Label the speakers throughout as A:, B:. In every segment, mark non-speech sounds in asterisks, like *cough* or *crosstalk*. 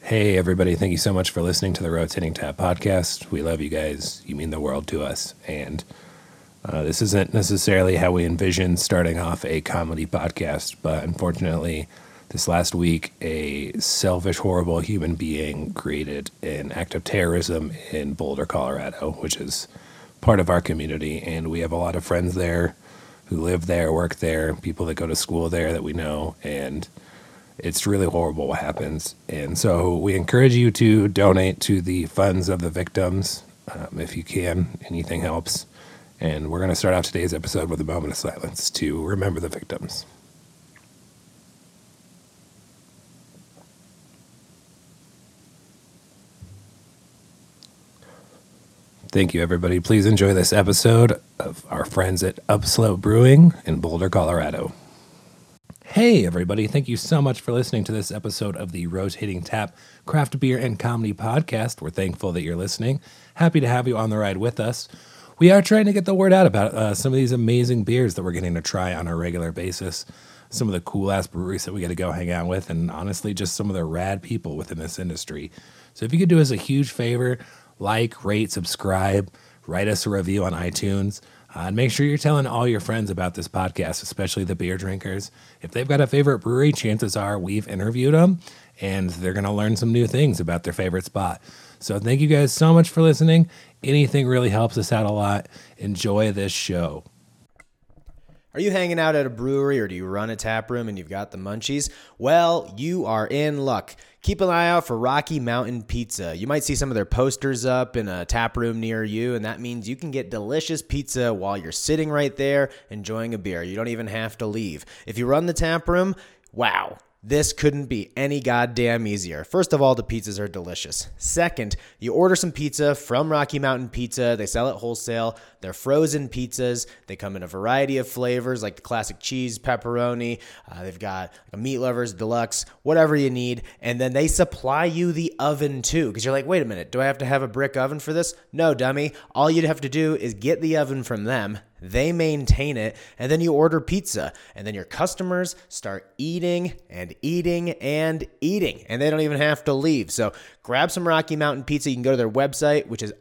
A: Hey, everybody. Thank you so much for listening to the Rotating Tap podcast. We love you guys. You mean the world to us. And uh, this isn't necessarily how we envisioned starting off a comedy podcast, but unfortunately, this last week, a selfish, horrible human being created an act of terrorism in Boulder, Colorado, which is part of our community. And we have a lot of friends there who live there, work there, people that go to school there that we know. And it's really horrible what happens. And so we encourage you to donate to the funds of the victims um, if you can. Anything helps. And we're going to start off today's episode with a moment of silence to remember the victims. Thank you, everybody. Please enjoy this episode of our friends at Upslope Brewing in Boulder, Colorado. Hey, everybody. Thank you so much for listening to this episode of the Rotating Tap Craft Beer and Comedy Podcast. We're thankful that you're listening. Happy to have you on the ride with us. We are trying to get the word out about uh, some of these amazing beers that we're getting to try on a regular basis, some of the cool ass breweries that we get to go hang out with, and honestly, just some of the rad people within this industry. So if you could do us a huge favor, like, rate, subscribe, write us a review on iTunes. Uh, and make sure you're telling all your friends about this podcast, especially the beer drinkers. If they've got a favorite brewery, chances are we've interviewed them and they're going to learn some new things about their favorite spot. So thank you guys so much for listening. Anything really helps us out a lot. Enjoy this show.
B: Are you hanging out at a brewery or do you run a tap room and you've got the munchies? Well, you are in luck. Keep an eye out for Rocky Mountain Pizza. You might see some of their posters up in a tap room near you, and that means you can get delicious pizza while you're sitting right there enjoying a beer. You don't even have to leave. If you run the tap room, wow. This couldn't be any goddamn easier. First of all, the pizzas are delicious. Second, you order some pizza from Rocky Mountain Pizza. They sell it wholesale. They're frozen pizzas. They come in a variety of flavors like the classic cheese, pepperoni. Uh, they've got like, a meat lovers deluxe, whatever you need. And then they supply you the oven too. Because you're like, wait a minute, do I have to have a brick oven for this? No, dummy. All you'd have to do is get the oven from them they maintain it, and then you order pizza, and then your customers start eating and eating and eating, and they don't even have to leave. So grab some Rocky Mountain Pizza. You can go to their website, which is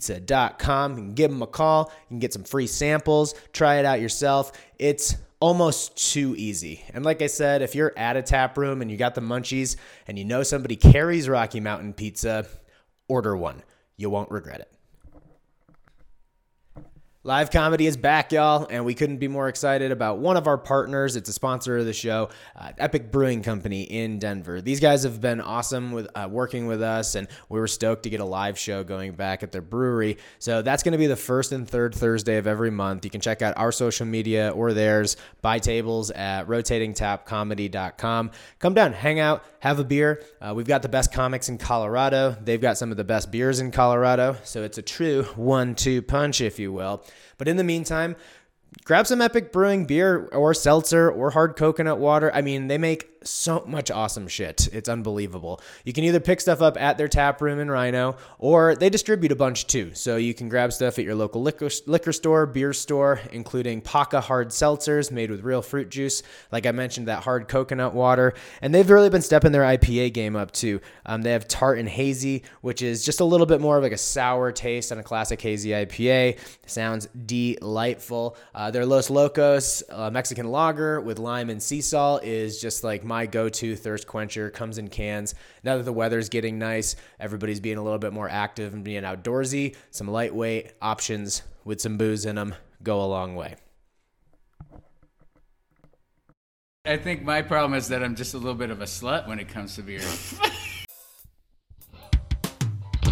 B: rmpizza.com. You can give them a call. You can get some free samples. Try it out yourself. It's almost too easy. And like I said, if you're at a tap room and you got the munchies and you know somebody carries Rocky Mountain Pizza, order one. You won't regret it. Live comedy is back, y'all, and we couldn't be more excited about one of our partners. It's a sponsor of the show, uh, Epic Brewing Company in Denver. These guys have been awesome with uh, working with us, and we were stoked to get a live show going back at their brewery. So that's going to be the first and third Thursday of every month. You can check out our social media or theirs. Buy tables at rotatingtapcomedy.com. Come down, hang out, have a beer. Uh, we've got the best comics in Colorado. They've got some of the best beers in Colorado. So it's a true one-two punch, if you will. But in the meantime, grab some epic brewing beer or seltzer or hard coconut water. I mean, they make so much awesome shit. It's unbelievable. You can either pick stuff up at their tap room in Rhino or they distribute a bunch too. So you can grab stuff at your local liquor, liquor store, beer store, including Paca hard seltzers made with real fruit juice. Like I mentioned, that hard coconut water. And they've really been stepping their IPA game up too. Um, they have Tart and Hazy, which is just a little bit more of like a sour taste on a classic hazy IPA. Sounds delightful. Uh, their Los Locos uh, Mexican lager with lime and sea salt is just like my go-to thirst quencher comes in cans now that the weather's getting nice everybody's being a little bit more active and being outdoorsy some lightweight options with some booze in them go a long way
C: I think my problem is that I'm just a little bit of a slut when it comes to beer.
D: *laughs*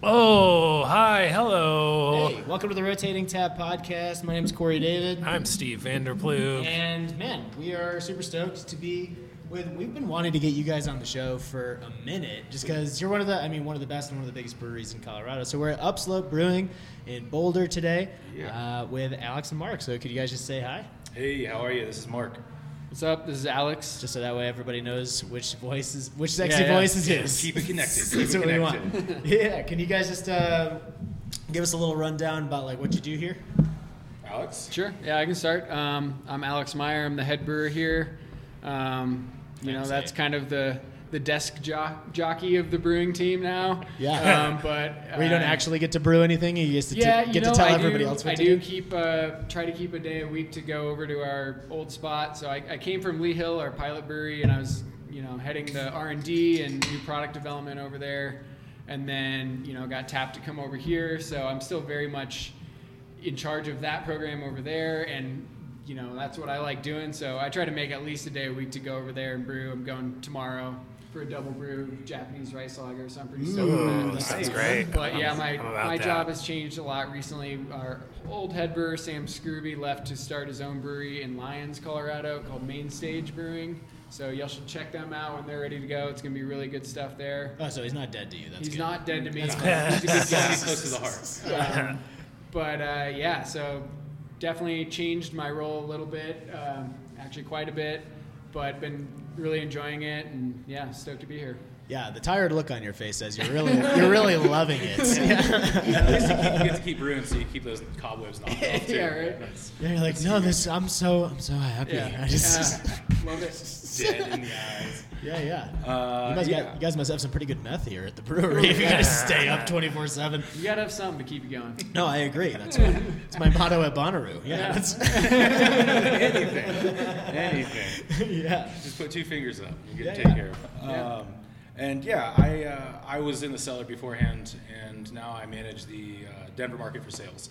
A: Oh, hi, hello.
B: Hey.
E: Welcome to the Rotating Tab Podcast. My name is Corey David.
A: I'm Steve Vanderplug.
E: And man, we are super stoked to be with. We've been wanting to get you guys on the show for a minute, just because you're one of the, I mean, one of the best and one of the biggest breweries in Colorado. So we're at Upslope Brewing in Boulder today uh, with Alex and Mark. So could you guys just say hi,
D: Hey, how are you? This is Mark.
C: What's up? This is Alex.
E: just so that way everybody knows which voice is which sexy
C: Yeah, yeah.
E: voice is his.
D: Keep
E: *laughs*
D: it connected. Keep
E: That's
D: it
E: what we
D: connected.
E: want. *laughs* yeah. Can you guys just uh, give us a little rundown about like what you do here?
D: Alex?
C: Sure. Yeah, I can start. Um, I'm Alex Meyer. I'm the head brewer here. Um, you know, that's kind of the the desk jo- jockey of the brewing team now.
E: Yeah.
C: Um,
E: *laughs*
C: but
E: Where you don't
C: uh,
E: actually get to brew anything, you just
C: yeah,
E: get
C: you know,
E: to tell
C: I
E: everybody
C: do,
E: else what
C: I
E: to
C: do
E: do.
C: keep uh, try to keep a day a week to go over to our old spot. So I, I came from Lee Hill, our pilot brewery, and I was you know heading the R and D and new product development over there, and then you know got tapped to come over here. So I'm still very much in charge of that program over there and. You know that's what I like doing, so I try to make at least a day a week to go over there and brew. I'm going tomorrow for a double brew Japanese rice lager, so I'm pretty stoked. Ooh, that sounds great. But yeah, my my job has changed a lot recently. Our old head brewer Sam Scrooby left to start his own brewery in Lyons, Colorado, called Main Stage Brewing. So y'all should check them out when they're ready to go. It's gonna be really good stuff there.
E: Oh, so he's not dead to you. That's
C: He's
E: good.
C: not dead to me.
E: That's
C: He's a good guy.
E: *laughs*
D: Keep it close to the heart.
C: Um, but uh, yeah, so definitely changed my role a little bit, um, actually quite a bit, but been really enjoying it and yeah, stoked to be here.
E: Yeah, the tired look on your face says you're *laughs* really you're really loving *laughs* it.
D: At least you, keep, *laughs* you get to keep brewing, so you keep those cobwebs knocked *laughs* off.
C: *laughs*
D: Too.
C: Yeah, right.
E: Yeah, you're like, no, this I'm so I'm so happy.
C: Yeah,
E: I just
C: yeah. *laughs* love it.
D: Dead in the *laughs* eyes.
E: *laughs* yeah yeah.
D: Uh,
E: you, guys
D: yeah.
E: got, you guys must have some pretty good meth here at the brewery. If you guys stay up 24 seven.
C: *laughs* You gotta have something to keep you going.
E: No, I agree. That's my, that's my motto at Bonnaroo. Yeah,
C: Yeah.
E: that's-
D: Anything.
E: *laughs*
D: Anything.
E: yeah.
D: Just put two fingers up.
E: Yeah,
D: You get to take
E: yeah.
D: care of. Um, and yeah, I uh, I was in the cellar beforehand, and now I manage the uh, Denver market for sales.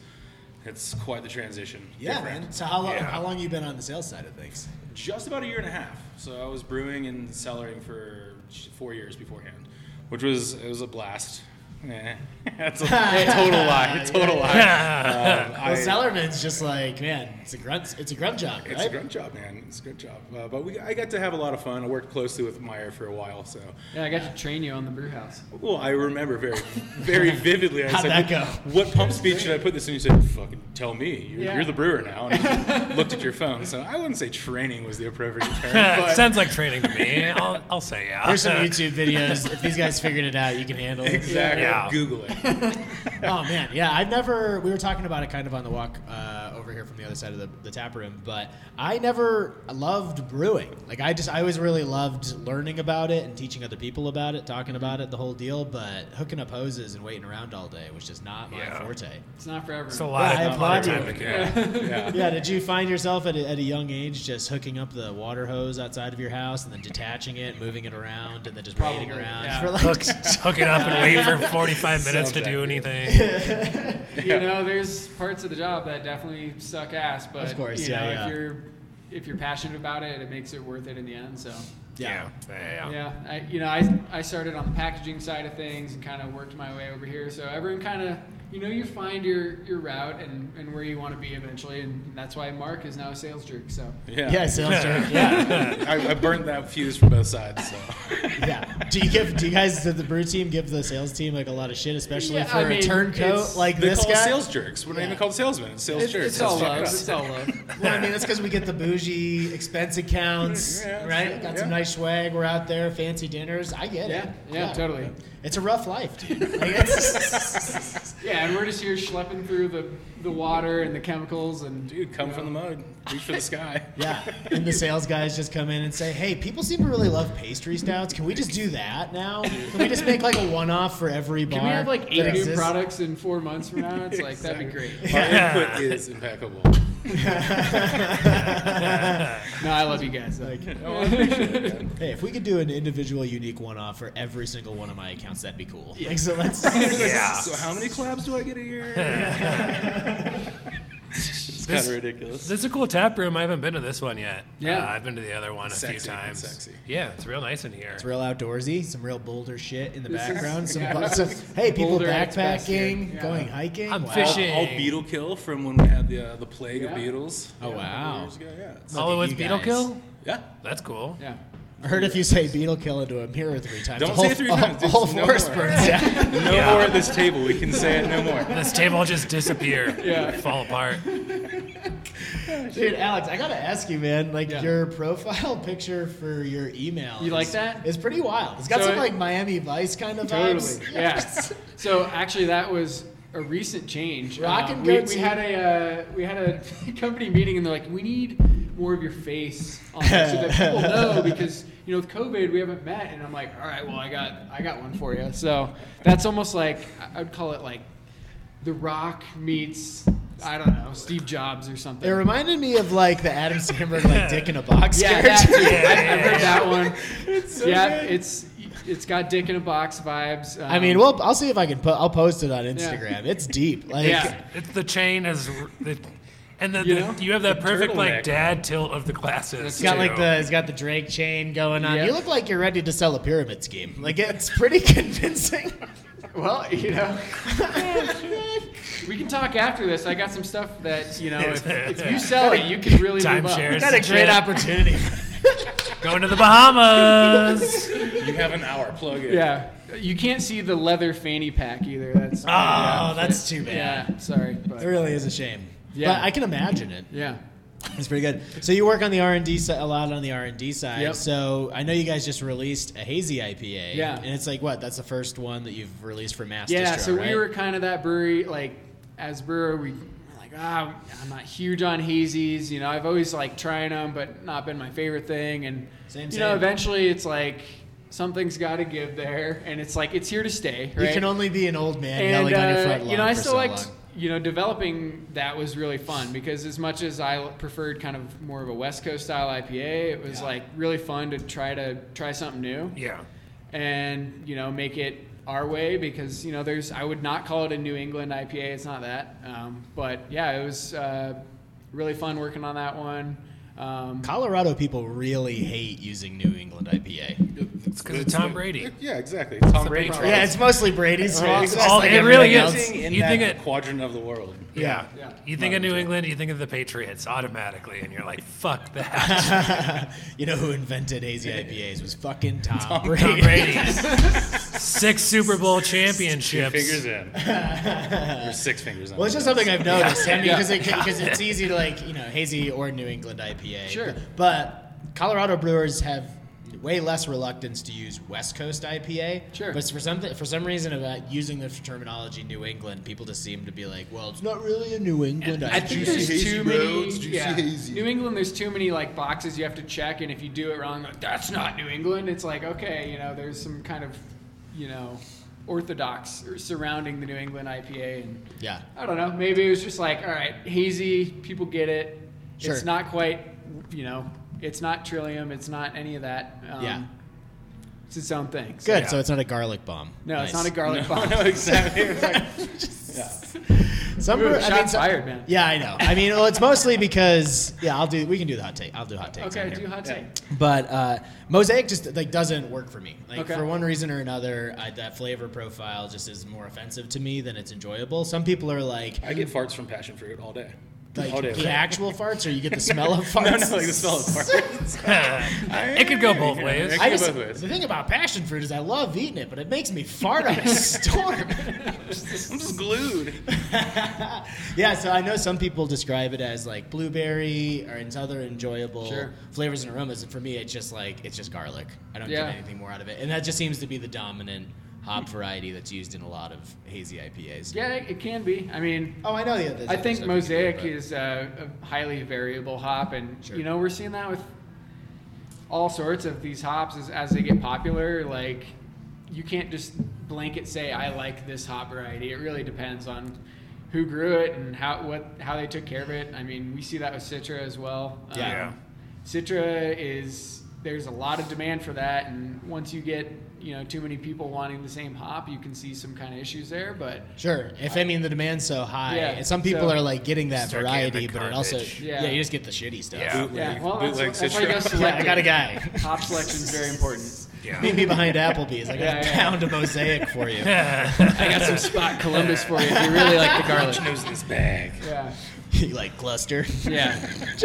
D: It's quite the transition.
E: Yeah,
D: Different.
E: man. So how long
D: Yeah.
E: how long you been on the sales side of things?
D: just about a year and a half. So I was brewing and cellaring for four years beforehand, which was it was a blast. *laughs* Eh, That's a total lie. Total lie. Um,
E: Well,
D: I-
E: Sellerman's just like, man, it's a grunt it's a grunt job,
D: it's a
E: right?
D: grunt job, man. It's a grunt job. Uh, but we, I got to have a lot of fun. I worked closely with Meyer for a while, so
C: Yeah, I got to train you on the brew house.
D: well, I remember very,
E: *laughs*
D: very vividly. I
E: How'd
D: said,
E: that go?
D: What pump speed should I put this in? You said, "Fucking tell me. You're,
C: Yeah.
D: you're the brewer now." And
C: *laughs*
D: I looked at your phone, so I wouldn't say training was the appropriate
E: *laughs*
D: term.
A: It *laughs* sounds like training to me. I'll, I'll say yeah.
D: *laughs*
E: There's some YouTube videos. If these guys figured it out, you can handle it.
D: Exactly.
A: Yeah.
D: Google it.
E: oh man, yeah. I've never. We were talking about it kind of on the walk uh, over here from the other side of the, the tap room, but I never loved brewing. Like I just, I always really loved learning about it and teaching other people about it, talking
D: Mm-hmm.
E: about it, the whole deal. But hooking up hoses and waiting around all day was just not my
A: Yeah.
E: forte.
C: It's not for
A: *laughs*
C: everyone.
A: It's a lot
E: Yeah, I
A: of
E: applaud
A: time
E: you.
A: to care.
D: yeah.
E: Yeah, did you find yourself at a, at a young age just hooking up the water hose outside of your house and then detaching it, moving it around, and then just waiting
C: Probably,
E: around
C: yeah.
E: for like
A: Hook,
E: *laughs*
A: hook it up and wait for 45 minutes to do anything.
C: you know, there's parts of the job that definitely suck ass, but
E: Of course,
C: you
E: yeah,
C: know,
E: yeah.
C: if you're if you're passionate about it, it makes it worth it in the end. So
E: yeah.
A: Yeah.
C: yeah, I, you know, I, I started on the packaging side of things and kind of worked my way over here. So everyone kind of, you know, you find your, your route and, and where you want to be eventually, and that's why Mark is now a sales jerk. So
D: Yeah.
E: *laughs* yeah, sales jerk. Yeah.
D: I, I burned that fuse from both sides. So.
E: *laughs* Yeah. Do you give? Do you guys? Did the brew team give the sales team like a lot of shit, especially
C: Yeah,
E: for
C: I
E: a
C: mean,
E: turncoat
C: it's-
E: like
D: They
E: this
D: call us
E: guy?
D: sales jerks. We're not even called salesmen. It's sales
C: it's,
D: jerks.
C: it's all
D: That's
C: love.
D: fucked
C: It's all
E: *laughs*
C: love.
E: Well, I mean, that's because we get the bougie expense
C: *laughs*
E: accounts,
D: Yeah, that's
E: right?
D: true,
E: Got
D: yeah.
E: some nice swag. We're out there, fancy dinners. I get
C: Yeah,
E: it.
C: *laughs* yeah, totally.
E: It's a rough life,
C: *laughs*
E: dude. Like, it's-
C: Yeah, and we're just here schlepping through the, the water and the chemicals and
D: up. Dude, come from the mud. Reach for the sky.
E: *laughs* yeah. And the sales guys just come in and say, "Hey, people seem to really love pastry stouts. Can we just do that now? Can we just make like a one-off for every bar?
C: Can we have like
E: that
C: eight new
E: exists?" *laughs*
C: products in four months from now? It's like that'd be great.
D: Our
E: *laughs*
D: *laughs* input is impeccable.
C: No, I love you guys. though.
D: No, I
C: *laughs*
D: appreciate it, man.
E: Hey, if we could do an individual, unique one-off for every single one of my accounts, that'd be cool. Like, so let's. *laughs*
A: Yeah.
D: So how many collabs do I get a year? it's kind of ridiculous.
A: This is a cool tap room. I haven't been to this one yet.
C: Yeah.
A: Uh, I've been to the other one a
D: Sexy,
A: few times.
D: sexy.
A: Yeah, it's real nice in here.
E: It's real outdoorsy, some real boulder shit in the
C: This is-
E: background. Some,
C: yeah,
E: some-
C: this is
E: hey, people
C: Boulder at its best here.
E: backpacking,
C: Yeah.
E: going hiking.
A: I'm
E: wow.
A: fishing.
D: all, all beetle kill from when we had the uh, the plague
C: Yeah.
D: of beetles.
E: Oh,
D: Yeah, a couple
E: wow.
D: years ago, yeah, it's-
A: Oh, it
E: Look
A: was
E: at you
A: Beetle
E: guys.
A: Kill?
D: yeah.
A: That's cool.
C: Yeah.
E: I heard if you say beetle kill into a mirror three times,
D: Don't
E: the whole,
D: say it three times,
E: A whole
D: dude. No
E: forest
D: more.
E: burns down.
D: No
A: Yeah.
D: more at this table. We can say it no more.
A: This table just disappear.
C: Yeah.
A: Fall apart.
E: Dude, Alex, I gotta ask you, man. Like
C: Yeah.
E: your profile *laughs* picture for your email.
C: You like
E: is-
C: that?
E: It's pretty wild. It's got
C: So
E: some
C: it-
E: like Miami Vice kind of
C: Totally.
E: vibes. *laughs*
C: Yeah. *laughs* So actually, that was a recent change. Uh,
E: Rock and
C: we,
E: goatee.
C: we had a uh, we had a *laughs* company meeting, and they're like, "We need more of your face on there so that
E: *laughs*
C: people know because you know with COVID we haven't met." And I'm like, "All right, well, I got I got one for you." So that's almost like I- I would call it like The Rock meets I don't know Steve Jobs or something.
E: It reminded me of like the Adam Sandberg *laughs* like dick in a box
C: yeah, that
E: character.
C: too. I- I've heard that one. yeah, it's it's got dick in a box vibes.
E: *laughs* I mean,
C: um,
E: well, I'll see if I can put. I'll post it on Instagram. It's
C: *laughs*
E: deep. Like,
C: Yeah.
A: It's the chain is. The, and the,
C: You
A: you,
C: know?
A: the, you have that perfect
D: turtleneck.
A: like dad tilt of the glasses.
E: It's got
A: too.
E: like the it's got the Drake chain going on.
C: Yeah.
E: You look like you're ready to sell a pyramid scheme. Like it's pretty *laughs* convincing.
C: Well, you know, we can talk after this. I got some stuff that you know,
E: *laughs*
C: if, if you sell it, you could really move up.
A: Timeshares.
E: Got a great
A: Yeah.
E: opportunity.
A: Going to the Bahamas.
D: You have an hour plug in.
C: Yeah, you can't see the leather fanny pack either. That's
E: *laughs* Oh, that's too bad.
C: yeah. Sorry,
E: It
C: but
E: really is a shame.
C: Yeah.
E: But I can imagine it.
C: yeah.
E: It's pretty good. So you work on the R and D si- a lot on the R and D side.
C: Yep.
E: So I know you guys just released a hazy IPA.
C: Yeah.
E: And it's like what? That's the first one that you've released for Mass.
C: Yeah,
E: Distro,
C: so
E: right?
C: we were kind of that brewery, like as brewer, we were like, ah, I'm not huge on hazies. You know, I've always like trying them, but not been my favorite thing. And
E: Same,
C: you
E: same.
C: know, eventually it's like something's got to give there, and it's like it's here to stay. Right?
E: You can only be an old man
C: and
E: yelling on your
C: uh,
E: front lawn.
C: you know, I
E: for
C: still
E: so
C: liked
E: long.
C: you know developing that was really fun because as much as I l- preferred kind of more of a West Coast style IPA, it was
E: Yeah.
C: like really fun to try to try something new
A: yeah.
C: and you know make it our way because you know there's I would not call it a New England IPA. It's not that, um, but yeah, it was uh, really fun working on that one. Um,
E: Colorado people really hate using New England IPA.
A: It's because of Tom Brady.
D: Yeah, exactly. Tom
A: a
D: Brady.
A: big
D: problem.
E: Yeah, it's mostly Brady's fault.
D: It's
A: all-
E: like
A: it
E: everything
A: really
E: else.
A: is.
D: Everything in
A: You
D: that
A: think it-
D: quadrant of the world.
E: Yeah. *laughs*
C: yeah.
A: You think of New England, you think of the Patriots automatically, and you're like, fuck
E: *laughs*
A: that.
E: you know who invented hazy IPAs was fucking Tom, Brady.
A: Tom Brady. Six Super Bowl
D: Two
A: championships.
D: fingers in.
E: *laughs*
C: *laughs*
D: or six fingers in.
E: Well, it's just something I've noticed. I mean,
C: Yeah.
E: because
C: *laughs*
E: it's easy to like you know hazy or New England IPA.
C: Sure.
E: But Colorado brewers have way less reluctance to use West Coast IPA.
C: Sure.
E: But for some for some reason about using the terminology New England, people just seem to be like, well, it's not really a New England
C: I
E: IPA.
C: think there's too many. yeah. New England, there's too many like boxes you have to check, and if you do it wrong, like, that's not New England. It's like okay, you know, there's some kind of, you know, orthodox surrounding the New England IPA, and
E: Yeah.
C: I don't know, maybe it was just like all right, hazy, people get it.
E: Sure.
C: It's not quite, you know, it's not Trillium, it's not any of that. Um,
E: Yeah.
C: it's its own thing. So-
E: Good.
A: Yeah.
E: So it's not a garlic bomb.
C: No, it's
E: Nice.
C: not a garlic
D: Oh,
C: bomb.
D: *laughs* no, exactly. It's like,
C: *laughs*
E: *laughs* Some
C: Ooh,
E: brew- *laughs* I mean,
C: shots
E: so-
C: fired, man.
E: Yeah, I know. I mean, well, it's mostly because yeah, I'll do. We can do the hot take. I'll do hot takes.
C: Okay,
E: on
C: do
E: here.
C: hot
D: Yeah.
C: take.
E: But uh, mosaic just like doesn't work for me. Like
C: Okay.
E: for one reason or another, I, that flavor profile just is more offensive to me than it's enjoyable. Some people are like,
D: I get farts from passion fruit all day.
E: like
D: all day.
E: the actual farts, or you get the smell of farts.
D: *laughs* no, no, like the smell of farts.
A: it could go both ways.
D: *laughs* It
E: I
D: could
E: just,
D: go both ways.
E: the thing about passion fruit is I love eating it, but it makes me fart on
D: *laughs*
E: a storm.
D: I'm just glued.
E: *laughs* Yeah, so I know some people describe it as like blueberry or and other enjoyable
C: Sure.
E: flavors and aromas, and for me, it's just like it's just garlic. I don't
C: Yeah.
E: get anything more out of it, and that just seems to be the dominant hop variety that's used in a lot of hazy IPAs.
C: Yeah, it it can be. I mean,
E: Oh, I know the other.
C: I think Mosaic is a, a highly variable hop, and
E: Sure.
C: you know we're seeing that with all sorts of these hops as, as they get popular. Like you can't just blanket say I like this hop variety. It really depends on who grew it and how what how they took care of it. I mean, we see that with Um, Citra as well.
E: Yeah.
A: Yeah.
C: Citra is there's a lot of demand for that, and once you get you know too many people wanting the same hop, you can see some kind of issues there. But
E: Sure. If I mean the demand's so high,
C: Yeah,
E: and some people
C: so-
E: are like getting that
F: Start getting
E: variety,
F: the
E: but it also
F: garbage.
E: yeah.
C: Yeah.
E: you just get the shitty stuff.
F: Yeah.
C: yeah, well, that's,
D: bootleg
C: that's why you go
D: *laughs* citron.
E: Yeah, I
C: selective.
E: got a
C: *laughs*
E: guy.
C: Hop selection is very important.
E: Meet me behind Applebee's. I got
C: Yeah,
E: a
C: yeah.
E: pound of mosaic for you.
C: I got some spot Columbus for you if you really like the garlic.
F: Knows this bag.
C: Yeah,
E: *laughs* you like cluster?
C: yeah. *laughs*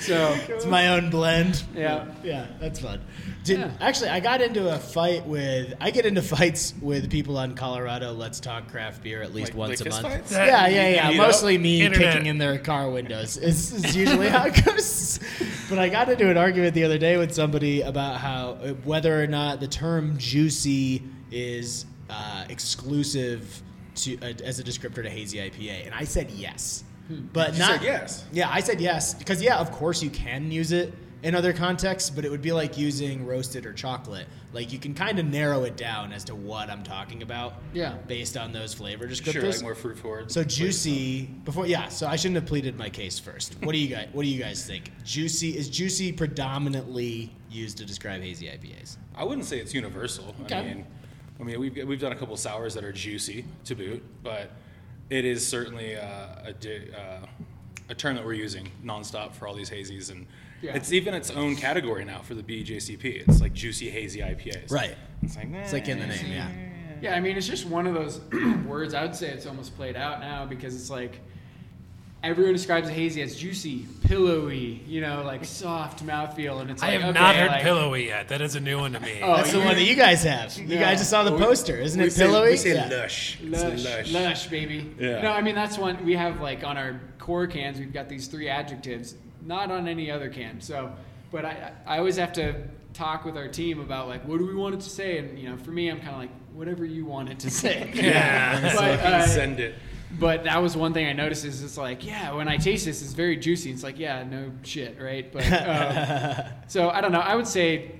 C: so
E: It's my own blend.
C: yeah,
E: Yeah, that's fun. Did,
C: Yeah.
E: Actually, I got into a fight with. I get into *laughs* fights with people on Colorado. Let's talk craft beer at least
D: Like-
E: once
D: like
E: a
D: fist
E: month.
D: fights?
E: Yeah, yeah,
F: You
E: yeah.
F: meet
E: Mostly
F: up?
E: me
F: Internet.
E: kicking in their car windows is, is usually how it goes. But I got into an argument the other day with somebody about how whether or not the term "juicy" is uh, exclusive to uh, as a descriptor to hazy IPA, and I said yes, but
D: You
E: not
D: said yes.
E: yeah, I said yes because yeah, of course you can use it in other contexts, but it would be like using roasted or chocolate. Like you can kind of narrow it down as to what I'm talking about.
C: Yeah.
E: Based on those flavor descriptors.
D: Sure, like more fruit forward.
E: so juicy before yeah, so I shouldn't have pleaded my case first. What do you guys what do you guys think? Juicy is juicy predominantly used to describe hazy IPAs.
D: I wouldn't say it's universal. I mean, I mean we've, we've done a couple sours that are juicy to boot, but it is certainly uh, a, di- uh, a term that we're using nonstop for all these hazies, and
C: Yeah.
D: it's even its own category now for the BJCP. It's like juicy hazy IPAs.
E: Right.
D: It's like,
E: It's like in the name, yeah.
C: yeah. I mean, it's just one of those *clears throat* words. I would say it's almost played out now because it's like everyone describes a hazy as juicy, pillowy, you know, like soft mouthfeel, and it's
F: I
C: like
F: have
C: okay,
F: not heard
C: like,
F: pillowy yet. That is a new one to me.
C: Oh,
E: That's the
C: you-
E: one that you guys have. You
C: Yeah.
E: guys just saw the
D: We-
E: poster, isn't
D: we
E: it
D: say- we
E: pillowy?
F: say
E: Yeah.
F: lush. It's
C: Lush, lush,
F: lush.
C: baby.
D: Yeah.
C: No, I mean that's one we have like on our core cans. We've got these three adjectives, not on any other can. So, but I, I always have to talk with our team about like what do we want it to say, and you know, for me, I'm kind of like whatever you want it to say. *laughs*
D: *laughs*
F: Yeah.
C: But, uh,
D: send it.
C: but that was one thing I noticed is it's like, yeah, when I taste this, it's very juicy. It's like, yeah, no shit, right? But um, so I don't know. I would say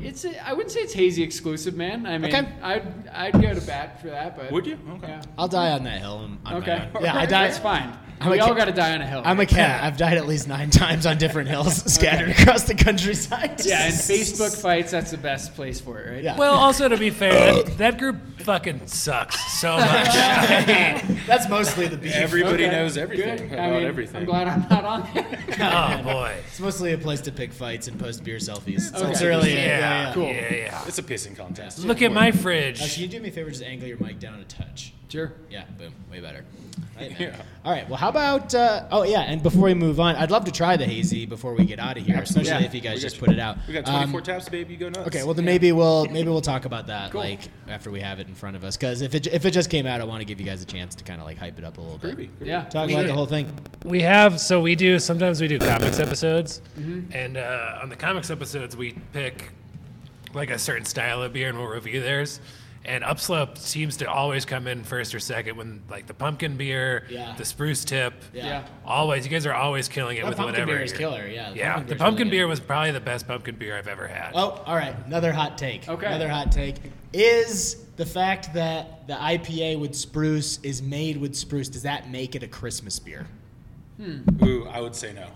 C: it's a, I wouldn't say it's hazy exclusive, man. I mean,
E: Okay.
C: I'd I'd go to bat for that, but
D: Would you? Okay.
C: Yeah.
E: I'll die on that hill. on my
C: Okay.
E: own. Yeah, I die.
C: That's fine.
E: I'm
C: we
E: a
C: all
E: kid.
C: got to die on a hill.
E: I'm a cat. I've died at least nine times on different hills scattered across the countryside.
C: yeah, and Facebook fights, that's the best place for it, right?
E: Yeah.
F: Well, also to be fair, that, that group fucking sucks so much.
E: *laughs* *laughs* That's mostly the beef.
D: Everybody
C: Okay.
D: knows
C: Good.
D: everything
C: I
D: about
C: mean,
D: everything.
C: I'm glad I'm not on there.
E: *laughs*
F: oh boy.
E: it's mostly a place to pick fights and post beer selfies. It's,
C: Okay.
E: it's really
F: Yeah.
E: yeah. yeah,
F: Cool.
E: yeah.
F: Yeah. yeah.
D: It's a pissing contest.
F: Look at my fridge.
E: Uh, can you do me a favor? Just angle your mic down a touch.
C: Sure.
E: Yeah, boom, way better.
D: Yeah.
E: All right. Well, how about? Uh, oh yeah. And before we move on, I'd love to try the hazy before we get out of here, especially
C: Absolutely.
E: if you guys
D: We got
E: just
D: you.
E: put it out.
D: We got
E: Um,
D: 24 taps, baby. Go nuts.
E: Okay, well then maybe we'll maybe we'll talk about that like after we have it in front of us because if it if it just came out, I want to give you guys a chance to kind of like hype it up a little bit.
D: Groovy.
C: Yeah.
E: Talk about the whole thing.
F: we have so we do sometimes we do comics episodes and uh, on the comics episodes we pick like a certain style of beer and we'll review theirs and upslope seems to always come in first or second when like the pumpkin beer
E: Yeah.
F: the spruce tip
C: Yeah.
F: always you guys are always killing it
E: That
F: with
E: pumpkin
F: whatever
E: beer is
F: you're-
E: killer. Yeah.
F: yeah the
E: beer's
F: pumpkin
E: really
F: beer
E: good.
F: was probably the best pumpkin beer i've ever had
E: Oh, all right. Another hot take.
C: Okay.
E: Another hot take is the fact that the IPA with spruce is made with spruce. Does that make it a Christmas beer?
D: Ooh, I would say no.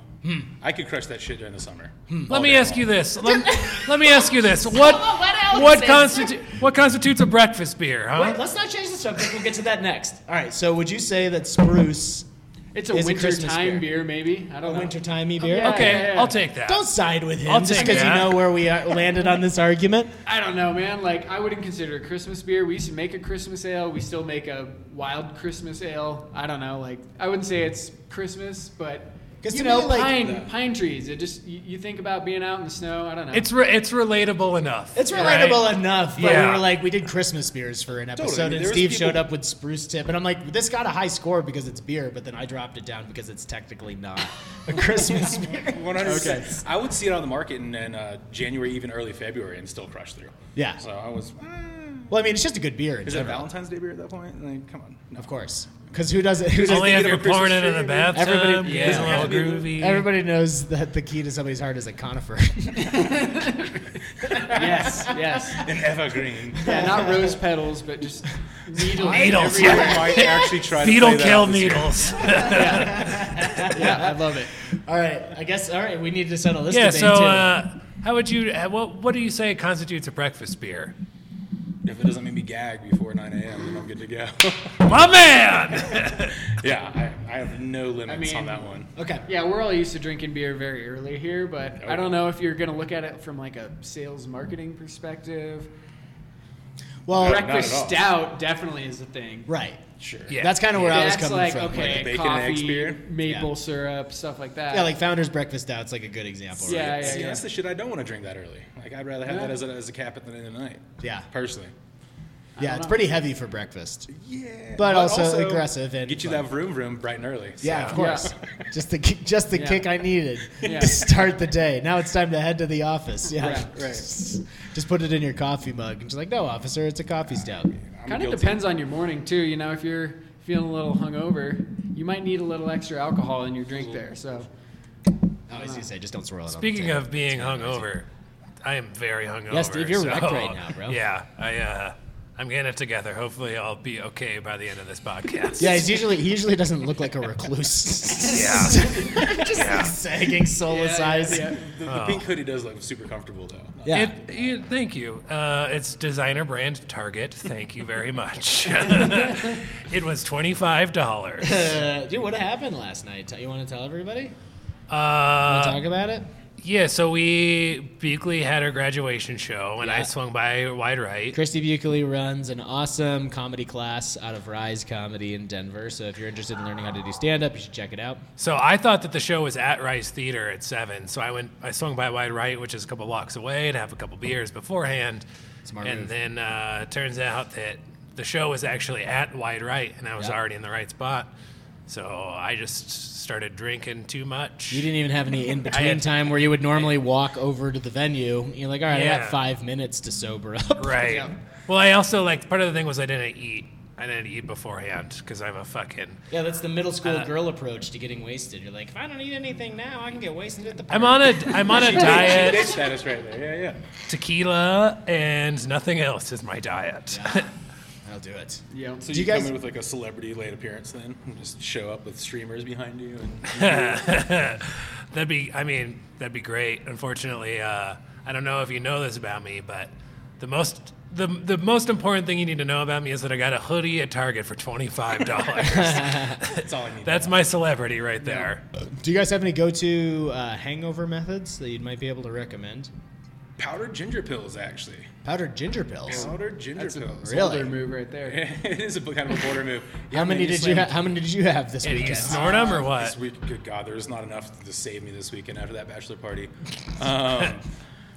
D: I could crush that shit during the summer.
F: let me ask you this let, let me ask you this what
G: else
F: what
G: is-
F: constitutes what constitutes a breakfast beer huh
E: Wait, let's not change the subject. We'll get to that next. All right. So would you say that spruce
C: It's a
E: It's a
C: winter
E: Christmas
C: time
E: beer.
C: beer. maybe. I
E: a
C: don't know.
E: wintertimey beer?
C: yeah.
F: okay i'll take that
E: Don't side with him
F: I'll
E: just
F: take
E: because you
F: that.
E: know where we are, landed on this argument.
C: I don't know, man. Like I wouldn't consider it a Christmas beer. We used to make a Christmas ale. We still make a wild Christmas ale. I don't know. Like I wouldn't say it's Christmas, but
E: 'Cause
C: you
E: to
C: know,
E: me, like-
C: pine pine trees. It just you, you think about being out in the snow. I don't know.
F: It's re- it's relatable enough.
E: It's
F: right?
E: relatable enough, but we
F: Yeah.
E: were like, we did Christmas beers for an episode,
D: Totally.
E: and
D: There's
E: Steve
D: people-
E: showed up with spruce tip, and I'm like, this got a high score because it's beer, but then I dropped it down because it's technically not a
D: *laughs*
E: Christmas beer.
D: 100. Okay. I would see it on the market in, in uh, January, even early February, and still crush through.
E: Yeah.
D: So I was.
E: Well, I mean, it's just a good beer. In
D: Is it a
E: general,
D: Valentine's Day beer at that point? Like, come on. *laughs* No.
E: Of course. Because who doesn't? Who doesn't
A: Only if
D: of
A: you're
D: a Christmas
A: pouring it in
D: tree,
A: a
D: maybe?
A: bathtub.
D: Everybody-
A: yeah, it's a
D: yeah.
A: little groovy.
E: Everybody knows that the key to somebody's heart is a
D: *laughs*
E: conifer. *laughs*
C: yes, yes.
D: An evergreen.
C: Yeah, not rose petals, but just needles.
A: Needles.
D: I
C: everywhere.
D: might actually
A: *laughs*
D: try to
A: Fetal
D: play that
A: kill
D: this year. *laughs*
A: needles. *laughs*
E: yeah, I love it. All right, I guess. All right, we need to settle this
A: yeah.
E: debate
A: So,
E: too.
A: uh, how would you? uh, What What do you say constitutes a breakfast beer?
D: If it doesn't make me gag before 9 a.m., then I'm good to go. *laughs*
A: My man. *laughs*
D: yeah, I, I have no limits
C: mean-
D: on that one.
E: okay.
C: Yeah, we're all used to drinking beer very early here, but I don't know if you're going to look at it from like a sales marketing perspective.
E: Well,
D: not at
C: Breakfast
D: all.
C: stout definitely is a thing.
E: right.
D: Sure.
A: Yeah.
E: That's kind of where I was
C: That's
E: coming
C: like
E: from.
C: okay,
D: Like a bacon and
C: coffee,
D: eggs beer?
C: maple
E: Yeah.
C: syrup, stuff like that.
E: Yeah, like Founder's Breakfast Stout's like a good example. Right?
C: yeah, yeah,
D: See,
C: yeah.
D: that's the shit I don't want to drink that early. Like, I'd rather have
C: Yeah.
D: that as a, as a cap at the end of the night.
E: Yeah.
D: Personally.
E: Yeah, it's pretty heavy for breakfast.
D: Yeah.
E: But also aggressive and
D: Get you
E: fun.
D: that vroom vroom bright and early. so-
E: Yeah, of course. just the ki- just the
C: Yeah.
E: kick I needed
C: *laughs* Yeah.
E: to start the day. Now it's time to head to the office. Yeah,
C: Right, right.
E: *laughs* Just put it in your coffee mug and she's like, "No, officer, it's a coffee stout."
D: I'm
C: Kind of
D: guilty.
C: depends on your morning too. You know, if you're feeling a little hungover, you might need a little extra alcohol in your drink there. So
E: I was gonna say, just don't swirl it.
A: Speaking
E: on
A: of being hungover, I am very hungover.
E: Yeah, Steve, you're
A: so,
E: wrecked right now, bro.
A: Yeah, I. Uh, I'm getting it together. Hopefully, I'll be okay by the end of this podcast.
E: yeah, he's usually he usually doesn't look like a recluse. *laughs*
A: yeah.
E: just like sagging soulless eyes.
C: yeah.
D: The, the
E: Oh.
D: pink hoodie does look super comfortable, though.
E: Yeah.
A: It, it- thank you. Uh, it's designer brand Target. Thank you very much. *laughs* it was twenty five dollars.
E: Uh, dude, what happened last night? Tell- You want to tell everybody?
A: Uh,
E: Talk about it.
A: yeah, so we Beakley had her graduation show, and I
E: Yeah.
A: swung by wide right.
E: Christy Buckley runs an awesome comedy class out of Rise Comedy in Denver. So if you're interested in learning how to do stand up, you should check it out.
A: So I thought that the show was at Rice Theater at seven. So I went, I swung by Wide Right, which is a couple blocks away, to have a couple beers beforehand.
E: Smart
A: and
E: move.
A: then uh, it turns out that the show was actually at Wide Right, and I was
E: Yeah.
A: already in the right spot. So I just started drinking too much.
E: You didn't even
A: *laughs*
E: have any in
A: I
E: between
A: had-
E: time where you would normally walk over to the venue. You're like, all right, I
A: Yeah.
E: got five minutes to sober up. *laughs*
A: Right. Well, I also like part of the thing was I didn't eat. I didn't eat beforehand because I'm a fucking.
E: Yeah, that's the middle school
A: Uh-huh.
E: girl approach to getting wasted. You're like, if I don't eat anything now, I can get wasted at the party.
A: I'm on a I'm
E: *laughs*
A: on a diet.
D: Status right there. Yeah, yeah.
A: Tequila and nothing else is my diet.
E: I'll do it.
C: yeah.
D: So
E: Do
D: you,
E: you guys-
D: come in with like a celebrity late appearance, then and just show up with streamers behind you. And
A: that'd be I mean that'd be great. Unfortunately, uh, I don't know if you know this about me, but the most the, the most important thing you need to know about me is that I got a hoodie at Target for twenty five dollars.
D: that's all I need.
A: That's my celebrity right there.
E: Do you guys have any go to uh, hangover methods that you might be able to recommend?
D: powdered ginger pills, actually.
E: Powdered ginger pills.
D: Powdered ginger
C: That's a
D: pills.
E: Really?
C: Boulder move right there.
D: *laughs* it is a b- kind of a border move.
E: How many
D: man,
E: did you
D: slammed-
E: ha- How many did you have this
A: And you
E: weekend?
A: snort 'em or
D: This
A: what?
D: week, good God, there was not enough to save me this weekend after that bachelor *laughs* party. Um,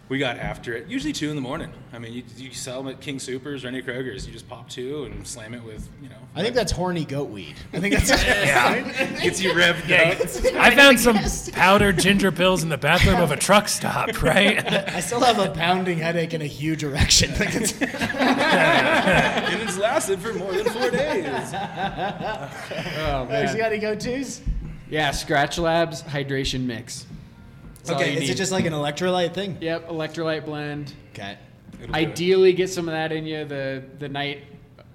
D: we got after it, usually two in the morning. I mean, you, you sell them at King Supers or any Kroger's. You just pop two and slam it with, you know,
E: I think that's horny goat weed. I think that's
A: Yeah.
D: gets you revved
A: Yeah,
D: up.
A: I found some powdered ginger pills in the bathroom of a truck stop, *laughs* right?
E: I still have a pounding headache and a huge *laughs* erection. Like it's-
D: and it's lasted for more than four *laughs* days.
C: Oh
E: you
C: man.
E: got any go-tos?
C: Yeah, Scratch Labs hydration mix. That's all
E: Okay,
C: you
E: is it
C: need.
E: just like an electrolyte thing?
C: Yep, electrolyte blend.
E: Okay.
D: It'll do it.
C: Ideally, get some of that in you the the night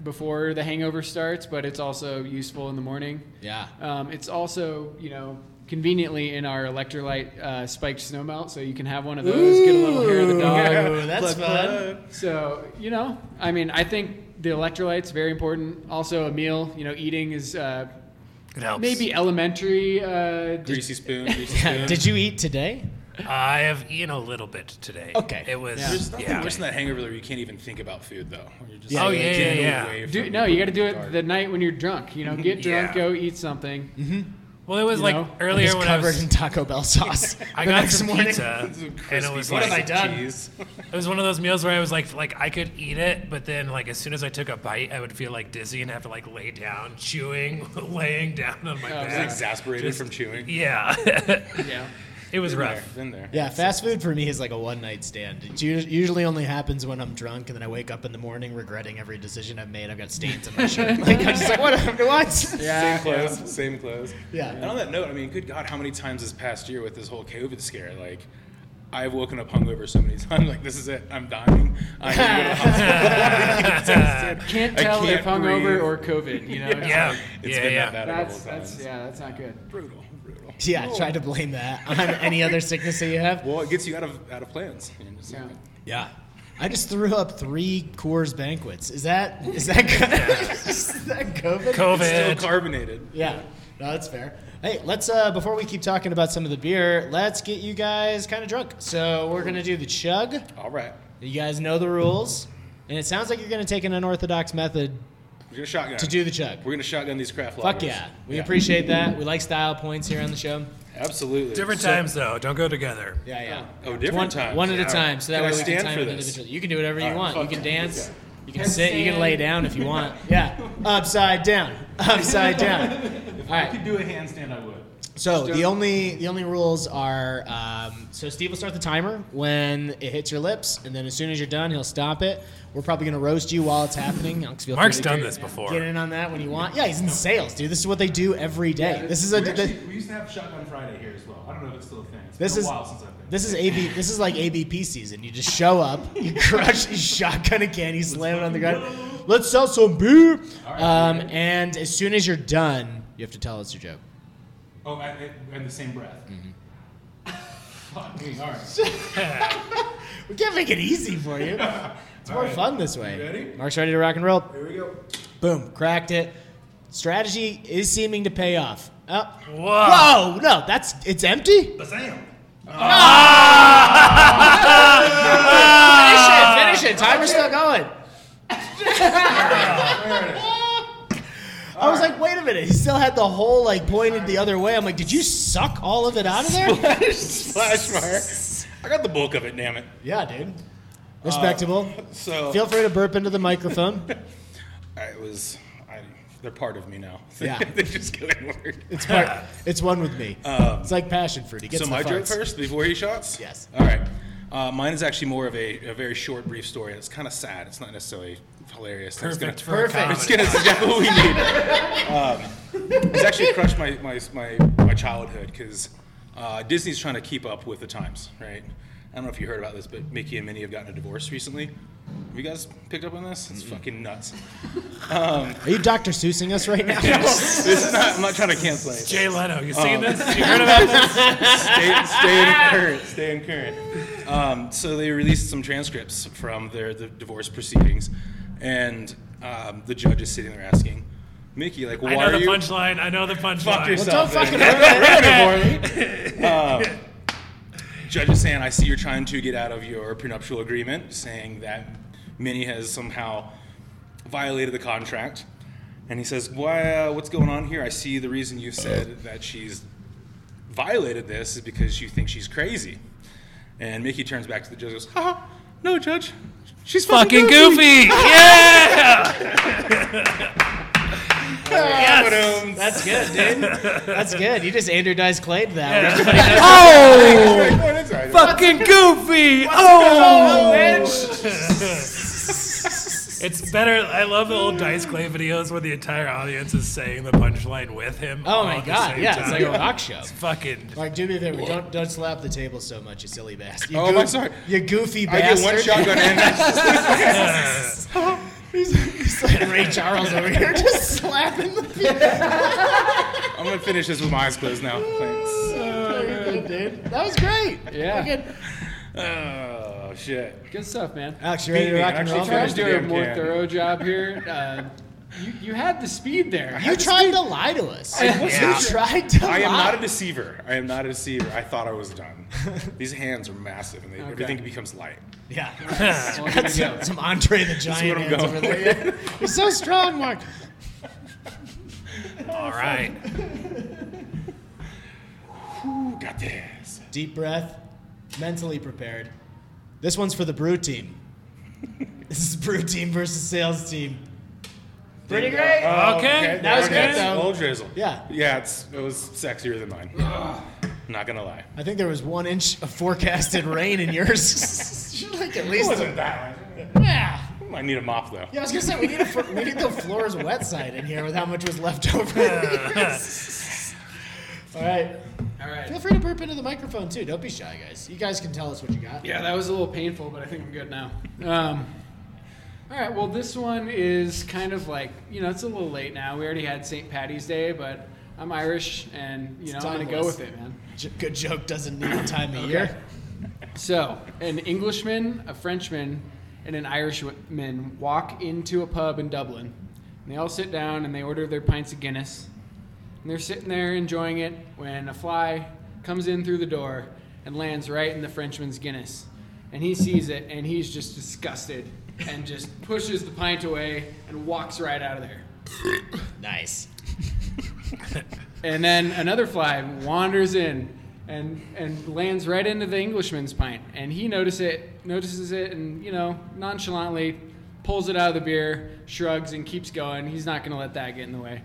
C: before the hangover starts, but it's also useful in the morning.
E: Yeah.
C: Um, it's also, you know, conveniently in our electrolyte uh, spiked snowmelt, so you can have one of those, get a little hair of
E: *laughs*
C: the dog.
E: Oh, that's fun.
C: So, you know, I mean, I think the electrolytes very important. Also, a meal, you know, eating is uh,
A: It helps.
C: maybe elementary. Uh, dis-
D: Greasy spoon, greasy spoon.
E: Did you eat today?
A: I have eaten a little bit today.
E: Okay.
A: It was
D: There's
A: yeah.
D: nothing worse than that hangover where you can't even think about food though. where You're just
A: Yeah, Oh, yeah,
D: getting
A: yeah, yeah.
D: away
C: do,
D: from
C: no,
D: the-
C: you got to do
D: dark.
C: it the night when you're drunk. You know, get
A: Yeah.
C: drunk, go eat something.
A: Well, it was
C: you
A: like
C: know,
E: It was
A: earlier when I
E: covered
A: was
E: in
A: *laughs*
E: Taco Bell sauce.
A: I
E: the
A: got
E: next
A: some
E: morning.
A: pizza,
D: Some
A: and
D: crispy
A: it was
D: what
A: like
D: have I done?
A: it was one of those meals where I was like, like I could eat it, but then like as soon as I took a bite, I would feel like dizzy and have to like lay down, chewing, *laughs* laying down on my
C: Oh,
D: I was
A: back.
D: exasperated from chewing.
A: Yeah, *laughs*
C: Yeah.
F: It was
D: Been
F: rough.
D: there, Been there.
E: Yeah, fast food for me is like a one night stand. It u- usually only happens when I'm drunk, and then I wake up in the morning regretting every decision I've made. I've got stains on
A: *laughs*
E: my shirt. like, I'm just like, what? *laughs* What?
D: Same clothes. Same clothes.
E: Yeah.
D: And on that note, I mean, good God, how many times this past year with this whole COVID scare, like. I've woken up hungover so many *laughs* times. Like this is it. I'm dying. I need to go to the hospital.
C: *laughs* Can't
D: I
C: tell if
D: can't
C: hungover
D: breathe.
C: or COVID. You know, It's
F: Yeah,
C: like-
D: It's
F: yeah,
D: been
F: yeah.
D: that bad a
C: that's
D: couple times.
C: that's yeah, that's not good.
D: Brutal, brutal.
E: Yeah, try to blame that on any other sickness that you have.
D: Well, it gets you out of out of plans. You know, just-
C: Yeah.
E: Yeah. I just threw up three Coors banquets. Is that is that, *laughs* is that COVID?
D: It's still
F: COVID.
D: carbonated.
E: Yeah, no, that's fair. Hey, let's uh, before we keep talking about some of the beer, let's get you guys kind of drunk. So we're gonna do the chug.
D: All right.
E: You guys know the rules, and it sounds like you're gonna take an unorthodox method
D: We're gonna shotgun.
E: to do the chug.
D: We're gonna shotgun these craft
E: Fuck
D: lagers.
E: yeah, we appreciate that. We like style points here on the show.
D: Absolutely.
F: Different
D: So-
F: times though. Don't go together.
E: Yeah, yeah.
D: Oh, different
E: one,
D: times.
E: One at a
D: Yeah.
E: time, so that
D: Can I
E: way we can
D: stand
E: time
D: for
E: it
D: this?
E: individually. You can do whatever you
D: All right,
E: want. You
D: fuck
E: can
D: yeah.
E: dance.
D: Okay.
E: You can sit. You can lay down if you want. Yeah, upside down,
D: *laughs*
E: upside down. All right.
D: do a handstand, I would.
E: So the only the only rules are um, so Steve will start the timer when it hits your lips, and then as soon as you're done, he'll stop it. We're probably gonna roast you while it's happening. Alex, feel free
F: Mark's
E: to
F: done
E: get-
F: this before.
E: Get in on that when you want. Yeah, he's in sales, dude. This is what they do every day. This is a
D: we used to have Shotgun Friday here as well. I don't know if it's still a thing. It's
E: this is this is AB this is like ABP season. You just show up, you crush, you shotgun a can, you slam it on the ground. Let's sell some beer. Um, and as soon as you're done, you have to tell us your joke.
D: oh, and, the same breath.
E: Mm-hmm.
D: *laughs* All right.
E: We can't make it easy for you. It's more fun this way.
D: ready?
E: Mark's ready to rock and roll.
D: Here we go.
E: Boom, cracked it. Strategy is seeming to pay off. Oh.
F: Whoa.
E: Whoa, no, that's it's empty.
F: Bazam.
E: Finish it, finish it. Timer's still going. I was like, wait a minute. He still had the whole like pointed the other way. I'm like, did you suck all of it out of there? *laughs*
D: Flash mark. I got the bulk of it. Damn it.
E: yeah, dude. Respectable.
D: So
E: Feel free to burp into the microphone.
D: I was. I, they're part of me now. *laughs*
E: Yeah.
D: they just get inward.
E: It's
D: *laughs*
E: part. it's one with me. it's like passion fruit. He gets
D: Um, So
E: the
D: my joke
E: farts.
D: first before he shots.
E: Yes.
D: All right. Uh, mine is actually more of a, a very short, brief story. It's kind of sad. It's not necessarily hilarious. It's gonna-
F: Perfect
D: *laughs*
F: for a
E: Perfect.
F: comedy.
D: It's good. It's exactly what we need. Um, it's actually crushed my my my, my childhood because uh, Disney's trying to keep up with the times, right? I don't know if you heard about this, but Mickey and Minnie have gotten a divorce recently. Have you guys picked up on this? It's fucking nuts. *laughs*
E: Are you Dr. Seussing us right now?
D: this is not. I'm not trying to cancel anything.
F: Jay Leno, you seen this? You heard about this?
D: stay, stay in current. Stay in current. Um, so they released some transcripts from their the divorce proceedings, and um, the judge is sitting there asking Mickey, like, why
F: I know
D: are
F: the
D: you?
F: punchline. I know the
D: Fuck
F: punchline.
D: yourself.
E: Don't
D: *laughs*
E: fucking
D: Judge is saying, I see you're trying to get out of your prenuptial agreement, saying that Minnie has somehow violated the contract. And he says, Why, uh, what's going on here? I see the reason you said that she's violated this is because you think she's crazy. And Mickey turns back to the judge and goes, Ha ha, no, Judge. She's fucking,
F: Fucking goofy.
D: *laughs*
F: Yeah.
D: Yes.
E: That's good, dude. *laughs* That's good. You just Andrew Dice Clayed that. one.
F: Fucking goofy. Oh. *laughs* It's better. I love the old Dice Clay videos where the entire audience is saying the punchline with him.
E: Oh
F: all
E: my
F: at the
E: god,
F: same
E: yeah,
F: time.
E: it's like a rock show.
F: fucking.
E: Mark, do me a favor. Don't don't slap the table so much, you silly bastard. You
D: Oh, I'm
E: goof-
D: sorry.
E: You goofy
D: I get one
E: bastard.
D: shotgun
E: *laughs*
D: and
E: He's like Ray Charles over here, *laughs* just slapping the
D: I'm going to finish this with my eyes closed now. Thanks.
E: people, dude. That was great.
C: Yeah.
E: Fucking-
D: Oh, shit.
C: Good stuff, man.
E: Alex, you ready to
D: Beat me.
E: rock and
D: Actually
E: roll?
C: Try
D: finished
C: to
D: the
C: do a
D: damn
C: more
D: can.
C: thorough job here. Uh, you, you had the speed there.
E: You tried to lie to us.
F: Yeah.
E: You tried to
D: I am
E: lie.
D: not a deceiver. I am not a deceiver. I thought I was done.
E: *laughs*
D: These hands are massive, and they, everything becomes light.
E: yeah. *laughs*
C: Well, good to go.
E: Some Andre the Giant
D: I'm
E: hands
D: going
E: over there. Yeah. You're so strong, Mark.
F: All right.
D: Ooh, got this.
E: Deep breath, mentally prepared. This one's for the brew *laughs* team. this is brew team versus sales team. Pretty great.
F: Okay.
E: That was
D: Oh, okay.
E: good, though.
D: Old drizzle.
E: Yeah.
D: Yeah, it's, it was sexier than mine. Not gonna lie.
E: I think there was one inch of forecasted rain in yours. *laughs* You're like at least.
D: wasn't that
E: Yeah.
D: Might need a mop though.
E: Yeah, I was gonna say we need a fr- we need the floor's wet side in here with how much was left *laughs* over. All right.
C: All
E: Feel
C: right.
E: free to burp into the microphone too. Don't be shy, guys. You guys can tell us what you got.
C: Yeah, that was a little painful, but I think I'm good now. Um, all right. Well, this one is kind of like you know it's a little late now. We already had St. Patty's Day, but I'm Irish, and you know I'm gonna go
E: timeless.
C: with it, man.
E: J- good joke doesn't need the time of year.
C: So, an Englishman, a Frenchman, and an Irishman walk into a pub in Dublin. And they all sit down and they order their pints of Guinness. And they're sitting there enjoying it when a fly comes in through the door and lands right in the Frenchman's Guinness. And he sees it and he's just disgusted and just pushes the pint away and walks right out of there.
E: Nice.
C: And then another fly wanders in and and lands right into the Englishman's pint. And he notices it, notices it, and you know, nonchalantly pulls it out of the beer, shrugs, and keeps going. He's not going to let that get in the way.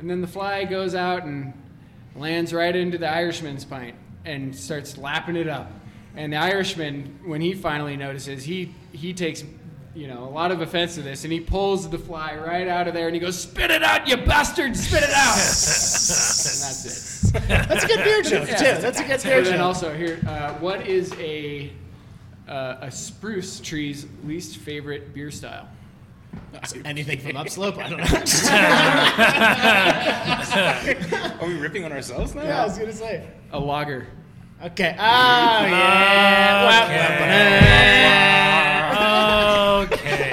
C: And then the fly goes out and lands right into the Irishman's pint and starts lapping it up. And the Irishman, when he finally notices, he he takes you know a lot of offense to this and he pulls the fly right out of there and he goes, "Spit it out, you bastard! Spit it out!" and that's it.
E: That's a good beer *laughs* joke
C: Yeah.
E: too. That's a good beer
C: And
E: joke.
C: then also here, uh, what is a uh, a spruce tree's least favorite beer style?
E: Anything from upslope? *laughs* I don't know.
D: Are we ripping on ourselves now?
E: yeah, I was gonna say.
C: A lager.
E: Okay. Oh yeah. Wow.
F: okay.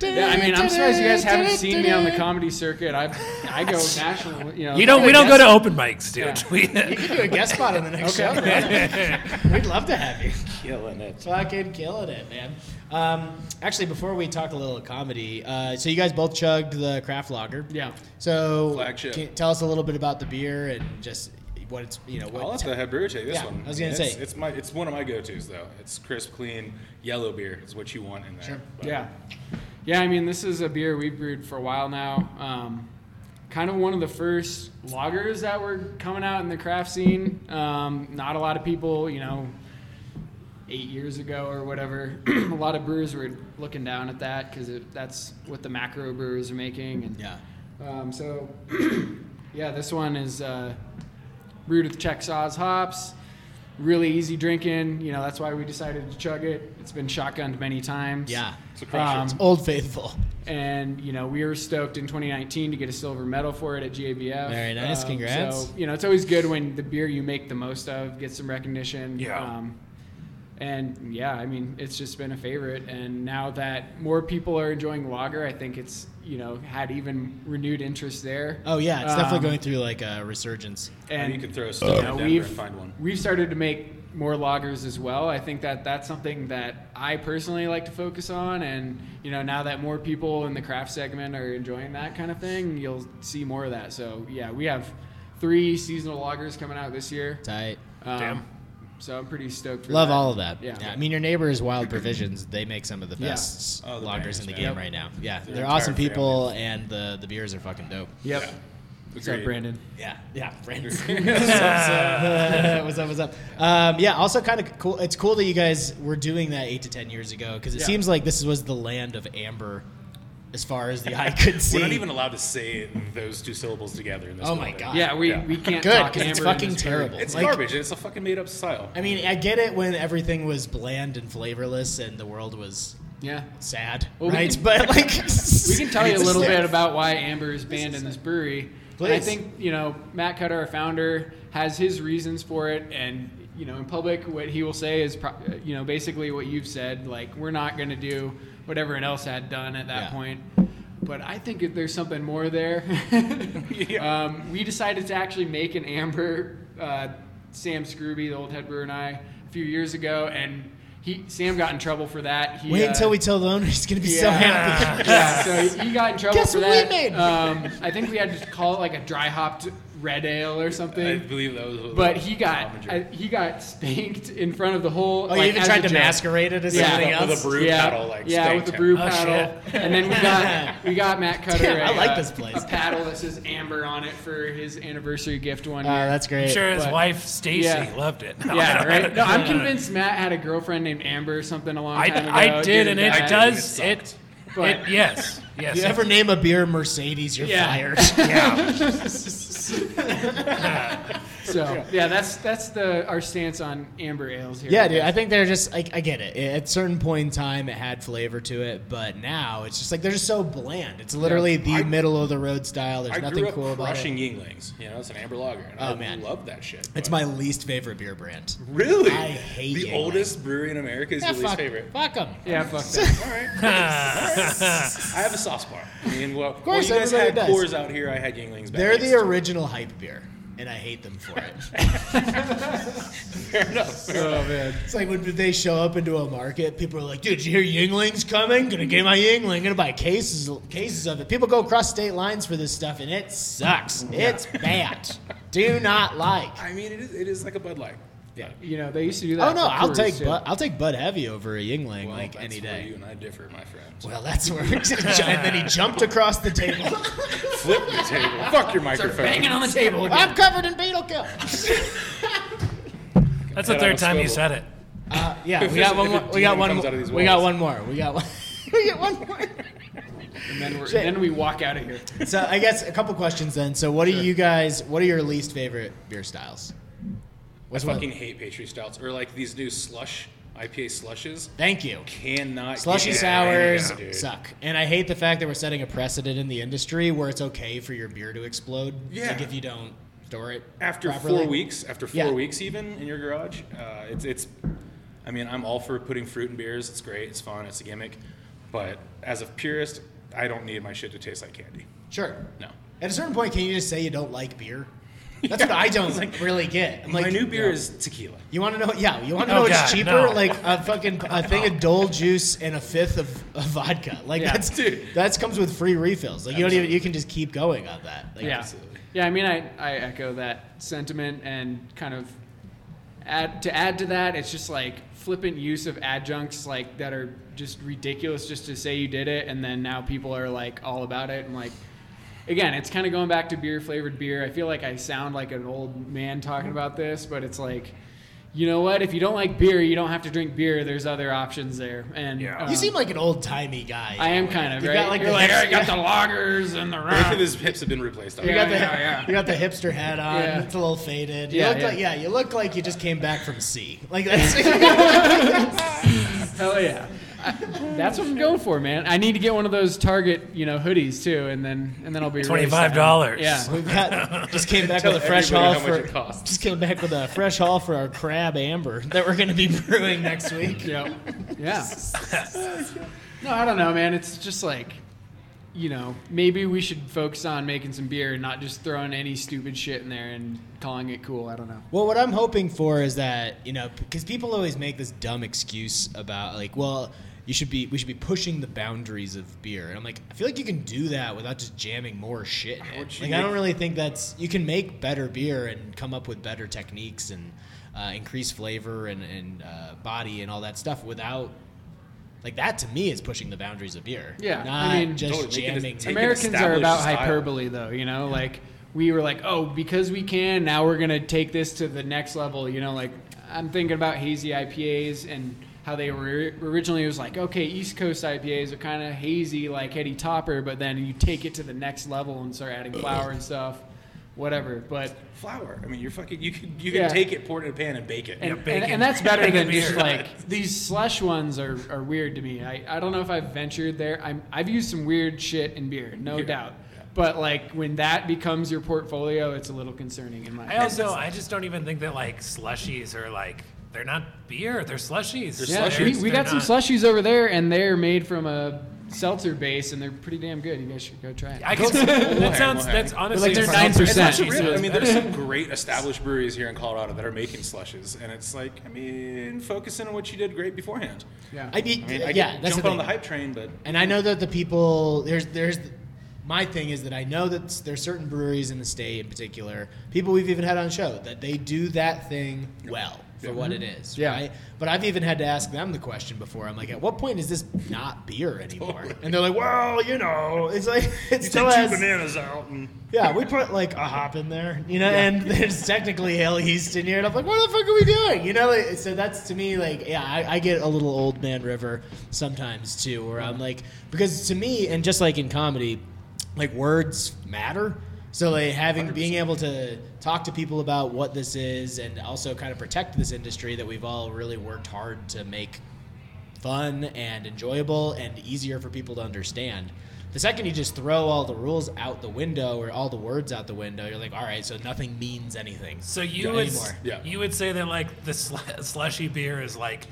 C: Yeah, I mean, I'm surprised you guys haven't seen me on the comedy circuit. I I go national. You know.
F: You don't. We don't go to open mics, dude.
C: Yeah.
E: You
F: *laughs* We,
E: can do a guest spot on the next show. man. We'd love to have you.
D: Killing it.
E: Fucking killing it, man. Um, actually, before we talk a little comedy, uh, so you guys both chugged the craft lager.
C: Yeah.
E: So
D: Flagship.
E: can you tell us a little bit about the beer and just what it's you know what.
D: I'll let the Hebrew take this
E: Yeah,
D: one.
E: I was gonna
D: It's-
E: say.
D: it's my it's one of my go-to's though. It's crisp, clean, yellow beer is what you want in there.
E: Sure.
D: But
C: Yeah. Yeah, I mean, this is a beer we've brewed for a while now. Um, kind of one of the first lagers that were coming out in the craft scene. Um, not a lot of people, you know, eight years ago or whatever, *clears throat* a lot of brewers were looking down at that because that's what the macro brewers are making. And
E: yeah.
C: um, so, *clears throat* yeah, this one is uh, brewed with Czech Saws hops. Really easy drinking. You know, that's why we decided to chug it. It's been shotgunned many times.
E: Yeah.
D: It's a crusher.
C: Um,
E: Old Faithful.
C: and you know we were stoked in 2019 to get a silver medal for it at GABF.
E: Very nice, congrats.
C: Um, So you know it's always good when the beer you make the most of gets some recognition. Um,
F: Yeah.
C: and yeah, I mean it's just been a favorite, and now that more people are enjoying lager, I think it's you know had even renewed interest there.
E: Oh yeah, it's definitely
C: Um,
E: going through like a resurgence.
D: and
C: And
D: you can throw a stone in
C: you know,
D: Denver
C: we've
D: and find one.
C: we've started to make more loggers as well. I think that that's something that I personally like to focus on, and you know now that more people in the craft segment are enjoying that kind of thing, you'll see more of that. So yeah, we have three seasonal loggers coming out this year.
E: Tight.
C: Um,
F: Damn.
C: So I'm pretty stoked. for
E: Love
C: that.
E: all of that.
C: Yeah.
E: I mean, your neighbors, Wild Provisions, they make some of the
C: Yeah.
E: best
D: Oh, the
E: loggers
D: brands,
E: in the
D: man.
E: game
D: Yep.
E: right now. Yeah, they're,
D: Their entire
E: awesome people, and the, the beers are fucking dope.
C: Yep.
D: Yeah.
C: What's up,
D: Agreed.
C: Brandon?
E: Yeah,
D: *laughs*
E: yeah, *laughs* friends. what's up? What's up? Um, yeah, also kind of cool. It's cool that you guys were doing that eight to ten years ago because it
C: Yeah.
E: seems like this was the land of amber, as far as the eye could see.
D: *laughs* We're not even allowed to say those two syllables together in this
E: Oh my
D: building.
E: God.
C: Yeah, we,
D: Yeah.
C: we can't
E: good
C: talk.
E: because it's
C: amber in
E: fucking
C: this beer.
E: terrible.
D: It's
E: Like,
D: garbage. It's a fucking made up style.
E: I mean, I get it when everything was bland and flavorless and the world was
C: Yeah.
E: sad,
C: Well, we
E: right?
C: can-
E: but like,
C: *laughs* We can tell you a little bit about why amber is banned in this brewery. And I
E: Please.
C: think you know Matt Cutter, our founder, has his reasons for it, and you know in public what he will say is pro- uh, you know basically what you've said. Like we're not going to do what everyone else had done at that
E: Yeah.
C: point. But I think if there's something more there. *laughs* um, we decided to actually make an amber. Uh, Sam Scrooby, the old head brewer, and I a few years ago, and he Sam got in trouble for that. He,
E: Wait
C: uh,
E: until we tell the owner; he's gonna be so
C: Yeah.
E: happy.
C: *laughs* yeah, so he got in trouble
E: Guess
C: for
E: what we
C: that.
E: made?
C: Um, I think we had to call it like a dry hopped red ale or something.
D: I believe that was. what
C: but
D: the
C: he got I,
D: Coppinger-
C: he got spanked in front of the whole.
E: Oh,
C: like,
E: you even
C: as a
E: tried to
C: joke.
E: masquerade it as
C: Yeah.
E: something
D: With a
E: else?
D: brew
C: yeah,
D: paddle, like
C: yeah, with
D: spanked
C: the
D: him.
C: brew
F: Oh,
C: paddle, and
E: *laughs*
C: then we got we got Matt Cutter.
E: Damn, I
C: a,
E: like
C: uh,
E: this place.
C: A paddle that says Amber on it for his anniversary gift one
E: Uh,
C: year.
E: that's great.
F: I'm sure his
C: But-
F: wife Stacy
C: Yeah.
F: loved it. *laughs*
C: yeah, right.
E: *laughs*
C: No, I'm convinced Matt had a girlfriend named Amber or something a long
F: I,
C: time ago.
F: I did,
C: Either
F: and it
C: that-
F: does
D: and it
F: it.
C: But-
F: *laughs* it yes, yes.
E: If you
F: *laughs*
E: ever name a beer Mercedes, you're
C: *laughs* Yeah.
E: fired.
C: So yeah, that's that's the our stance on Amber ales here.
E: Yeah, dude. I think they're just like I get it. At a certain point in time, it had flavor to it, but now it's just like they're just so bland. It's literally the middle of the road style. There's
D: I
E: nothing
D: grew up
E: cool about
D: crushing
E: it.
D: Yinglings. You know, it's an amber lager. And
E: Oh,
D: I
E: man.
D: love that shit.
E: It's
D: but-
E: my least favorite beer brand.
D: really.
E: I hate
D: the
E: Yuengling.
D: oldest brewery in America is
E: Yeah,
D: your least
E: fuck, *laughs*
D: favorite.
E: fuck 'em.
C: Yeah, fuck that.
D: All right. I have a soft spot. I mean, well, of
E: course,
D: you guys had
E: everybody does.
D: Coors out here. I had Yinglings. Back
E: They're the
D: east.
E: original hype beer, and I hate them for it.
D: *laughs* Fair enough.
C: Oh man.
E: it's like when they show up into a market, people are like, "Dude, you hear Yingling's coming? Gonna get my Yingling. Gonna buy cases cases of it." People go across state lines for this stuff, and it sucks. It's bad. Do not
D: *laughs*
E: like.
D: I mean, it is, it is like a Bud Light.
E: Yeah.
C: *laughs* You know they used to do that.
E: Oh no,
C: for
E: I'll
C: Coors,
E: take
C: too.
E: Bud, I'll take Bud Heavy over a Yingling
D: Well,
E: like
D: that's
E: any
D: where You
E: day.
D: and I differ, my friend.
E: Well, that's
D: *laughs*
E: where. *laughs* and then he jumped across the table.
D: Flip the
E: *laughs*
D: table. Fuck your microphone.
F: on the table.
E: I'm covered in beetle kill.
F: That's the
D: Head on a
F: third time you
D: swivel.
F: said it.
E: Uh, yeah,
D: If
E: we got
D: this-
E: one
D: if
E: more.
D: a
E: We got
D: demon
E: one.
D: comes
E: More,
D: out of these
E: we got
D: walls.
E: one more. We got one. *laughs* we get one more.
C: And then, we're, then we walk out of here.
E: *laughs* So I guess a couple questions then. So what do you guys? What are your least favorite beer styles?
D: I
E: What's one?
D: fucking hate Patriot Stouts or like these new slush IPA slushes.
E: Thank you.
D: Cannot
E: Slushy
D: get
E: sours
D: into it, dude.
E: suck, and I hate the fact that we're setting a precedent in the industry where it's okay for your beer to explode.
D: Yeah.
E: Like if you don't store it
D: after
E: properly.
D: four weeks, after four
E: Yeah.
D: weeks even in your garage, uh, it's it's. I mean, I'm all for putting fruit in beers. It's great. It's fun. It's a gimmick. But as a purist, I don't need my shit to taste
E: *laughs*
D: like candy.
E: Sure.
D: No.
E: At a certain point, can you just say you don't like beer? That's what I don't really get. I'm like,
D: my new beer is tequila.
E: You want to know? Yeah, you want to
F: Oh,
E: know what's
F: God,
E: cheaper?
F: no.
E: Like a fucking a thing of Dole juice and a fifth of, of vodka. Like
C: Yeah.
E: that's
D: Dude.
E: that's comes with free refills. Like you don't even you can just keep going on that. Like,
C: Yeah.
D: Absolutely.
C: Yeah, I mean, I, I echo that sentiment and kind of add to add to that. It's just like flippant use of adjuncts like that are just ridiculous just to say you did it, and then now people are like all about it and like. Again, it's kind of going back to beer flavored beer. I feel like I sound like an old man talking about this, but it's like, you know what? If you don't like beer, you don't have to drink beer. There's other options there. And um,
F: Yeah.
E: You seem like an old timey guy.
C: I am kind of
E: You
C: right.
E: got like
C: You're
E: the
C: like,
E: hipster-
C: I got the loggers and
E: Ah.
C: the
D: Both of
C: round.
D: his hips have been replaced.
E: You
D: Yeah.
E: got the
C: oh, Yeah, yeah.
E: you got the hipster hat on.
C: Yeah.
E: It's a little faded. You
C: Yeah,
E: look
C: yeah.
E: like yeah, you look like you just came back from sea. Like that's *laughs*
C: Hell yeah. I- *laughs* That's what I'm going for, man. I need to get one of those Target, you know, hoodies too, and then and then I'll be really set.
F: $25.
C: Yeah,
E: we've got just came back with a fresh haul
D: everybody how
E: for
D: much it costs.
E: just came back with a fresh haul for our crab amber that we're going to be brewing next week.
C: yeah, yeah. No, I don't know, man. It's just like, you know, maybe we should focus on making some beer and not just throwing any stupid shit in there and calling it cool. I don't know.
E: Well, what I'm hoping for is that you know, because people always make this dumb excuse about like, well, you should be, we should be pushing the boundaries of beer, and I'm like, I feel like you can do that without just jamming more shit. In
D: Would
E: it.
D: you
E: Like, I don't
D: make-
E: really think that's you can make better beer and come up with better techniques and uh, increase flavor and and uh, body and all that stuff without. Like that to me is pushing the boundaries of beer.
C: Yeah, I
E: not
C: mean-
E: just
D: Totally, make it a-
E: jamming.
D: take it
C: Americans are
D: established
C: about
D: style.
C: hyperbole, though. You know, like we were like, oh, because we can, now we're gonna take this to the next level. You know, like I'm thinking about hazy IPAs and how they were originally it was like, okay, East Coast IPAs are kind of hazy, like Eddie Topper, but then you take it to the next level and start adding flour and stuff, whatever. But
D: Flour. I mean, you're fucking. You can you can
C: Yeah.
D: take it, pour it in a pan, and bake it.
C: and,
F: Yeah,
C: and,
F: bacon.
C: and that's better
F: Bacon
C: than just
F: beer. *laughs*
C: like these slush ones are, are weird to me. I, I don't know if I've ventured there. I'm, I've used some weird shit in beer, no doubt. But like when that becomes your portfolio, it's a little concerning in my
F: *laughs* I also I just don't even think that like slushies are like they're not beer. They're slushies.
D: They're
C: yeah,
D: slushies.
C: we, we
F: They're
C: got some
F: not-
C: slushies over there, and they're made from a seltzer base, and they're pretty damn good. You guys should go try it.
F: I can,
D: hang,
F: that
D: we'll
F: sounds
D: hang.
F: that's
D: But, like,
F: honestly
C: they're
F: for-
C: 9%.
D: It's actually
C: Percent.
D: real. I mean, there's
E: *laughs*
D: some great established breweries here in Colorado that are making slushes, and it's like, I mean, focus in on what you did great beforehand.
C: yeah.
E: I mean,
D: I mean, I
E: yeah,
D: could
E: that's
D: jump
E: the
D: on the
E: thing.
D: hype train, but
E: And I know that the people there's there's my thing is that I know that s- there's certain breweries in the state, in particular, people we've even had on show that they do that thing well for what it is,
B: Yeah.
E: right? But I've even had to ask them the question before. I'm like, at what point is this not beer anymore? And they're like, well, you know, it's like it
D: You
E: still
D: take
E: has
D: two bananas out and
E: yeah, we put like a hop in there, you know, and *laughs* there's technically Hale East in here, and I'm like, what the fuck are we doing? You know, like, so that's to me like, yeah, I, I get a little old man river sometimes too, where I'm like, because to me, and just like in comedy, like words matter. So like having being able to talk to people about what this is, and also kind of protect this industry that we've all really worked hard to make fun and enjoyable and easier for people to understand. The second you just throw all the rules out the window or all the words out the window, you're like, all right, so nothing means anything.
F: So you would
E: anymore.
D: Yeah.
F: you would say that like the sl- *laughs* slushy beer is like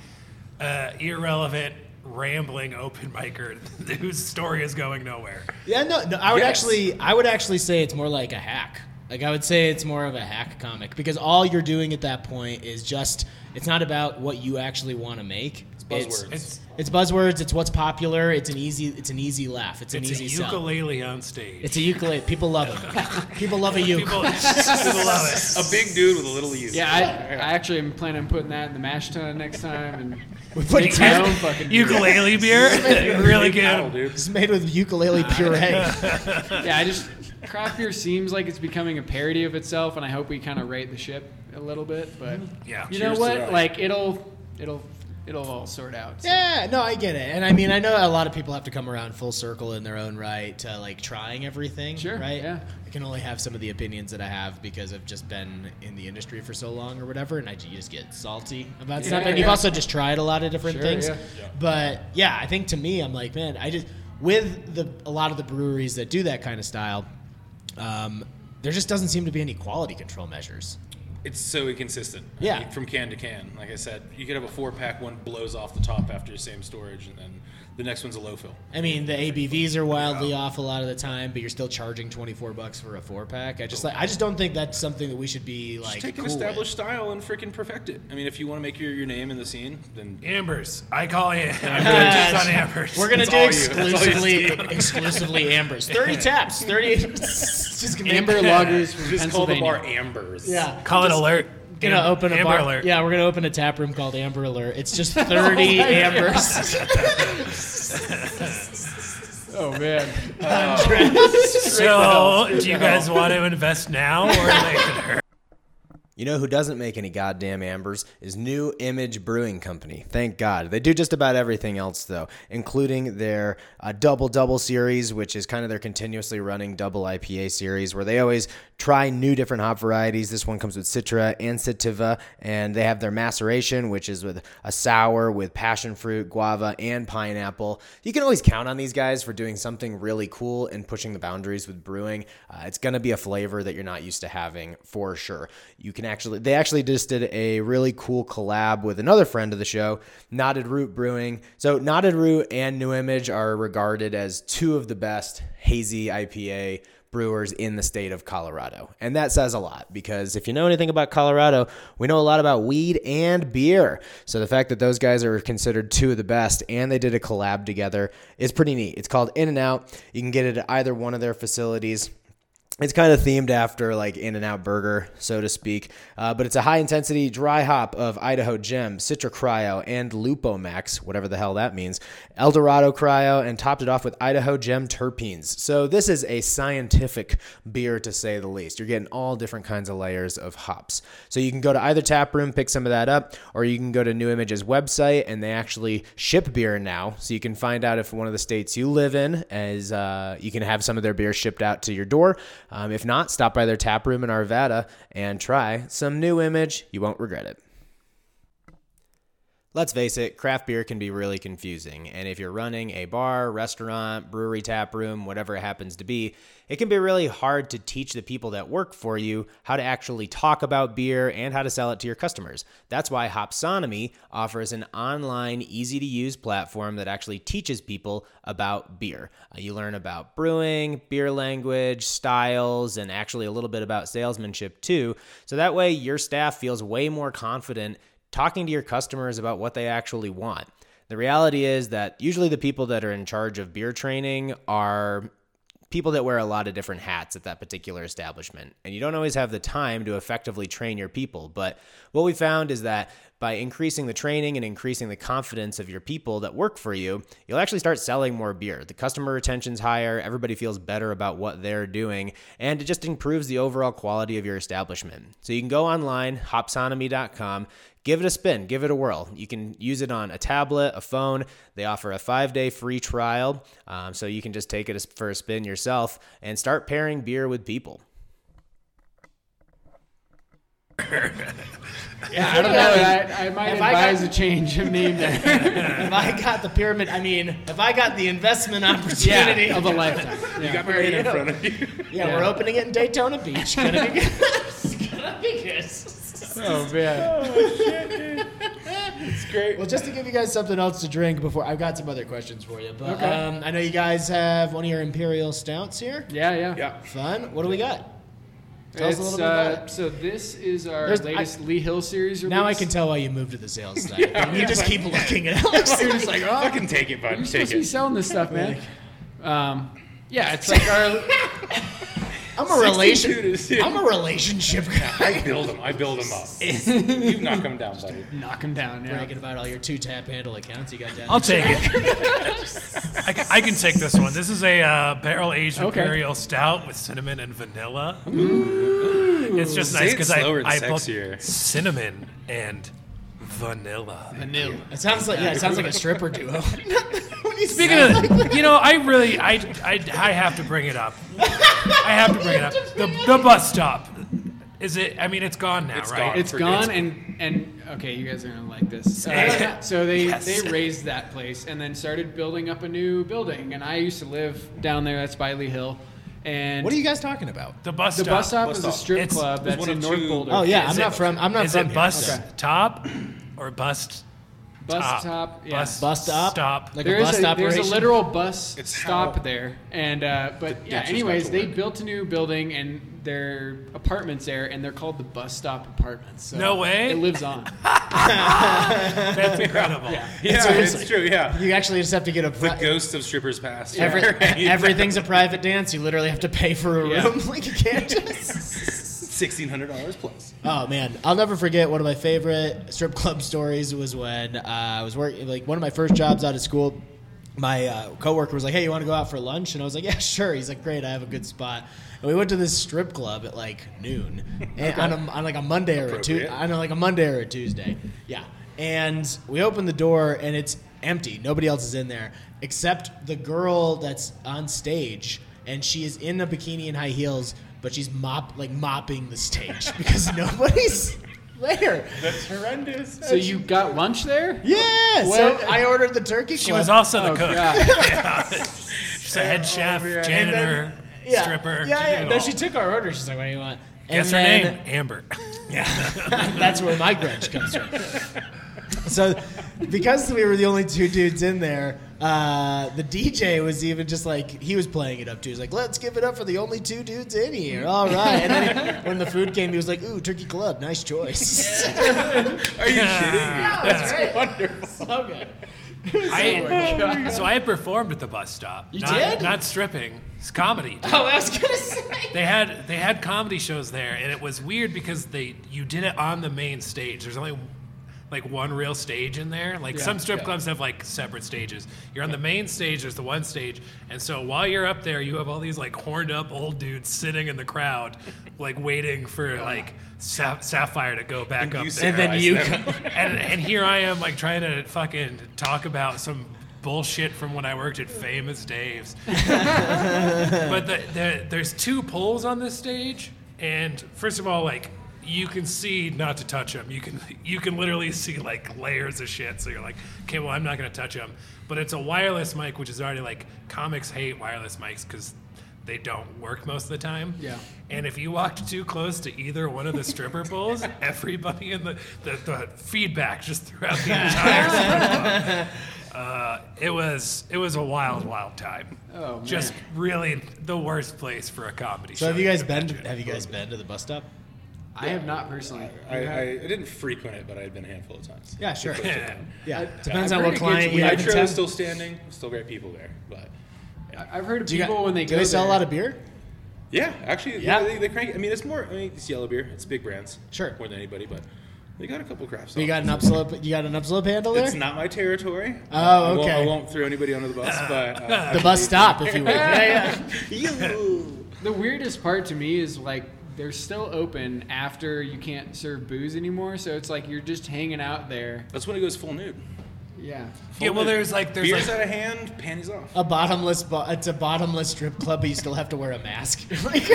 F: uh, irrelevant rambling open micer *laughs* whose story is going nowhere.
E: Yeah, no, no I would
D: Yes.
E: actually, I would actually say it's more like a hack. Like I would say it's more of a hack comic because all you're doing at that point is just it's not about what you actually want to make. It's
D: buzzwords.
F: It's
E: It's, buzzwords. It's what's popular. It's an easy. It's an easy laugh. It's an
F: it's a
E: easy sell.
F: ukulele on stage.
E: It's a ukulele. People love
F: *laughs*
E: it. People love a ukulele.
F: People, *laughs* people love it.
D: a big dude with a little youth.
C: Yeah, I, I actually am planning on putting that in the mash tun next time
F: *laughs*
C: and
E: We put it
C: making my
E: down.
C: own fucking.
F: ukulele beer. really
D: Big paddle,
F: good.
D: dude.
E: It's made with ukulele puree.
C: Yeah, I just craft beer seems like it's becoming a parody of itself, and I hope we kind of rate the ship a little bit. But
F: Yeah.
C: you know
D: Mm-hmm. Cheers to that.
C: what? Like it'll it'll it'll all sort out. so.
E: yeah, no, I get it. And I mean, I know a lot of people have to come around full circle in their own right to like trying everything.
C: Sure,
E: Right?
C: yeah.
E: I can only have some of the opinions that I have because I've just been in the industry for so long or whatever, and I ju- you just get salty about
C: Yeah,
E: stuff. And
C: yeah,
E: you've
C: yeah.
E: also just tried a lot of different
C: Sure,
E: things.
C: yeah.
E: But yeah, I think to me, I'm like, man, I just with the a lot of the breweries that do that kind of style, um, there just doesn't seem to be any quality control measures.
D: It's so inconsistent. I
E: Yeah.
D: mean, from can to can. Like I said, you could have a four pack, one blows off the top after the same storage, and then the next one's a low fill.
E: I mean, the ABVs are wildly off a lot of the time, but you're still charging 24 bucks for a four pack. I just like, I just don't think that's something that we should be like.
D: Just take
E: cool
D: an
E: with.
D: established style and freaking perfect it. I mean, if you want to make your, your name in the scene, then
F: Ambers. I call it. I'm gonna juice on Ambers.
E: We're gonna
D: It's
E: do
D: all you. *laughs*
E: exclusively exclusively Ambers. 30 taps, 30. just gonna *laughs*
C: Amber Loggers from
D: just call the
C: Pennsylvania.
D: bar Ambers.
E: Yeah.
F: call it alert.
E: Gonna
F: Am-
E: open a
F: Amber
E: bar.
F: alert.
E: Yeah, we're gonna open a tap room called Amber Alert. It's
D: *laughs* Oh
E: just 30 Ambers.
C: Oh
D: *laughs*
C: man.
F: So, do you guys want to invest now or later?
B: You know who doesn't make any goddamn ambers is New Image Brewing Company. Thank God. They do just about everything else, though, including their uh, double double series, which is kind of their continuously running double IPA series, where they always try new different hop varieties. This one comes with Citra and Sativa, and they have their maceration, which is with a sour, with passion fruit, guava, and pineapple. You can always count on these guys for doing something really cool and pushing the boundaries with brewing. Uh, it's going to be a flavor that you're not used to having for sure. You can actually, they actually just did a really cool collab with another friend of the show, Knotted Root Brewing. So, Knotted Root and New Image are regarded as two of the best hazy IPA brewers in the state of Colorado. And that says a lot because if you know anything about Colorado, we know a lot about weed and beer. So the fact that those guys are considered two of the best and they did a collab together is pretty neat. It's called In and Out. You can get it at either one of their facilities it's kind of themed after like in and out burger so to speak uh, but it's a high intensity dry hop of idaho gem citra cryo and lupo max whatever the hell that means eldorado cryo and topped it off with idaho gem terpenes so this is a scientific beer to say the least you're getting all different kinds of layers of hops so you can go to either tap room pick some of that up or you can go to new image's website and they actually ship beer now so you can find out if one of the states you live in is uh, you can have some of their beer shipped out to your door um, if not, stop by their tap room in Arvada and try some new image. You won't regret it. Let's face it, craft beer can be really confusing. And if you're running a bar, restaurant, brewery, tap room, whatever it happens to be, it can be really hard to teach the people that work for you how to actually talk about beer and how to sell it to your customers. That's why Hopsonomy offers an online, easy to use platform that actually teaches people about beer. Uh, you learn about brewing, beer language, styles, and actually a little bit about salesmanship too. So that way, your staff feels way more confident talking to your customers about what they actually want. The reality is that usually the people that are in charge of beer training are people that wear a lot of different hats at that particular establishment. And you don't always have the time to effectively train your people. But what we found is that by increasing the training and increasing the confidence of your people that work for you, you'll actually start selling more beer. The customer retention's higher, everybody feels better about what they're doing, and it just improves the overall quality of your establishment. So you can go online, hopsonomy.com, give it a spin, give it a whirl. You can use it on a tablet, a phone. They offer a five day free trial, um, so you can just take it as- for a spin yourself and start pairing beer with people.
C: Yeah, I don't know. I, I might
E: If I got-
C: advise a change of name
E: *laughs*
C: there.
E: If I got the pyramid, I mean, if I got the investment opportunity,
C: yeah, of a lifetime. Yeah.
D: got right in front of you.
E: yeah, we're opening it in Daytona Beach. Gonna be good. It's gonna be good.
C: Oh man.
E: Well, just to give you guys something else to drink before, I've got some other questions for you. But um, I know you guys have one of your imperial stouts here.
C: Yeah, yeah.
D: Yeah.
E: Fun. What do we got? Tell us a
C: It's,
E: little bit about
C: uh,
E: it.
C: So this is our
E: There's- I-
C: latest Lee Hill series. Release.
E: Now I can tell why you moved to the sales side. you just keep looking at Alex.
C: You're just like, oh,
D: Fucking take it, bud.
C: you're
D: Take
C: supposed to be
D: it.
C: selling this stuff, man. Um, yeah, it's like our
E: I'm a relation.
D: Dude, dude,
E: I'm a relationship guy.
D: I build them. I build
E: *laughs*
D: them up. you knock them down, buddy.
C: knock him down. Yeah.
E: Bragging about all your two tap handle accounts you got down.
F: I'll take it. I, ca- I can take this one. This is a uh, barrel aged
C: Okay.
F: imperial stout with cinnamon and vanilla. It's just
D: Say
F: nice
D: it
F: because I,
D: slower and
F: I both-
D: sexier.
F: cinnamon and vanilla.
C: Vanilla.
E: It sounds like yeah. It sounds like a stripper duo.
F: Speaking of, you know, I really, I, I, I have to bring it up. I have to bring it up. The, the bus stop. Is it? I mean, it's gone now,
D: It's
F: right?
D: gone.
C: It's
D: For-
C: gone,
D: it's-
C: and and okay, you guys are gonna like this.
F: Say
C: Uh,
F: it.
C: so they
F: Yes.
C: they raised that place and then started building up a new building. And I used to live down there. That's by Lee Hill. And
E: what are you guys talking about?
F: The bus
C: the
F: stop.
C: bus stop
D: Bus
C: is a
D: stop.
C: strip
F: It's-
C: club
D: it's
C: that's
D: one
C: in
D: of
C: North
D: two-
C: Boulder.
E: Oh yeah,
F: Is
E: I'm
F: it-
E: not from. I'm not
F: Is
E: from
F: it
E: here.
F: bus
E: Okay.
F: top or bus?
C: bus
F: Top.
C: top. Yeah.
F: Bus,
E: Bus stop?
F: Stop.
E: Like-
C: There is
E: a bus
C: a, there's a
E: operation?
C: literal bus
D: It's
C: stop
D: how
C: there, and uh, but yeah.
D: ditches
C: Anyways,
D: got to
C: they
D: work.
C: built a new building and their apartments there, and they're called the bus stop apartments. So
F: No way.
C: It lives
F: *laughs*
C: on.
F: That's incredible.
D: Yeah,
E: *laughs* Seriously.
D: it's true. Yeah.
E: You actually just have to get a.
D: The
E: pri-
D: ghost of strippers past. *laughs*
E: Every, *laughs* everything's a private dance. You literally have to pay for a
C: Yeah.
E: room. *laughs* Like you can't just.
D: Sixteen hundred dollars plus.
E: Oh man, I'll never forget one of my favorite strip club *laughs* stories was when uh, I was working like one of my first jobs out of school. My uh, coworker was like, "Hey, you want to go out for lunch?" And I was like, "Yeah, *laughs* sure." He's like, "Great, I have a good spot." And we went to this strip club at like noon and on, a, on like a Monday or a Tuesday,
D: Appropriate.
E: on a, like a Monday or a Tuesday. Yeah, and we opened the door and it's empty. Nobody else is in there except the girl that's on stage, and she is in a bikini and high heels, but she's mop like mopping the stage *laughs* because nobody's there. That's horrendous.
C: so you got lunch there?
E: yeah.
C: Well-
E: so I ordered the turkey.
F: She was also the
C: Oh,
F: cook.
C: God.
F: She's a head chef,
E: And
F: janitor,
E: then- yeah,
F: stripper. she
E: Yeah,
F: did
E: yeah.
F: it
E: No,
F: all.
E: she took our order. She's like, "What do you want?"
F: Guess her
E: And then-
F: name, Amber.
E: *laughs* That's where my grudge comes from.
F: *laughs*
E: so, because we were the only two dudes in there, uh, the DJ was even just like he was playing it up too. He's like, "Let's give it up for the only two dudes in here." All right. And then when the food came, he was like, "Ooh, turkey club, nice
F: *laughs*
E: choice."
D: Are you kidding me?
E: That's Oh right. So *laughs* good.
F: I, so I performed at the bus stop. You not,
E: did?
F: Not stripping. It's comedy.
E: Oh, I was gonna say.
F: They had they had comedy shows there, and it was weird because they you did it on the main stage. There's only like one real stage in there. Like some strip clubs have like separate stages. You're on the main stage. There's the one stage, and so while you're up there, you have all these like horned up old dudes sitting in the crowd, like waiting for like Sa- Sapphire to go back up
D: You
F: there
E: then
D: terrorize
E: you
D: them.
F: *laughs* and, and here I am, like trying to fucking talk about some bullshit from when I worked at Famous Dave's. but the, the, there's two poles on this stage, and first of all, like you can see not to touch them. You can you can literally see like layers of shit. So you're like, okay, well I'm not gonna touch them. But it's a wireless mic, which is already like comics hate wireless mics because they don't work most of the time.
C: Yeah.
F: And if you walked too close to either one of the stripper poles, *laughs* everybody in the, the, the feedback just throughout the entire strip club. Uh, it was it was a wild, wild time.
C: Oh, man.
F: Just really the worst place for a comedy
E: So
F: show.
E: have you
F: you *laughs*
E: guys
F: could
E: been?
F: imagine.
E: Have you guys been to the bus stop?
C: I have not personally.
D: I, I, I didn't frequent it, but I had been a handful of times.
E: Yeah, sure.
F: Yeah.
E: Yeah,
C: I-
E: depends
C: I've
E: on
C: heard
E: what
C: it gets
E: client you have.
C: weird.
D: I
E: in
D: true
E: town.
D: is still standing. Still great people there, but
C: I- I've heard of
E: Do you
C: people
E: got,
C: when they
E: do
C: go
E: they sell
C: there,
E: a lot of beer?
D: Yeah, actually,
E: Yeah.
D: yeah. They, they crank. I mean, it's more. I mean, it's yellow beer. It's big brands.
E: Sure.
D: More than anybody, but they got a couple crafts.
E: You got an upslope. You got an upslope handle there.
D: It's not my territory.
E: Oh,
D: I won't- I
E: okay.
D: won't, throw anybody under the bus, but uh,
E: the bus stop, if you
C: *laughs*
E: will. yeah, yeah.
C: The weirdest part to me is like they're still open after you can't serve booze anymore, so it's like you're just hanging out there.
D: that's when it goes full nude.
C: Yeah.
F: Yeah, well, there's like there's
D: Beer's
F: like
D: out of hand, panties off.
E: A bottomless. Bo- it's a bottomless strip club, but you still have to wear a mask. *laughs* Like-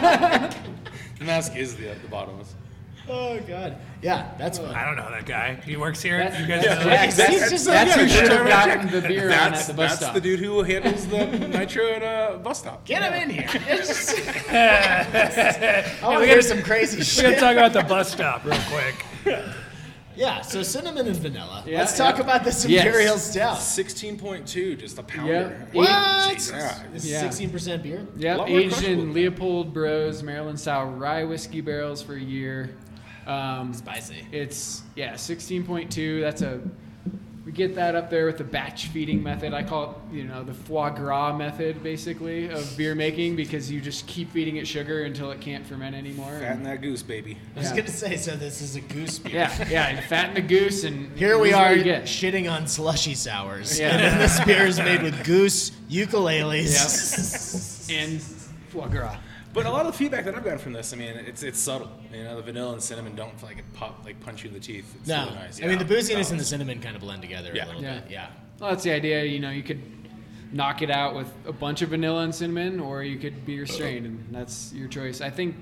D: The mask is the, the bottomless.
E: *laughs* oh god. Yeah, that's fun.
F: I don't know that guy. He works here.
C: That's-
F: you guys
C: that's-
F: know?
C: that's-
E: He's just like,
C: That's
E: yeah,
C: who
E: sure.
C: should have gotten the beer on at
D: That's,
C: the bus
D: that's
C: stop.
D: the dude who handles the nitro at a bus stop.
E: Get him in here. It's just- I want to hear some
C: *laughs*
E: crazy
F: *laughs* We're gonna
E: shit.
F: talk about the bus stop real quick.
E: Yeah, so cinnamon and vanilla.
C: Yeah,
E: Let's talk
C: yeah.
E: about this
C: Yes.
E: imperial stout.
D: 16.2 just a pounder.
C: Yep.
E: What?
D: Jesus.
E: This
C: Yeah.
E: is 16% beer?
D: A
C: Yep,
D: lot more
C: aged
D: crushable.
C: in Leopold Bros Maryland style rye whiskey barrels for a year. Um,
E: Spicy.
C: it's yeah, 16.2. That's a we get that up there with the batch feeding method. I call it you know the foie gras method basically of beer making because you just keep feeding it sugar until it can't ferment anymore.
D: Fatten
C: And,
D: that goose, baby.
E: I was
C: Yeah.
E: going to say, so this is a goose beer.
C: yeah, yeah, and fatten the goose and
E: Here we
C: this is what
E: are
C: you get.
E: shitting on slushy sours.
C: Yeah.
E: And then this beer is made with goose, ukuleles.
C: and foie gras.
D: But a lot of the feedback that I've gotten from this, I mean, it's it's subtle. You know, the vanilla and cinnamon don't like pop like punch you in the teeth.
E: *laughs*
D: It's
E: No,
D: really nice.
E: I mean
D: Yeah.
E: the booziness
D: So-
E: and the cinnamon kind of blend together
D: Oh. Yeah.
E: a little
C: Yeah.
E: bit. Yeah,
C: Well, that's the idea. You know, you could knock it out with a bunch of vanilla and cinnamon, or you could be restrained, and that's your choice. I think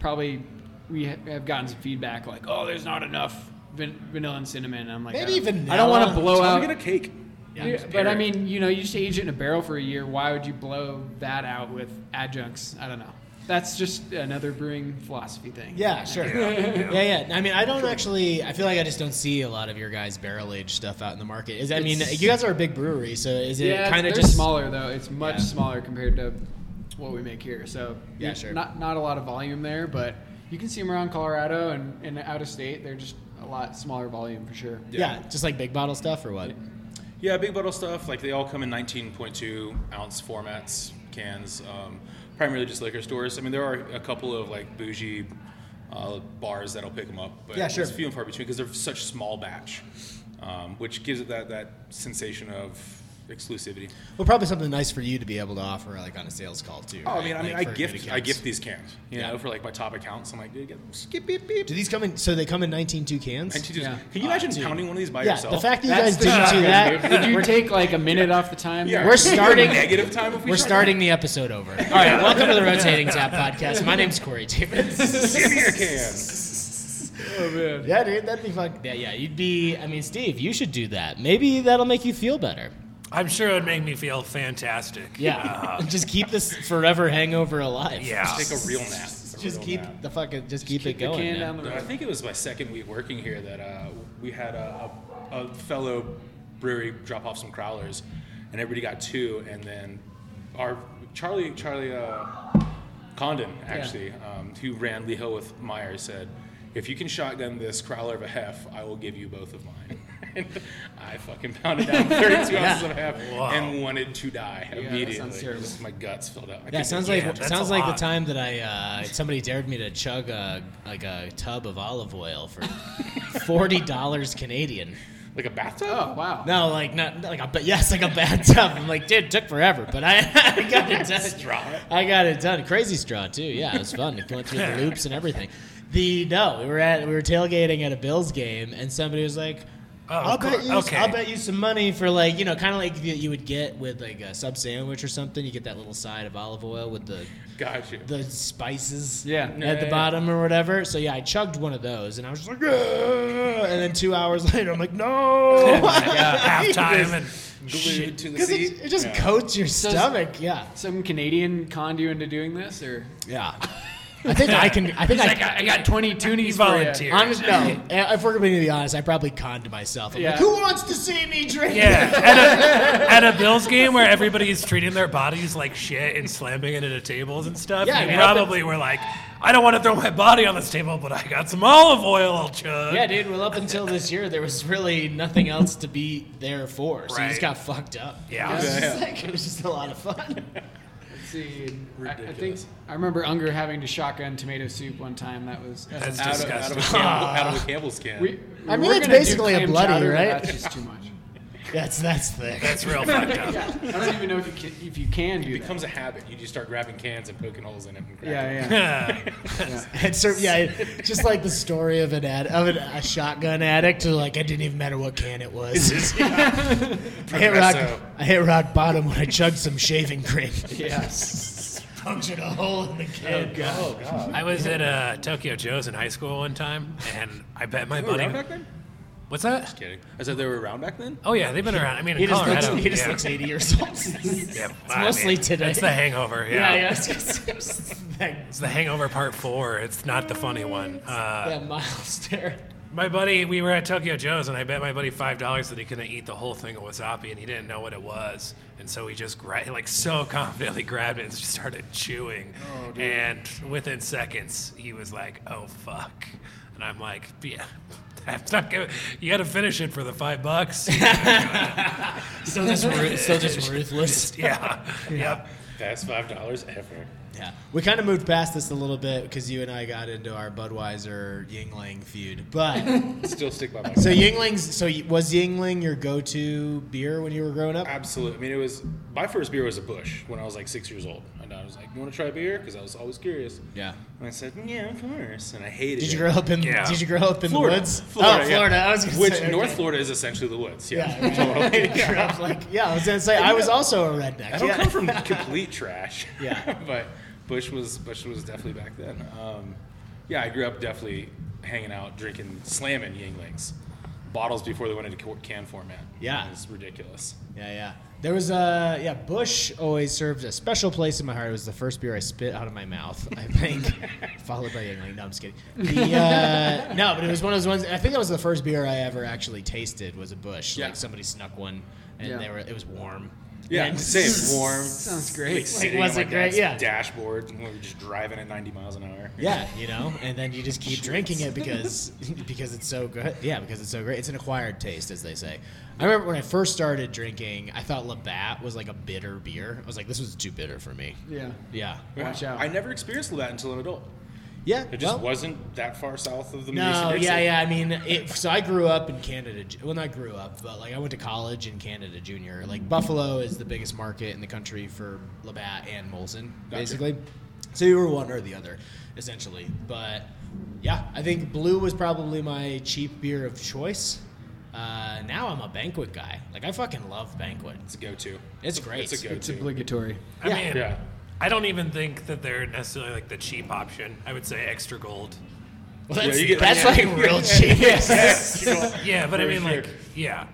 C: probably we ha- have gotten some feedback like, "Oh, there's not enough van- vanilla and cinnammen." And I'm like,
E: Maybe
C: I don't-
E: vanilla.
C: I don't want to blow
D: Tell
C: out.
D: me to get a cake.
E: Yeah,
C: Yeah,
E: just
C: but I
D: pair it.
C: mean, you know, you just age it in a barrel for a year. Why would you blow that out with adjuncts? I don't know. That's just another brewing philosophy thing.
E: yeah, sure. Yeah. yeah, I mean, I don't actually. I feel like I just don't see a lot of your guys' barrel age stuff out in the market. Is I mean,
C: It's-
E: you guys are a big brewery, so is it
C: Yeah,
E: kind of
C: they're
E: just
C: smaller though. It's much
E: Yeah.
C: smaller compared to what we make here. So
E: Yeah,
C: you-
E: sure.
C: Not not a lot of volume there, but you can see them around Colorado and, and out of state. They're just a lot smaller volume for sure.
E: Yeah. just like big bottle stuff or what?
D: Yeah, big bottle stuff. Like they all come in 19.2 ounce formats, cans. Um, primarily just liquor stores. I mean, there are a couple of like bougie uh, bars that'll pick them up, but
E: Yeah, sure.
D: it's few and far between because they're such small batch, um, which gives it that that sensation of exclusivity.
E: Well, probably something nice for you to be able to offer, like on a sales call too.
D: Oh, I
E: right?
D: mean, I mean,
E: Like, for
D: I
E: good
D: gift I
E: accounts.
D: gift these cans, you
E: Yeah.
D: know, for like my top accounts. I'm like, dude, get skip
E: Do these come in? So they come in 19 two cans.
D: And she just-
C: Yeah.
D: Can you imagine pounding one of these by
E: Uh, yeah,
D: yourself?
E: the fact that you
C: That's
E: guys didn't do
C: the shotgun,
E: that.
C: dude. Did you take like a minute off the time?
D: Yeah.
C: there?
E: We're starting.
D: negative time. If we
E: We're
D: tried.
E: starting the episode over. *laughs* All right, welcome to the Rotating Tap Podcast. My name's Corey Davis.
D: Give me a can.
C: Oh,
E: *laughs*
C: man.
E: yeah, dude, that'd be fun. Yeah, yeah, you'd be. I mean, Steve, you should do that. Maybe that'll make you feel better.
F: I'm sure it would make me feel fantastic. Uh,
E: Yeah, *laughs* just keep this forever hangover alive.
F: Yeah.
D: Take a real nap. A
E: just
D: real
E: keep
D: nap.
E: the fucking. Just keep, it
C: The
E: going.
C: can um,
E: man.
C: down the
D: I
C: road.
D: think it was my second week working here that uh, we had a, a, a fellow brewery drop off some crowlers, and everybody got two, and then our Charlie Charlie uh, Condon actually, um, who ran Lee Hill with Meyer, said, "If you can shotgun this crowler of a hef, I will give you both of mine." *laughs* And I fucking
C: *laughs*
D: pounded down 32 ounces of hef
F: Wow.
D: and wanted to die
C: that
D: immediately.
C: sounds terrible.
D: Just my guts filled out.
E: That
D: I couldn't
E: sounds
D: do
E: like
D: it.
F: that's
E: sounds
F: a
E: like the
F: lot.
E: time that I uh, somebody dared me to chug a, like a tub of olive oil for forty dollars Canadian.
D: like a bathtub.
C: Oh wow.
E: No, like not not like a but yes, like a bad *laughs* tub. I'm like, dude, it took forever, but I, *laughs* I got it done.
D: Straw.
E: I got it done. Crazy straw too. Yeah, it was fun. It went through
F: *laughs*
E: the loops and everything. The no, we were at we were tailgating at a Bills game, and somebody was like.
F: Oh,
E: I'll
F: of cour-
E: bet you.
F: okay.
E: I'll bet you some money for like you know, kind of like you, you would get with like a sub sandwich or something. You get that little side of olive oil with the
D: Got you.
E: the spices
C: Yeah.
E: at
C: Yeah,
E: the
D: yeah,
E: bottom or whatever. So yeah, I chugged one of those and I was just like, "Ugh," and then two hours *laughs* later, I'm like, no, *laughs*
F: *laughs* yeah, halftime and
D: Glued to the
E: because
D: seat.
E: it, it just coats your
C: So-
E: stomach. Yeah,
C: Some Canadian conned you into doing this, or
E: yeah. *laughs* I think I can. I think
F: He's
E: I.
F: like,
E: can
F: I, I
C: got
F: got
C: 20 toonies
F: these
C: for ya.
F: volunteers.
E: Honest, no. eh, If we're going to be honest, I probably conned myself. I'm
C: Yeah.
E: like, who wants to see me drink? *laughs*
F: Yeah, at a, at a Bills game where everybody's treating their bodies like shit and slamming it into tables and stuff,
E: Yeah,
F: you
E: it
F: probably were like, I don't want to throw my body on this table, but I got some olive oil I'll chug.
E: Yeah, dude. Well, up until this year, there was really nothing else to be there for, so you just
F: Right.
E: got fucked up.
F: Yeah.
E: it was,
D: Yeah,
E: just
D: yeah.
E: like- it was just a lot of
F: *laughs*
E: fun.
C: Let's see. I, I think
D: Ridiculous.
C: I remember Unger having to shotgun tomato soup one time. That was.
F: That's
D: Out of, out, of a
F: disgusting.
D: Campbell, out
E: Ah.
D: of a Campbell's can.
C: we,
E: I
C: we
E: mean,
C: were
E: it's
C: gonna do
E: basically a
C: clam
E: bloody,
C: chowder, but
E: right?
C: That's just too much.
E: That's that's thick.
F: *laughs* That's real fucked
D: *laughs*
F: up.
C: I don't even know if you can, if you can do
D: It
C: that.
D: becomes a habit. You just start grabbing cans and poking holes in it. And cracking it.
C: Yeah, yeah.
F: Yeah. *laughs*
E: *laughs* And so, yeah, it- just like the story of an ad, of an, a shotgun addict, who like it didn't even matter what can it was. *laughs* I hit rock,
D: Progresso.
E: I hit rock bottom when I chugged some shaving
F: *laughs*
E: cream.
C: Yes.
E: *laughs* Punctured a hole in the
F: Oh,
E: can.
F: I was at uh, Tokyo Joe's in high school one time, and I bet my
D: They were
F: buddy.
D: around back then?
F: What's that?
D: Kidding. I said they were around back then.
F: Oh yeah, they've been around. I mean,
E: He
F: in
E: just, looks,
F: Colorado.
E: he just
F: *laughs* yeah.
E: looks 80 years old. it's
F: Yeah, I mean,
E: mostly today.
F: It's the Hangover.
E: *laughs*
F: Yeah.
E: yeah. it's just- it's that-
F: It's the Hangover Part Four. It's not the funny one. Uh,
E: that mild stare.
F: My buddy, we were at Tokyo Joe's, and I bet my buddy five dollars that he couldn't eat the whole thing of wasabi, and he didn't know what it was, and so he just gra- he, like so *laughs* confidently grabbed it and just started chewing, and within seconds he was like, "Oh fuck," and I'm like, "Yeah." I'm not gonna, you got to finish it for the five bucks.
E: Still just, ru- still
F: *laughs*
E: just ruthless.
F: yeah. Yep.
D: That's five dollars ever.
E: Yeah, we kind of moved past this a little bit because you and I got into our Budweiser Yingling feud.
D: *laughs*
E: But
D: Still stick by my.
E: so Yingling's so y- was Yingling your go-to beer when you were growing up?
D: Absolutely. I mean, it was my first beer was a Bush when I was like six years old, and I was like, "You want to try beer?" Because I was always curious.
E: *laughs* Yeah.
D: And I said, "Yeah, of course." And I hated
E: Did
D: it.
E: you grow up in?
F: Yeah.
E: Did you grow up in
D: Florida.
E: the woods?
D: Florida,
E: oh,
D: yeah.
E: Florida. I was gonna
D: Which
E: say, okay.
D: North Florida is essentially the woods. Yeah.
E: Yeah, *laughs* right. You grew up like- yeah, I was gonna say I was also a redneck.
D: I don't
E: yeah. *laughs*
D: come from complete trash.
E: Yeah.
D: *laughs* but Bush was Bush was definitely back then. Um, yeah, I grew up definitely hanging out, drinking, slamming Yinglings, bottles before they went into ca- can format.
E: Yeah.
D: it's ridiculous.
E: Yeah, yeah. There was a yeah. Bush always served a special place in my heart. It was the first beer I spit out of my mouth.
D: *laughs*
E: I think, followed by Yingling. No, I'm just kidding. The, uh, no, but it was one of those ones. I think that was the first beer I ever actually tasted was a Bush.
D: Yeah.
E: Like somebody snuck one, and
C: Yeah.
E: they were it was warm.
D: Yeah,
E: And-
D: same warm.
C: Sounds
D: Like
C: great.
D: sitting
E: was
D: on my
E: it great?
D: dad's
E: Yeah.
D: dashboard, and we were just driving at 90 miles an hour.
E: *laughs* Yeah, you know, and then you just keep drinking it because *laughs* because it's so good. Yeah, because it's so great. It's an acquired taste, as they say. I remember when I first started drinking, I thought Labatt was like a bitter beer. I was like, this was too bitter for me.
C: Yeah.
E: Yeah,
C: Watch out.
D: I never experienced that until an adult.
E: yeah.
D: It just
E: well-
D: wasn't that far south of the
E: No,
D: Mason-Dixon.
E: yeah, yeah. I mean, it, so I grew up in Canada. Ju- Well, not grew up, but like I went to college in Canada junior. Like Buffalo is the biggest market in the country for Labatt and Molson,
D: Gotcha.
E: basically. So you were one or the other, essentially. But yeah, I think Blue was probably my cheap beer of choice. Uh, now I'm a banquet guy. Like I fucking love banquet.
D: It's a go-to.
E: It's great.
D: It's a
C: It's
D: go-to.
C: obligatory.
F: I
E: Yeah.
D: *laughs*
F: mean,
D: Yeah.
F: I don't even think that they're necessarily like the cheap option. I would say extra gold.
E: Well, that's,
D: you get-
E: that's
D: *laughs* yeah.
E: like real cheap. *laughs*
F: Yeah, but I
D: For
F: mean,
D: sure.
F: like, yeah.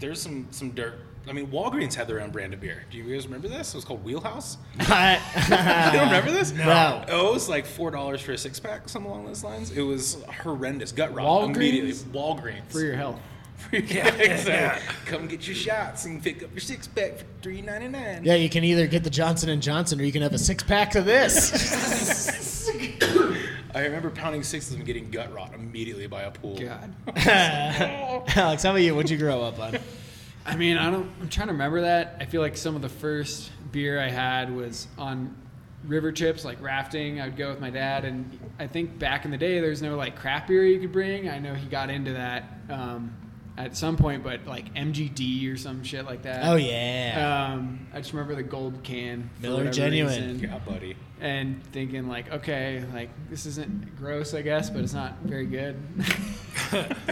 D: there's some some dirt. I mean, Walgreens had their own brand of beer. Do you guys remember this? It was called Wheelhouse. *laughs* you don't remember this?
E: Uh, *laughs* No.
D: It was like four dollars for a six pack, something along those lines. It was horrendous. Gut rot
C: Walgreens?
D: immediately. Walgreens. *laughs*
C: For
E: *laughs*
C: your health.
D: yeah, exactly. Come get your shots and pick up your six pack for three ninety nine.
E: Yeah, you can either get the Johnson and Johnson, or you can have a six pack of this.
D: I remember pounding six of them, and getting gut rot immediately by a pool.
C: God.
E: *laughs* Alex, how about you? What'd you grow up on?
C: I mean, I don't. I'm trying to remember that. I feel like some of the first beer I had was on river trips, like rafting. I would go with my dad, and I think back in the day, there was no like craft beer you could bring. I know he got into that um, at some point, but like MGD or some shit like that.
E: Oh yeah.
C: Um, I just remember the gold can for
E: Miller
C: whatever
E: Genuine.
C: reason,
D: Yeah, buddy.
C: and thinking like, okay, like this isn't gross, I guess, but it's not very
D: *laughs*
C: good.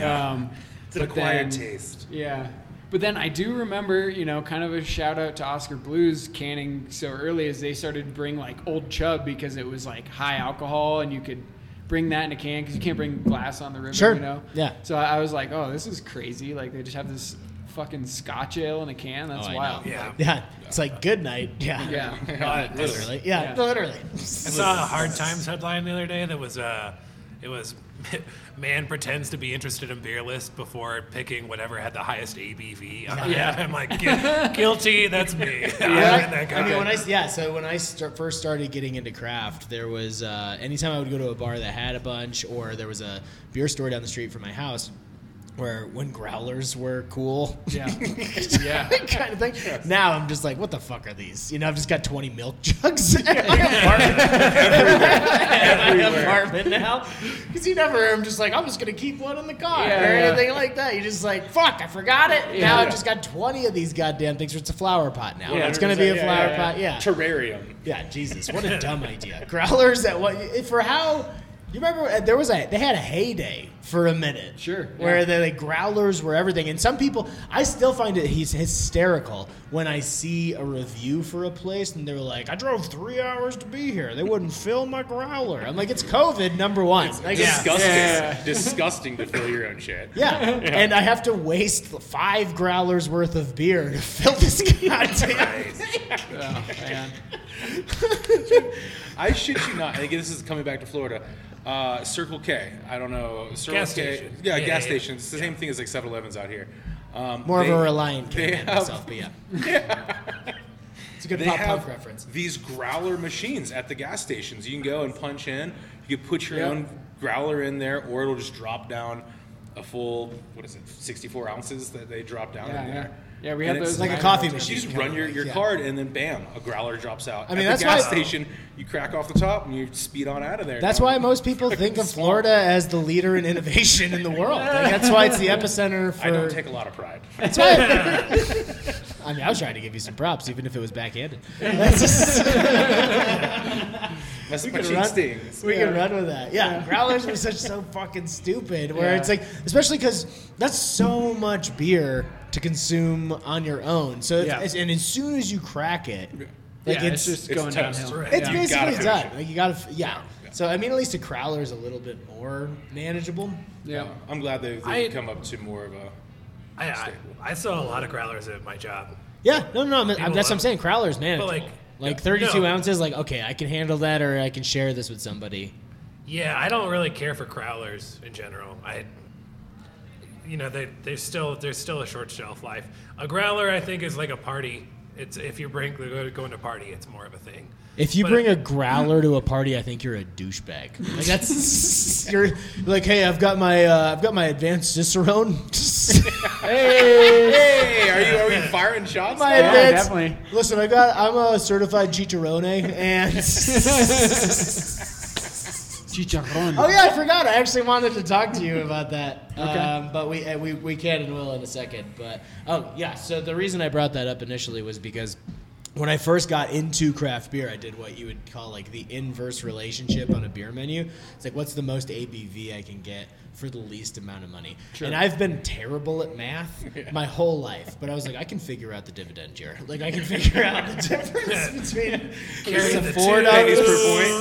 C: um,
D: It's an
C: but
D: acquired
C: then-
D: taste.
C: yeah. But then I do remember, you know, kind of a shout out to Oscar Blues canning so early as they started to bring like Old Chub because it was like high alcohol and you could bring that in a can because you can't bring glass on the river,
E: Sure.
C: you know?
E: Yeah.
C: So I I was like, oh, this is crazy. Like they just have this fucking scotch ale in a can. That's
E: Oh, I
C: wild.
E: know.
F: Yeah.
E: yeah. It's like good night. Yeah.
C: Yeah.
D: *laughs*
E: Literally. Yeah,
C: Yeah.
E: Literally. *laughs*
F: I saw a Hard Times headline the other day that was uh, It was *laughs* man pretends to be interested in beer list before picking whatever had the highest ABV. Yeah, I'm like
E: *laughs*
F: "Gu- guilty. That's me. *laughs*
E: Yeah,
F: I'm that guy.
E: I *laughs* mean, when I yeah, so when I start, first started getting into craft, there was uh, anytime I would go to a bar that had a bunch, or there was a beer store down the street from my house, where when growlers were cool, *laughs*
C: Yeah. Yeah.
E: kind of thing. Now I'm just like, what the fuck are these? You know, I've just got 20 milk jugs *laughs* in my apartment, in my apartment now. Because you never, I'm just like, I'm just going to keep one in the car
C: Yeah,
E: or
C: yeah.
E: anything like that. You're just like, fuck, I forgot it. Now I've just got 20 of these goddamn things. It's a flower pot now.
D: Yeah,
E: it's going to be a
D: 100%. Yeah,
E: flower
D: yeah,
E: pot. Yeah.
D: Terrarium.
E: Yeah, Jesus, what a dumb idea. *laughs* Growlers at what for how you remember uh, there was a they had a heyday for a minute.
C: Sure,
E: Where
C: yeah.
E: the like, growlers were everything. And some people I still find it he's hysterical when I see a review for a place and they're like, I drove three hours to be here. They wouldn't fill my growler. I'm like, it's COVID number one. Like, it's-
D: Disgusting.
C: Yeah.
D: *laughs* Disgusting to fill your own shit.
E: yeah. and I have to waste five growlers worth of beer to *laughs* fill this goddamn.
C: Oh, man.
E: *laughs*
D: I shit you not. I think this is coming back to Florida. Uh, Circle K. I don't know. Circle
F: Gas
D: K.
F: station.
D: Yeah,
F: Yeah,
D: gas
F: yeah,
D: stations. It's the same thing as like 7-Elevens out here. Um,
E: More
D: they-
E: of a reliant
D: they
E: kid than
D: have-
E: myself, but yeah. It's a good
D: They
E: pop
D: have
E: punk reference.
D: these growler machines at the gas stations. You can go and punch in. You can put your
C: Yeah.
D: own growler in there, or it'll just drop down a full what is it, 64 ounces that they drop down
C: Yeah,
D: in
C: yeah.
D: there.
C: Yeah, we
D: And
C: had
D: it's-
C: those.
E: Like a
C: in-
E: coffee
D: You
E: machine.
D: just
E: kinda
D: run your,
E: like,
D: your
E: yeah.
D: card and then bam, a growler drops out.
E: I mean,
D: At
E: that's
D: the gas
E: why-
D: station, you crack off the top and you speed on out of there.
E: That's why most people think of Florida as the leader in innovation in the world. Like, that's why it's the epicenter for.
D: I don't take a lot of
E: *laughs*
D: pride.
E: that's why. I mean, I was trying to give you some props, even if it was backhanded. That's just- *laughs*
D: That's my
E: could
D: cheek
E: run-
D: stings.
E: We can run with that. Yeah, growlers were such so fucking stupid. Where
C: Yeah.
E: it's like, especially because that's so much beer to consume on your own. So,
C: Yeah.
E: it's, and as soon as you crack it, like
C: yeah, it's, just
D: it's
C: going
D: toast.
C: downhill.
D: Right.
E: It's
C: Yeah.
D: gotta
E: basically
D: finish
E: done.
D: it.
E: Like you gotta, f- yeah. So I mean, at least a crowler is a little bit more manageable.
C: Yeah.
D: I'm glad they've, they've
F: I-
D: come up to
E: *laughs*
D: more of a.
F: I, I, I saw a lot of growlers at my job.
E: Yeah, no, no, no I'm,
F: People
E: that's what I'm
F: love-
E: saying. Crowler's manageable.
F: like,
E: Like,
F: yeah,
E: 32
F: no.
E: ounces. Like, okay, I can handle that, or I can share this with somebody.
F: Yeah, I don't really care for crowlers in general. I, you know, they they still there's still a short shelf life. A growler, I think, is like a party. It's if you bring going to party, it's more of a thing.
E: If you
F: But-
E: bring a growler to a party, I think you're a douchebag. Like that's *laughs* you're like, hey, I've got my uh, I've got my advanced cicerone. *laughs*
D: Hey, are you are we firing shots?
E: my *laughs*
D: now?
C: Yeah,
E: advanced-
C: definitely.
E: Listen, I got I'm a certified chicharrone, *laughs* and Oh yeah, I forgot. I actually wanted to talk to you about that. Um, but we, uh, we we can and will in a second. But oh yeah, so the reason I brought that up initially was because when I first got into craft beer, I did what you would call like the inverse relationship on a beer menu. It's like what's the most ABV I can get for the least amount of money. And I've been terrible at math my whole life, but I was like I can figure out the dividend here. Like I can figure out the *laughs* difference between
F: Carry
E: the
F: the
E: four
F: two
E: dollars
D: pennies per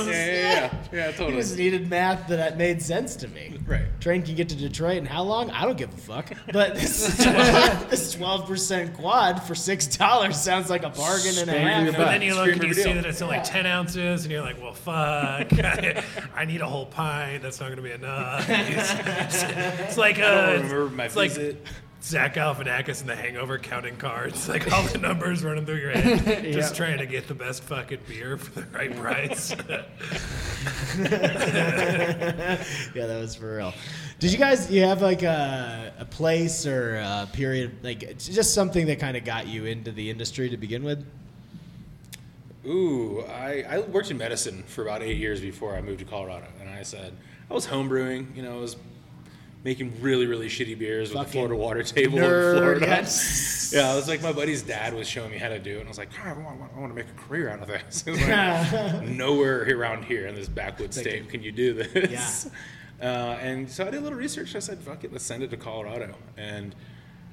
E: *laughs*
D: point. Yeah, yeah, yeah, yeah
E: I
D: totally.
E: just needed math that made sense to me.
D: Right.
E: Train can get to Detroit in how long? I don't give a fuck. But this
D: *laughs*
E: 12, this twelve percent quad for six dollars sounds like a bargain and a
F: But
E: half.
F: then you look
D: Scream
F: and
D: of
F: you
D: a
F: see
D: deal.
F: that it's only ten ounces, and you're like, "Well, fuck! *laughs* I need a whole pint. That's not going to be enough." *laughs* It's, it's like
D: I
F: uh,
D: don't remember my
F: it's like
D: visit.
F: Zach Galifianakis in The Hangover counting cards, *laughs* like all the numbers running through your
D: *laughs*
F: head, just trying to get the best fucking beer for the right price. *laughs*
E: *laughs* Yeah, that was for real. Did you guys you have like a, a place or a period like it's just something that kind of got you into the industry to begin with?
D: Ooh, I, I worked in medicine for about eight years before I moved to Colorado, and I said I was homebrewing. You know, I was making really really shitty beers with the
E: Fucking
D: Florida water table
E: nerd, *laughs*
D: in Florida. *laughs*
E: yes.
D: Yeah, it was like my buddy's dad was showing me how to do it, and I was like, "God, I want, I want to make a career out of this. *laughs* It was
E: *laughs*
D: like, nowhere around here in this backwoods state can you do this. *laughs* Uh, and so I did a little research. I said, "Fuck it, let's send it to Colorado." And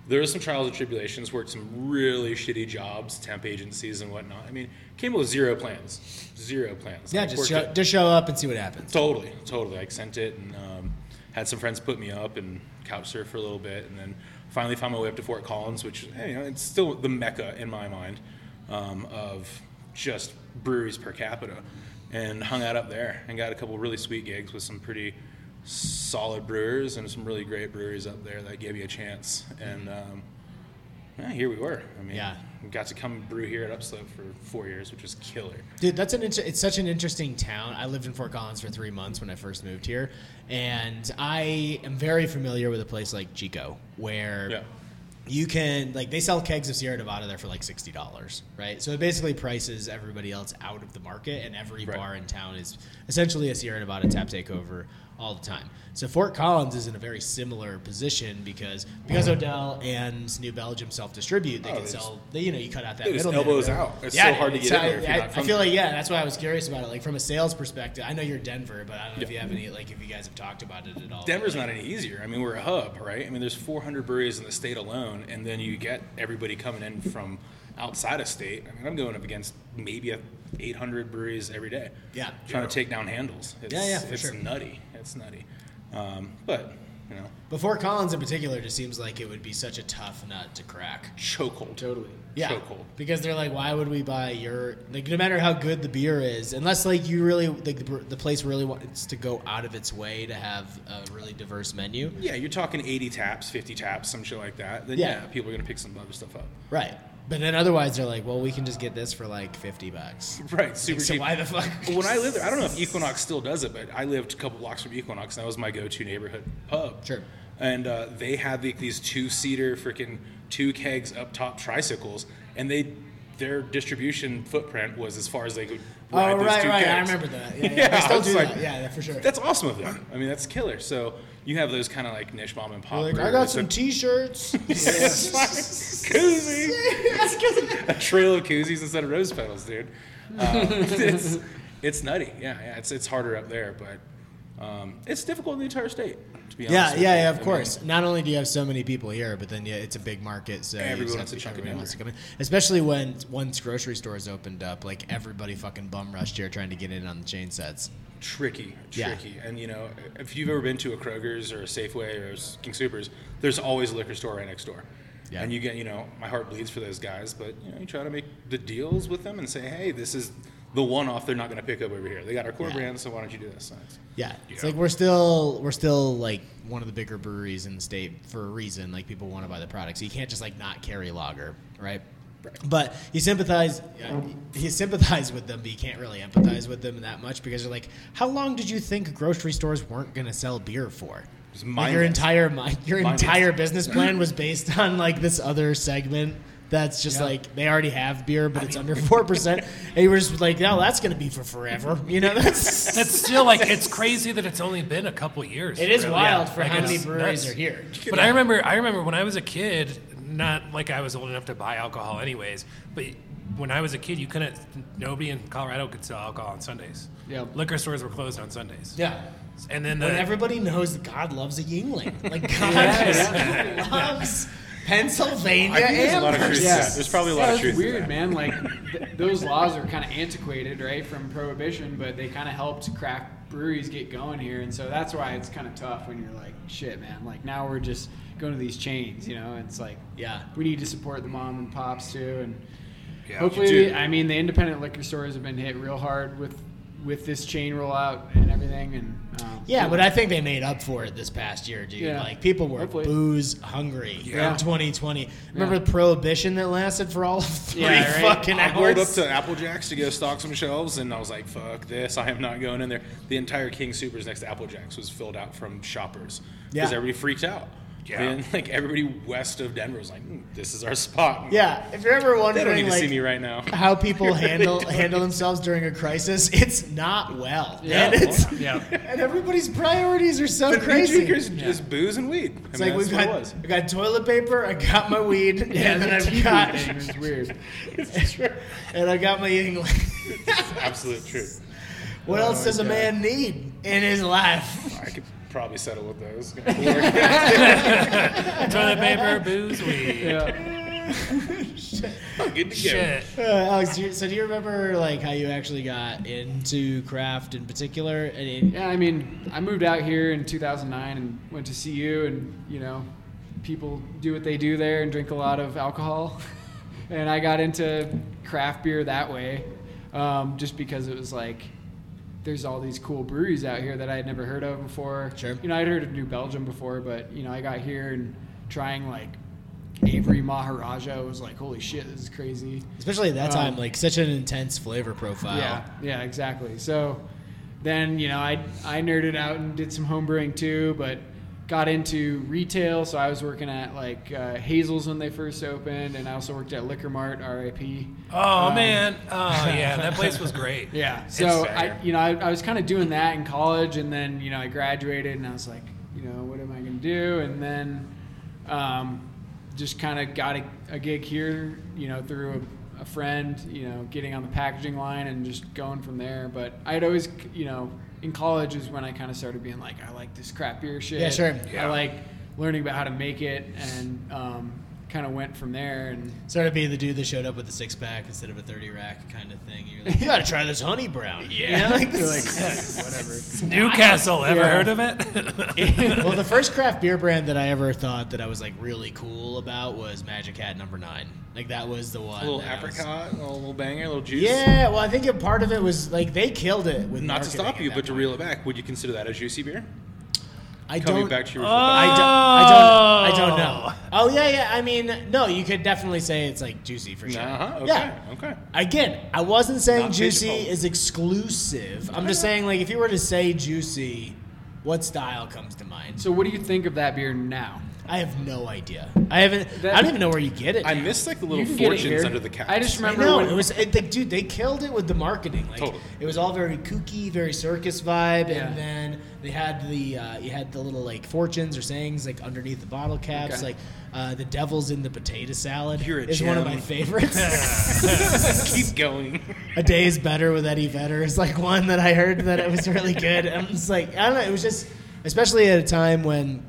D: there was some trials and tribulations, worked some really shitty jobs, temp agencies and whatnot. I mean, came up with zero plans, zero plans.
E: Yeah,
D: Like,
E: just
D: worked
E: show,
D: it-
E: just show up and see what happens.
D: Totally, totally. I sent it and um, had some friends put me up and couch surf for a little bit, and then finally found my way up to Fort Collins, which eh, you know it's still the mecca in my mind um, of just breweries per capita, and hung out up there and got a couple really sweet gigs with some pretty solid brewers and some really great breweries up there that gave you a chance. And um, yeah, here we were. I mean,
E: Yeah.
D: we got to come brew here at Upslope for four years, which was killer.
E: Dude, that's an inter- it's such an interesting town. I lived in Fort Collins for three months when I first moved here, and I am very familiar with a place like Chico, where
D: Yeah.
E: you can like they sell kegs of Sierra Nevada there for like sixty dollars, right? So it basically prices everybody else out of the market, and every
D: Right.
E: bar in town is essentially a Sierra Nevada tap takeover all the time. So Fort Collins is in a very similar position because because Odell and New Belgium self distribute, they
D: Oh,
E: can
D: they
E: sell. They, you know, you cut out that
D: Dude, it's
E: middleman,
D: elbows
E: right?
D: out. It's so hard to
E: dude,
D: get in there if
E: I,
D: you're not
E: I
D: from
E: feel
D: there.
E: like yeah, that's why I was curious about it. Like from a sales perspective, I know you're Denver, but I don't know if you have any like if you guys have talked about it at all.
D: Denver's
E: Like,
D: not any easier. I mean, we're a hub, right? I mean, there's 400 breweries in the state alone, and then you get everybody coming in from outside of state. I mean, I'm going up against maybe a 800 breweries every day.
E: Yeah.
D: trying to take down handles. It's,
E: yeah, for
D: it's
E: sure.
D: nutty. It's nutty. Um, but you know,
E: But Fort Collins in particular just seems like it would be such a tough nut to crack.
D: chokehold. Totally.
E: Yeah,
D: Chokehold.
E: because they're like, why would we buy your like? No matter how good the beer is, unless like you really like the, br- the place really wants to go out of its way to have a really diverse menu,
D: Yeah, you're talking 80 taps, 50 taps, some shit like that. Then
E: Yeah.
D: yeah, people are gonna pick some other stuff up. *laughs*
E: right? But then otherwise they're like, well, we can just get this for like fifty bucks.
D: Right.
E: *laughs*
D: Super
E: So
D: cheap.
E: why the fuck?
D: Well, *laughs*
E: *laughs*
D: when I lived there, I don't know if Equinox still does it, but I lived a couple blocks from Equinox, and that was my go-to neighborhood pub.
E: Sure.
D: And uh, they had the, these two-seater, freaking two kegs up top tricycles, and they their distribution footprint was as far as they could ride
E: Oh
D: those
E: right,
D: two
E: right.
D: kegs.
E: I remember that. Yeah, yeah.
D: *laughs* Yeah,
E: they
D: I
E: still
D: was
E: do
D: like,
E: that. Yeah, yeah, for sure.
D: That's awesome of them. I mean, that's killer. So you have those kind of like niche mom and pop.
E: Like, I got
D: breweries
E: some
D: that- *laughs*
E: T-shirts. *laughs*
D: It's like, koozie. a trail of koozies instead of rose petals, dude. Um, it's, it's nutty. Yeah, yeah. It's it's harder up there, but um, it's difficult in the entire state. To be honest.
E: Yeah,
D: with
E: yeah,
D: you.
E: yeah, of
D: I mean,
E: course. Not only do you have so many people here, but then yeah, it's a big market, so you
D: Everyone
E: just
D: wants
E: have
D: a chunk of
E: everybody wants to
D: Denver.
E: come in. Especially when once grocery stores opened up, like everybody fucking bum rushed here trying to get in on the chain sets.
D: tricky,
E: Yeah.
D: tricky. And you know, if you've ever been to a Kroger's or a Safeway or a King Supers, there's always a liquor store right next door.
E: Yeah.
D: And you get, you know, my heart bleeds for those guys, but you know, you try to make the deals with them and say, hey, this is the one-off they're not going to pick up over here. They got our core
E: Yeah.
D: brand, so why don't you do this? That's-
E: Yeah, it's like we're still we're still like one of the bigger breweries in the state for a reason. Like people want to buy the product, so you can't just like not carry lager, right? But you sympathize, yeah, you sympathize with them, but you can't really empathize with them that much because you're like, how long did you think grocery stores weren't going to sell beer for?
D: It's
E: Like your
D: mindless.
E: entire mi- your
D: Mindless.
E: entire business plan was based on like this other segment that's just like they already have beer, but it's under four percent, and you were just like, no, that's going to be for forever, you know? That's
F: That's still like it's crazy that it's only been a couple years.
E: It is
F: really.
E: wild
F: Yeah.
E: for
F: Like,
E: how many
F: it's
E: breweries
F: nuts.
E: are here.
F: But I remember, I remember when I was a kid. Not like I was old enough to buy alcohol, anyways. But when I was a kid, you couldn't. Nobody in Colorado could sell alcohol on Sundays.
E: Yeah.
F: liquor stores were closed on Sundays.
E: Yeah.
F: and then the,
E: When everybody knows that God loves a Yingling, like God just loves Pennsylvania.
D: I think there's a lot of
E: Amber.
D: truth. to
C: Yeah.
D: that. There's probably a lot
C: Yeah,
D: of
C: that's
D: truth. to
C: weird,
D: that.
C: man.
D: *laughs*
C: Like th- those laws are kind of antiquated, right, from prohibition, but they kind of helped craft breweries get going here, and so that's why it's kind of tough when you're like, shit, man. Like now we're just going to these chains, you know. It's like,
E: Yeah.
C: we need to support the mom and pops too, and
F: Yeah,
C: hopefully,
D: do.
C: I mean, the independent liquor stores have been hit real hard with with this chain rollout and everything, and um,
E: Yeah, but I think they made up for it this past year, dude.
C: Yeah.
E: Like people were
C: Hopefully.
E: booze hungry
C: Yeah.
E: in 2020. Remember the prohibition that lasted for all of three
C: Yeah, right.
E: fucking
D: I rolled up
E: hours?
D: to Apple Jacks to go stock some shelves, and I was like, "Fuck this! I am not going in there." The entire King Supers next to Apple Jacks was filled out from shoppers
E: Yeah.
D: because everybody freaked out.
F: Yeah.
D: And like everybody west of Denver was like, "Hmm, "This is our spot."
E: yeah, if you're ever
D: They
E: wondering,
D: don't need to
E: like,
D: see me right now. *laughs*
E: how people handle handle themselves during a crisis, it's not well,
C: Yeah.
E: and it's
F: Yeah.
E: *laughs* and everybody's priorities are so
D: The
E: crazy.
D: crazy drinkers just booze and weed. I
E: It's
D: mean,
E: like
D: that's
E: we've
D: what
E: got,
D: it was.
E: I got toilet paper, I got my
D: *laughs*
E: weed, and then
C: the
E: I've
C: TV
E: got
C: thing is weird.
E: *laughs* and I got my English.
D: Absolute truth.
E: *laughs*
D: Oh
E: What else does a man need in his
D: *laughs*
E: life? *laughs*
D: I could probably settle with those. *laughs*
F: toilet paper, booze, weed.
C: Yeah.
D: Good to go.
F: Shit.
E: Uh, Alex, do you, so do you remember like how you actually got into craft in particular? I mean,
C: Yeah, I mean, I moved out here in 2009 and went to CU, and you know, people do what they do there and drink a lot of alcohol, *laughs* and I got into craft beer that way, um, just because it was like there's all these cool breweries out here that I had never heard of before.
E: Sure.
C: You know, I'd heard of New Belgium before, but you know, I got here and trying like Avery Maharaja was like, holy shit, this is crazy.
E: Especially at
D: Uh.
E: that time,
C: Um,
E: like such an intense flavor profile.
C: Yeah, yeah, exactly. So then, you know, I I nerded out and did some home brewing too, but got into retail. So I was working at like uh, Hazel's when they first opened, and I also worked at Liquor Mart, RIP. Um,
F: Oh man. Oh
E: *laughs*
F: yeah, that place was great.
C: Yeah. So I,
D: fair.
C: you know, I, I was kind of doing that in college, and then you know, I graduated, and I was like, you know, what am I gonna do? And then, um, just kind of got a, a gig here, you know, through a, a friend, you know, getting on the packaging line and just going from there. But I had always, you know, in college is when I kind of started being like, I like this crap beer shit.
E: Yeah, sure.
C: I like learning about how to make it, and um, kind of went from there. And
E: Started being the dude that showed up with a six pack instead of a thirty rack kind of thing. You're
D: *laughs*
E: like, you gotta try this honey brown. *laughs*
C: yeah, like, whatever.
F: Newcastle. Ever
C: Yeah.
F: heard of
D: *laughs*
E: *laughs*
F: it?
E: well, the first craft beer brand that I ever thought that I was like really cool about was Magic Hat Number Nine. Like that was the one.
D: A little
E: that I was-
D: apricot, a little banger, a little juice.
E: Yeah, well, I think a part of it was like they killed it with
D: Not to
E: marketing
D: stop
E: at
D: you,
E: that
D: but to
E: point.
D: reel it back, would you consider that a juicy beer?
E: I
D: Coming
E: don't.
D: back to your
E: I
F: Oh.
E: don't, I don't. I don't know. Oh yeah, yeah. I mean, no, you could definitely say it's like juicy for sure.
D: uh-huh, okay,
E: Yeah.
D: okay.
E: Again, I wasn't saying
D: Not
E: juicy
D: pigeonholed.
E: is exclusive. I'm just saying, like, if you were to say juicy, what style comes to mind?
C: So, what do you think of that beer now?
E: I have no idea. I haven't.
C: That-
E: I don't even know where you get it.
D: I
E: now.
D: miss like the
C: You
D: little
C: can get it
D: fortunes
C: here.
D: under the couch.
C: I just
E: I
D: *laughs*
C: remember
E: know
C: when
E: it was. It, like, dude, they killed it with the marketing. Like,
D: Totally.
E: it was all very kooky, very circus vibe,
C: Yeah.
E: and then they had the uh, you had the little like fortunes or sayings like underneath the bottle caps,
C: Okay.
E: like uh, the devil's in the potato salad
D: You're a
E: is one of
D: gem.
E: my favorites. *laughs*
D: *laughs* keep going.
E: a day is better with Eddie Vedder is like one that I heard that it was really good. I'm just like, I don't know. It was just, especially at a time when,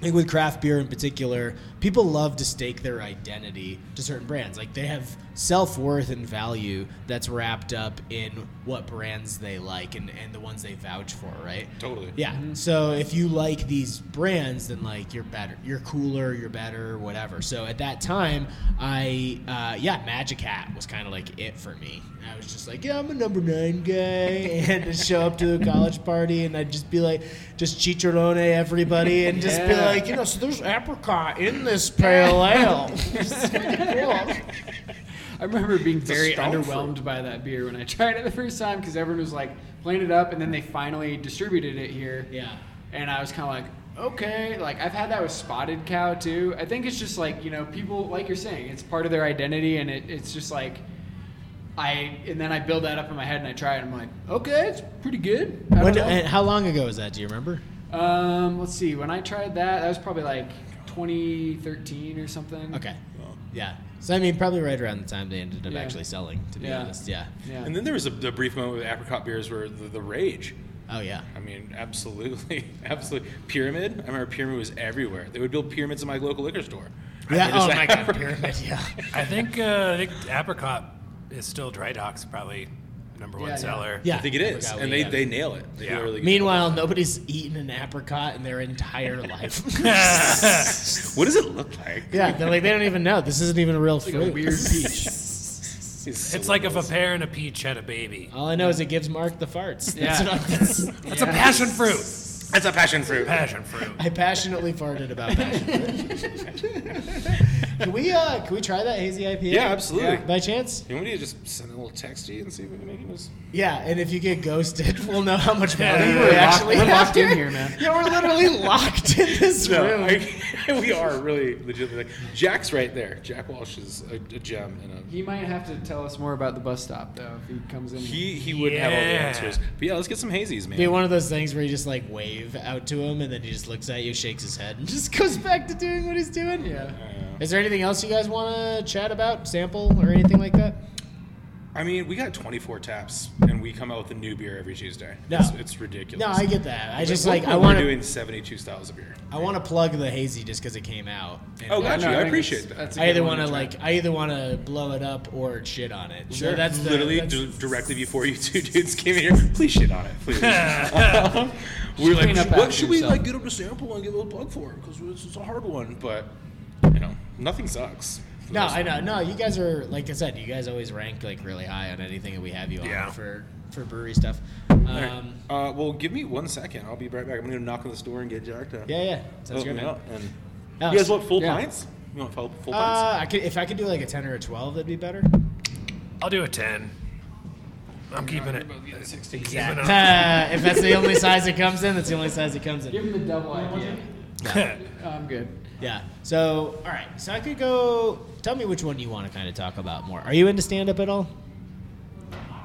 E: like with craft beer in particular, people love to stake their identity to certain brands. Like they have self worth and value that's wrapped up in what brands they like and, and the ones they vouch for, right?
D: totally.
E: Yeah. So if you like these brands, then like you're better, you're cooler, you're better, whatever. So at that time, I uh, yeah, Magic Hat was kind of like it for me. I was just like, yeah, I'm a number nine guy, *laughs* and to show up to a college party, and I'd just be like, just chicharrone everybody, and just be
C: Yeah.
E: like, you know, so there's apricot in this pale
C: *laughs*
E: ale. *laughs* It's pretty cool.
C: I
E: *laughs*
C: remember being very
D: stout
C: underwhelmed by that beer when I *laughs* tried it the first time because everyone was like playing it up, and then they finally distributed it here.
E: Yeah.
C: And I was kind of like, okay, like I've had that with Spotted Cow too. I think it's just like you know people like you're saying, it's part of their identity, and it, it's just like. I and then I build that up in my head and I try it. And I'm like, okay, it's pretty good. I don't
E: When,
C: know.
E: and how long ago was that? Do you remember?
C: um, let's see. When I tried that, that was probably like 2013 or something.
E: Okay. Yeah. So I mean, probably right around the time they ended up
C: Yeah.
E: actually selling. To be
C: Yeah.
E: honest, yeah.
C: Yeah.
D: And then there was a, the brief moment with apricot beers where the, the rage.
E: Oh yeah.
D: I mean, absolutely, *laughs* absolutely. Pyramid. I remember pyramid was everywhere. They would build pyramids in my local liquor store.
E: Yeah.
D: They
E: Oh
D: just-
E: my god, pyramid. Yeah.
F: I think uh, I think apricot is still dry docks probably number one
C: Yeah, yeah.
F: seller. *laughs*
E: Yeah.
D: I think it is,
E: Apricot,
D: and
E: we
D: they,
E: have.
D: they nail it. They do
F: Yeah.
D: a really good
E: Meanwhile, nobody's eaten an apricot in their entire life.
D: job. what does it look like?
E: yeah, *laughs* they're like they don't even know. This isn't even a real fruit. *laughs*
C: a weird peach.
F: It's like if a pear and a peach had a baby.
E: All I know is it gives Mark the farts. That's
C: Yeah.
E: what I'm- that's-
C: *laughs*
F: It's a passion fruit.
D: that's a passion fruit.
F: Passion fruit.
E: I passionately farted about passion. can we uh, can we try that hazy IPA?
D: Yeah, absolutely.
C: Yeah.
E: By chance?
D: You want me to just send a little text to you and see if we can make it? Just-
E: Yeah, and if you get ghosted, *laughs* we'll know how much money we
F: Yeah, we're
C: locked-
E: actually
C: we're locked in
E: after.
C: here, man.
E: *laughs* Yeah, we're literally locked in this room.
D: No, I- *laughs* we are really legitimately. Like, Jack's right there. Jack Walsh is a, a gem and a
C: He might have to tell us more about the bus stop though if he comes in.
D: He he would have all the
F: Yeah.
D: answers. But yeah, let's get some hazies, man.
E: Be one of those things where you just like wave out to him, and then he just looks at you, shakes his head, and *laughs* just goes back to doing what he's doing.
C: yeah.
E: Is there anything else you guys want to chat about, sample, or anything like that?
D: I mean, we got 24 taps, and we come out with a new beer every Tuesday.
E: No.
D: it's, it's ridiculous.
E: No, I get that. I just
D: At one
E: like I
D: point,
E: want
D: We're
E: to.
D: doing 72 styles of beer.
E: I want to plug the hazy just because it came out. And
D: Oh, gotcha.
C: no, I
D: I
C: think
D: appreciate
C: it's-
D: that.
C: that's a
E: I
C: good
E: either
C: one
E: want to
C: to try.
E: like I either want to blow it up or shit on it. So that's the,
D: literally
E: that's- *laughs*
D: d- directly before you two dudes came in here. Please shit on it, please. *laughs* we were like,
C: Clean up
D: what
C: after
D: should we
C: yourself."
D: like get up to sample and give a plug for? Because it's, it's a hard one, but you know, nothing sucks.
E: no, I know. No, you guys are like I said. You guys always rank like really high on anything that we have you on
F: Yeah.
E: for for brewery stuff. Um,
D: Uh, well, give me one second. I'll be right back. I'm gonna go knock on this door and get jacked up.
E: Yeah, yeah, sounds
D: Open
E: good.
D: it
E: Man.
D: up and-
E: Alex,
D: Oh, you guys want full
E: yeah.
D: pints? You want full, full pints?
E: Uh, I could if I could do like a ten or a twelve, that'd be better.
F: I'll do a 10. I'm keeping it. Keeping it.
E: Uh, *laughs* if that's the only size it comes in, that's the only size it comes in.
C: Give him the double IPA. I'm good.
E: Yeah. So, all right. So I could go. Tell me which one you want to kind of talk about more. Are you into stand up at all?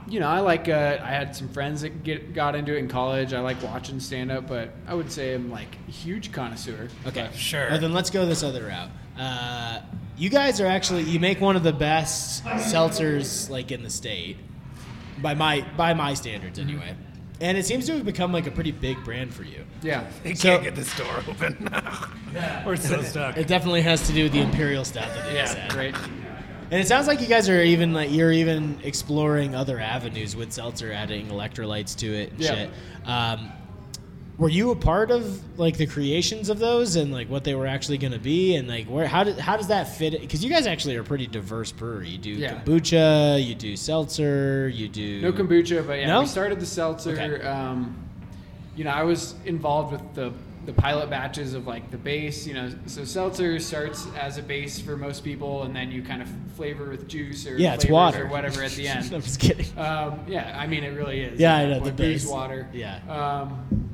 C: You know, I like. Uh, I had some friends that get got into it in college. I like watching stand up, but I would say I'm like a huge connoisseur.
E: Okay.
F: Sure.
E: Well, then let's go this other route. Uh, you guys are actually you make one of the best seltzers like in the state by my by my standards
C: Mm-hmm.
E: anyway. And it seems to have become like a pretty big brand for you.
C: Yeah.
F: *laughs* They
E: So-
F: can't get this door open. *laughs* We're so stuck.
E: It definitely has to do with the imperial stuff that they
C: Yeah.
E: said.
C: Great.
E: And it sounds like you guys are even like you're even exploring other avenues with seltzer, adding electrolytes to it and
C: Yeah.
E: shit. Um, were you a part of like the creations of those and like what they were actually going to be and like where how did how does that fit? Because you guys actually are a pretty diverse brewery. You do
C: Yeah.
E: kombucha, you do seltzer, you do
C: No kombucha, but yeah,
E: No?
C: we started the seltzer.
E: Okay.
C: Um, you know, I was involved with the the pilot batches of like the base. You know, so seltzer starts as a base for most people, and then you kind of flavor with juice or
E: yeah, it's
C: flavors
E: water
C: or whatever at
E: *laughs*
C: the end.
E: I'm just kidding.
C: Um, yeah, I mean it really is.
E: Yeah, I
C: At
E: know,
C: that
E: the
C: point, booze
E: base.
C: water.
E: Yeah.
C: Um,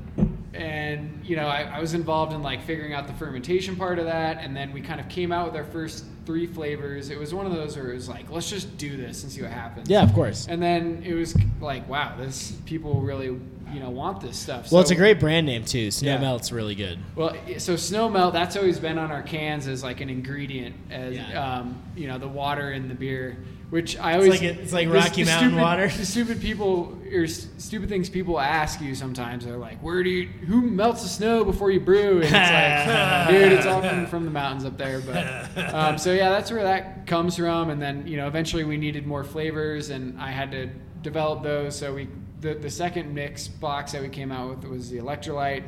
C: and you know, I, I was involved in like figuring out the fermentation part of that, and then we kind of came out with our first three flavors. It was one of those where it was like, let's just do this and see what happens.
E: Yeah, of course.
C: And then it was like, wow, this people really you know want this stuff.
E: well, it's
C: So-
E: a great brand name too. Snow
C: Yeah.
E: Melt's really good.
C: well, so snow melt, that's always been on our cans as like an ingredient, as
E: Yeah.
C: um, you know, the water in the beer, which I always
E: like it- it's like
C: the-
E: Rocky
C: the
E: Mountain
C: stupid,
E: water.
C: *laughs* The stupid people or s- stupid things people ask you sometimes. They're like, "Where do you who melts the snow before you brew?" And it's like, dude, it's all from, from the mountains up there. But um, so yeah, that's where that comes from. And then you know, eventually we needed more flavors, and I had to develop those. So we the, the second mix box that we came out with was the electrolyte.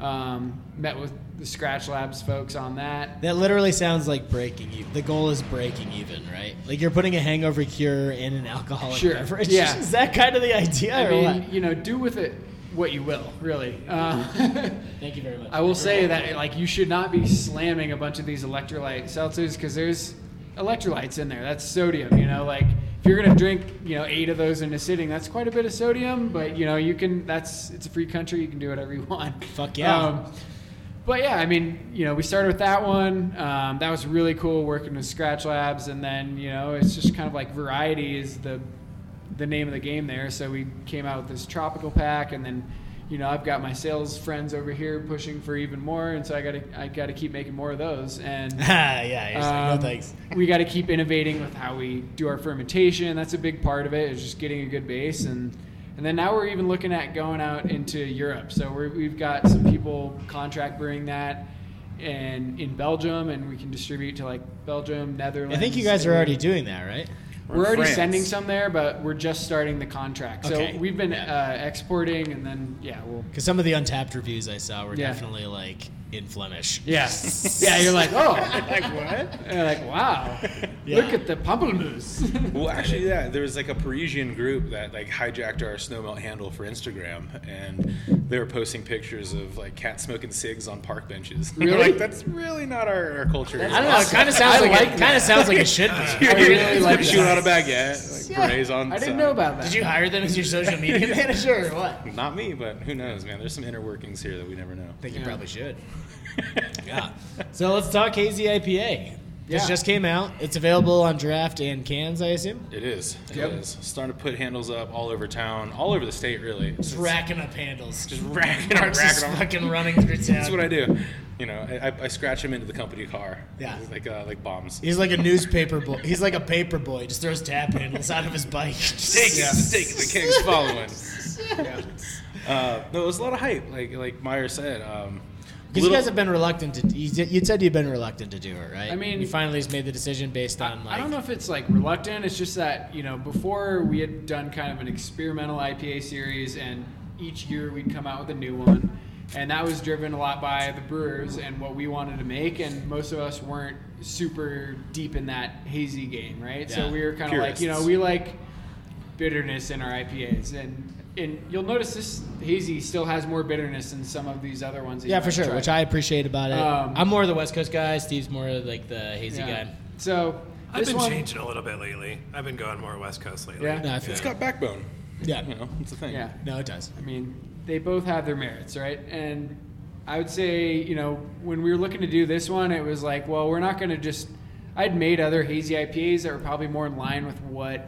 C: Um, met with the Scratch Labs folks on that.
E: That literally sounds like breaking even. The goal is breaking even, right? Like you're putting a hangover cure in an alcoholic
C: Sure,
E: beverage. *laughs*
C: yeah.
E: Is that kind of the idea?
C: I
E: or
C: mean,
E: what?
C: you know, do with it what you will, really. Uh, *laughs*
E: Thank you very much.
C: I will say that like you should not be slamming a bunch of these electrolyte seltzers because there's electrolytes in there. That's sodium, you know. Like if you're gonna drink, you know, eight of those in a sitting, that's quite a bit of sodium. But you know, you can. That's it's a free country. You can do whatever you want. Um,
E: Fuck yeah.
C: but yeah, I mean, you know, we started with that one. Um, that was really cool working with Scratch Labs, and then you know, it's just kind of like variety is the the name of the game there. So we came out with this tropical pack, and then you know I've got my sales friends over here pushing for even more, and so I got to I got to keep making more of those. And
E: Ah, *laughs* yeah. You're just like,
C: um,
E: no thanks.
C: we got to keep innovating with how we do our fermentation. That's a big part of it. Is just getting a good base, and and then now we're even looking at going out into Europe. So we're, we've got some people contract brewing that, and in Belgium, and we can distribute to like Belgium, Netherlands.
E: I think you guys are
C: Italy.
E: already doing that, right?
C: We're already
D: France.
C: sending some there, but we're just starting the contract.
E: Okay.
C: So we've been
E: Yeah.
C: uh, exporting, and then yeah, we'll.
E: Because some of the untapped reviews I saw were
C: Yeah.
E: definitely like in Flemish.
C: Yes. *laughs* yeah,
E: *laughs*
C: you're like, oh, like what? And you're like, wow, look at the *laughs* pamplemousse.
D: Well, actually, yeah. There was like a Parisian group that like hijacked our snowmelt handle for Instagram, and they were posting pictures of like cats smoking cigs on park benches. *laughs* We're
C: Really?
D: like that's really not our, our culture.
E: I don't know. It kind of sounds like, it. Kind of sounds like it should
C: *laughs*
E: be. *laughs*
C: I really like that.
D: shooting out a baguette, like berets on.
C: I
D: the
C: didn't
D: side.
C: know about that.
E: Did
C: *laughs*
E: you hire them as your social media manager or what?
D: Not me, but who knows, man? There's some inner workings here that we never know.
E: I think you probably should. yeah. So let's talk hazy IPA. This
C: Yeah.
E: just came out. It's available on draft and cans, I assume.
D: It is. It is
C: Yep.
D: Starting to put handles up all over town, all over the state, really. It's
E: Just racking up handles. Just
D: racking up, racking up.
E: fucking running through town.
D: That's what I do. You know, I, I- I scratch them into the company car.
E: Yeah.
D: Like uh, like bombs.
E: He's like a newspaper boy. He's like a paper boy. Just throws tap handles out of his bike.
D: Take it, take it. The king's
C: *laughs*
D: following. yeah. Uh, no, it was a lot of hype. Like like Meyer said. Um,
E: Because you
D: little-
E: guys have been reluctant to. You you said you've been reluctant to do it, right?
C: I mean-
E: you finally just made the decision based on like.
C: I don't know if it's like reluctant. It's just that you know before we had done kind of an experimental IPA series, and each year we'd come out with a new one, and that was driven a lot by the brewers and what we wanted to make. And most of us weren't super deep in that hazy game, right?
E: Yeah.
C: So we were kind of like, you know,
D: Purists.
C: we like bitterness in our IPAs, and and you'll notice this hazy still has more bitterness than some of these other ones. that
E: Yeah,
C: you
E: for
C: might
E: sure,
C: try.
E: which I appreciate about it.
C: Um,
E: I'm more of the West Coast guy. Steve's more of like the hazy
C: Yeah.
E: guy.
C: So
F: I've
C: this
F: been
C: one,
F: changing a little bit lately. I've been going more West Coast lately.
C: Yeah.
E: No, I feel
D: It's
E: you.
D: got backbone.
E: Yeah.
D: You know, it's a thing.
C: yeah.
E: No, it does.
C: I mean, they both have their merits, right? And I would say, you know, when we were looking to do this one, it was like, well, we're not going to just. I'd made other hazy IPAs that were probably more in line with what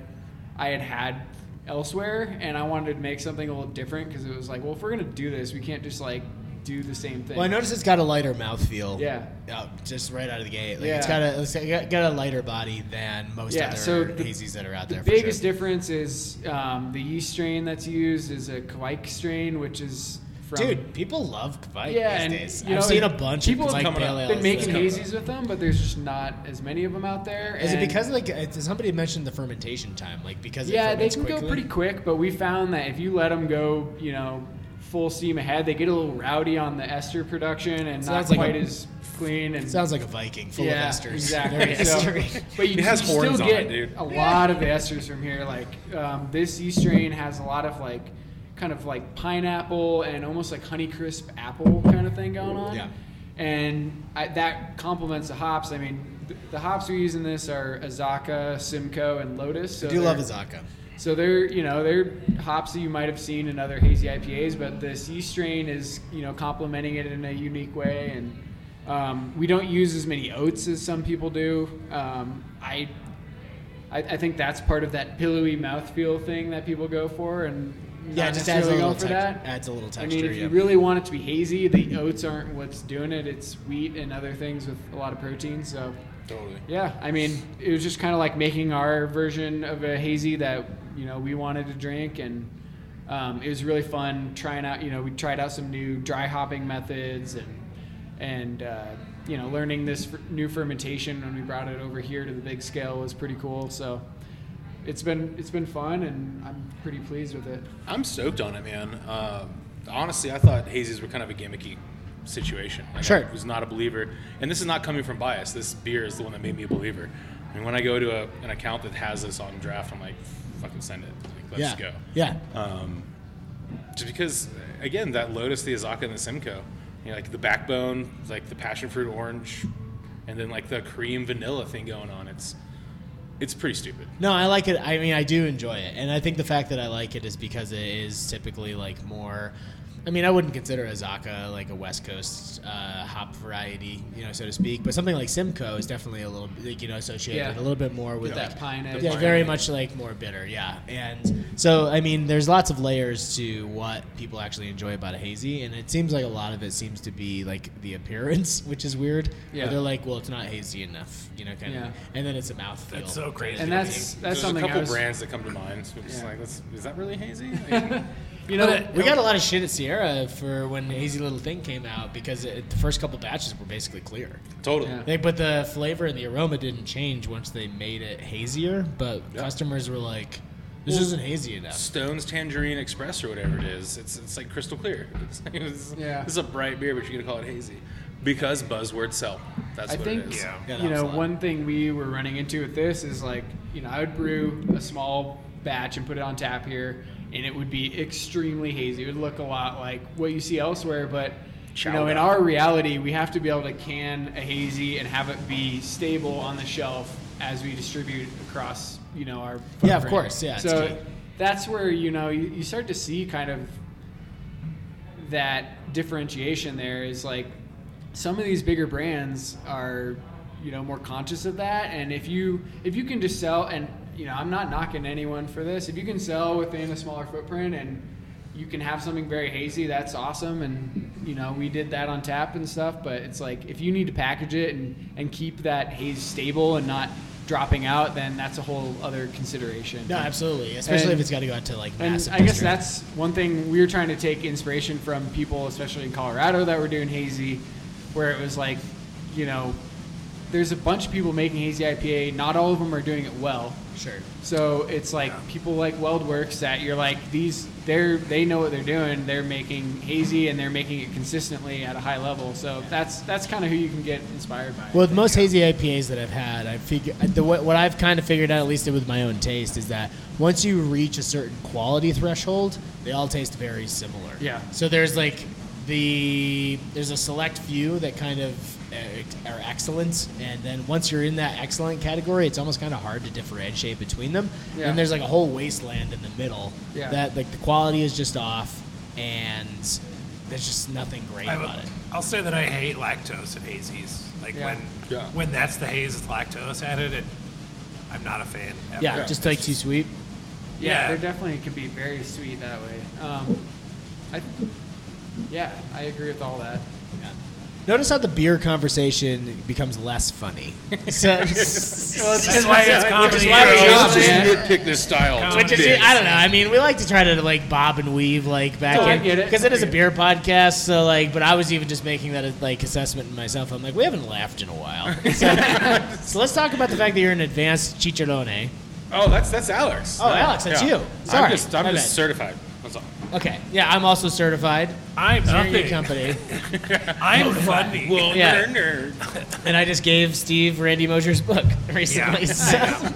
C: I had had elsewhere, and I wanted to make something a little different because it was like, well, if we're going to do this, we can't just like do the same thing.
E: Well, I noticed it's got a lighter mouthfeel.
C: Yeah.
E: uh, just right out of the gate. Like it's
C: Yeah.
E: got a it's got- got a lighter body than most
C: Yeah,
E: other
C: so the-
E: hazies that are out
C: The
E: there. for
C: biggest
E: sure.
C: difference is um, the yeast strain that's used is a Kvike strain, which is from
E: Dude, people love Kvike
C: Yeah,
E: these
C: and,
E: days.
C: you
E: I've
C: know,
E: seen a
C: and
E: bunch
C: people
E: of
C: have
E: Kvike
D: come
E: pale
D: up-
E: ales.
C: been making
E: that-
C: hazies with them, but there's just not as many of them out there.
E: Is it
C: and-
E: because like it's- somebody mentioned the fermentation time? Like because it
C: Yeah, they
E: ferments
C: can go
E: quickly?
C: pretty quick, but we found that if you let them go, you know, full steam ahead, they get a little rowdy on the ester production and
E: Sounds
C: not
E: like
C: quite
E: a-
C: as clean and.
E: Sounds like a Viking full
C: yeah,
E: of esters. *laughs*
C: *laughs* exactly.
E: Very
C: So,
E: estery.
C: but you,
D: It has
C: you
D: horns
C: still
D: on
C: get
D: it, dude.
C: a lot of the esters from here. Like um, this yeast strain has a lot of like, kind of like pineapple and almost like Honeycrisp apple kind of thing going on.
E: Yeah.
C: And I, that complements the hops. I mean, th- the hops we use in this are Azaka, Simcoe, and Lotus. So
E: I do love
C: they're-
E: Azaka.
C: so they're, you know, they're hops that you might have seen in other hazy IPAs, but this yeast strain is, you know, complementing it in a unique way. And um, we don't use as many oats as some people do. Um, I, I, I think that's part of that pillowy mouthfeel thing that people go for, and
E: Yeah,
C: not
E: it just adds a
C: necessarily go
E: little
C: for
E: texture.
C: that.
E: Adds a little
C: I
E: texture.
C: mean, if
E: yeah.
C: you really want it to be hazy, the oats aren't what's doing it. It's wheat and other things with a lot of protein. So
D: Totally.
C: yeah, I mean, it was just kind of like making our version of a hazy that you know we wanted to drink, and um, it was really fun trying out. You know, we tried out some new dry hopping methods and and uh, you know learning this f- new fermentation when we brought it over here to the big scale was pretty cool. So it's been it's been fun, and I'm pretty pleased with it.
D: I'm stoked on it, man. Uh, honestly, I thought hazies were kind of a gimmicky situation. Like,
E: Sure.
D: I was not a believer, and this is not coming from bias. This beer is the one that made me a believer. I mean, when I go to a, an account that has this on draft, I'm like, fucking send it. Like,
E: yeah.
D: let's go.
E: Yeah.
D: Just because, again, that Lotus, the Azaka, and the Simcoe, you know, like the backbone, like the passion fruit orange, and then like the cream vanilla thing going on. It's it's pretty stupid.
E: No, I like it. I mean, I do enjoy it, and I think the fact that I like it is because it is typically like more. I mean, I wouldn't consider Azaka like a West Coast uh, hop variety, you know, so to speak. But something like Simcoe is definitely a little, like, you know, associated
C: Yeah.
E: a little bit more with
C: With that
E: like-
C: pine edge.
E: Yeah, very much like more bitter. Yeah, and so I mean, there's lots of layers to what people actually enjoy about a hazy, and it seems like a lot of it seems to be like the appearance, *laughs* which is weird. where
C: Yeah.
E: they're like, well, it's not hazy enough, you know, kind
C: Yeah.
E: of, and then it's a mouthfeel.
F: That's so crazy.
C: And that's that's
D: There's a
C: something
D: couple
C: I was,
D: brands that come to mind. So it's
C: Yeah.
D: like, that's, is that really hazy?
C: *laughs*
D: I mean,
C: you know.
F: But it-
E: We got a lot of shit at Sierra for when Hazy Little Thing came out because it, the first couple batches were basically clear.
D: totally.
C: Yeah.
E: They, but the flavor and the aroma didn't change once they made it hazier. But customers were like, "This isn't hazy enough."
D: Stone's Tangerine Express or whatever it is. It's it's like crystal clear. *laughs* It's, it's,
C: Yeah.
D: it's a bright beer, but you're gonna call it hazy because buzzwords sell. That's
C: I
D: what
C: think
D: it is.
F: Yeah.
E: Yeah, that
C: you
E: was
C: know
E: a lot.
C: one thing we were running into with this is like you know I would brew a small batch and put it on tap here, and it would be extremely hazy. It would look a lot like what you see elsewhere, but you know in our reality we have to be able to can a hazy and have it be stable on the shelf as we distribute across you know our
E: Yeah, of
C: footprint.
E: course. Yeah, it's key.
C: so that's where you know you, you start to see kind of that differentiation there is like some of these bigger brands are you know more conscious of that and if you if you can just sell and you know i'm not knocking anyone for this if you can sell within a smaller footprint and you can have something very hazy that's awesome and you know we did that on tap and stuff but it's like if you need to package it and and keep that haze stable and not dropping out then that's a whole other consideration
E: No, absolutely. Especially if
C: And-
E: it's got to go out to like
C: and
E: massive.
C: I guess
E: district.
C: that's one thing we were trying to take inspiration from people, especially in Colorado, that were doing hazy, where it was like, you know, there's a bunch of people making hazy IPA. Not all of them are doing it well.
E: Sure.
C: So it's like people like Weldworks that you're like these they're they know what they're doing. They're making hazy and they're making it consistently at a high level. So that's that's kind of who you can get inspired by.
E: Well, with most hazy IPAs that I've had, I figure the what, what I've kind of figured out, at least with my own taste, is that once you reach a certain quality threshold, they all taste very similar.
C: Yeah.
E: So there's like the there's a select few that kind of uh, ex- are excellent, and then once you're in that excellent category, it's almost kind of hard to differentiate between them.
C: Yeah.
E: And there's like a whole wasteland in the middle
C: Yeah.
E: that like the quality is just off, and there's just nothing great
F: I
E: about it.
F: will say that I hate lactose in hazies. Like
C: Yeah.
F: when
D: Yeah.
F: when that's the haze with lactose added, it, I'm not a fan. ever.
E: Yeah, just like too sweet.
C: yeah,
F: Yeah.
C: they definitely could be very sweet that way. Um, I, yeah, I agree with all that.
E: Notice how the beer conversation becomes less *laughs* funny. So, which is,
F: That's why it's comedy.
E: why
D: Yeah, let's
C: we-
D: just
C: man.
D: nitpick this style.
F: Which
E: I don't know. I mean, we like to try to like bob and weave like back
C: No, I
E: in
C: get it.
E: because it
C: I
E: is a
C: get
E: beer podcast. So like, but I was even just making that like assessment in myself. I'm like, we haven't laughed in a *laughs* while. So, so let's talk about the fact that you're an advanced chicharrone.
D: Oh, that's that's Alex.
E: Oh, Alex, that's you. Sorry,
D: I'm just, I'm
E: my
D: just
E: bad.
D: certified. That's all.
E: Okay, yeah, I'm also certified.
F: I'm
E: Nothing. *laughs*
F: nothing.
E: company,
F: I'm funny.
D: Well,
E: Yeah.
D: nerd, nerd.
E: and I just gave Steve Randy Mosier's book *laughs* recently.
F: Yeah.
E: so-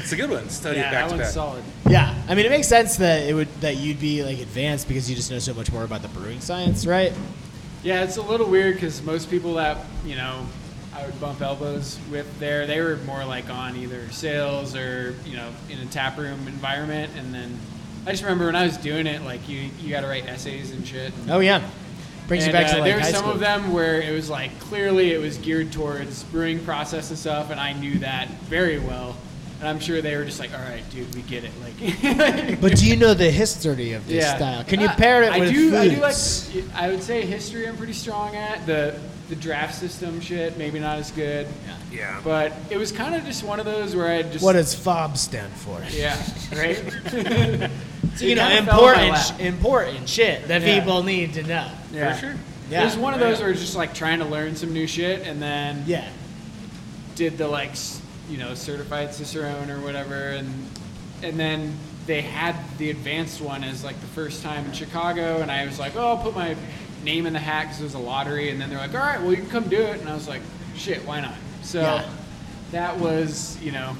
D: It's a good one. Study
C: Yeah,
D: it back
C: that
D: to
C: one's
D: back.
C: solid.
E: Yeah, I mean, it makes sense that it would that you'd be like advanced because you just know so much more about the brewing science, right?
C: Yeah, it's a little weird because most people that you know I would bump elbows with there, they were more like on either sales or you know in a tap room environment, and then I just remember when I was doing it, like you you got to write essays and shit.
E: Oh yeah, brings you
C: And,
E: back
C: uh,
E: to like
C: there
E: high
C: were some
E: school.
C: of them where it was like clearly it was geared towards brewing process and stuff, and I knew that very well. And I'm sure they were just like, "All right, dude, we get it." Like, *laughs*
E: But do you know the history of this
C: yeah.
E: style? Can you
C: Uh,
E: pair it
C: I
E: with
C: do,
E: foods?
C: I do like. I would say history. I'm pretty strong at the the draft system shit. Maybe not as good.
F: Yeah.
C: But it was kind of just one of those where I just
E: what does FOB stand for?
C: *laughs* yeah
E: *laughs*
C: right. *laughs*
E: So, you know,
C: kinda fell in my
E: important,
C: lap.
E: sh- important shit that
C: Yeah.
E: people need to know.
C: yeah.
D: For sure.
E: Yeah.
C: It was one of those where it's just like trying to learn some new shit and then
E: Yeah,
C: did the like s- you know certified cicerone or whatever and and then they had the advanced one as like the first time in chicago and i was like oh i'll put my name in the hat because it was a lottery and then they're like all right well you can come do it and i was like shit why not so
E: Yeah.
C: that was you know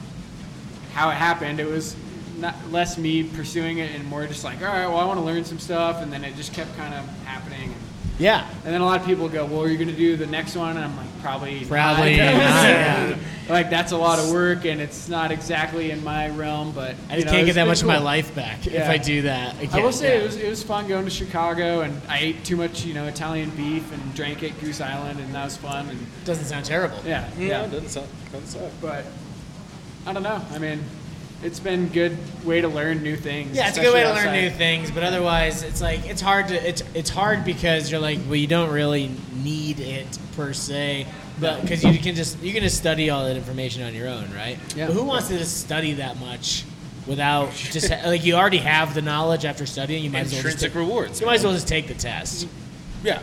C: how it happened it was not less me pursuing it and more just like all right well i want to learn some stuff and then it just kept kind of happening
E: yeah,
C: and then a lot of people go well are you going to do the next one and i'm like probably not." *laughs*
E: probably. not, yeah.
C: Like that's a lot of work, and it's not exactly in my realm.
E: I
C: But you
E: just
C: know,
E: can't
C: it's
E: get that
C: been
E: much of my
C: cool.
E: life back if
C: Yeah.
E: I do that. Again.
C: I will say
E: yeah.
C: it was it was fun going to Chicago, and I ate too much, you know, Italian beef and drank at Goose Island, and that was fun. And
E: doesn't sound terrible.
C: yeah,
D: Yeah,
C: yeah.
D: it Mm, doesn't suck. Doesn't suck.
C: But I don't know. I mean, it's been good way to learn new things.
E: Yeah, it's a good way to
C: especially
E: learn new
C: outside.
E: things, but otherwise, it's like it's hard to it's it's hard because you're like, well, you don't really need it per se, but because you can just you can just study all that information on your own, right?
C: Yeah.
E: But who wants to just study that much without *laughs* just like you already have the knowledge after studying? You might as well just
D: Intrinsic
E: take,
D: rewards.
E: you might as well just take the *laughs* test.
D: Yeah.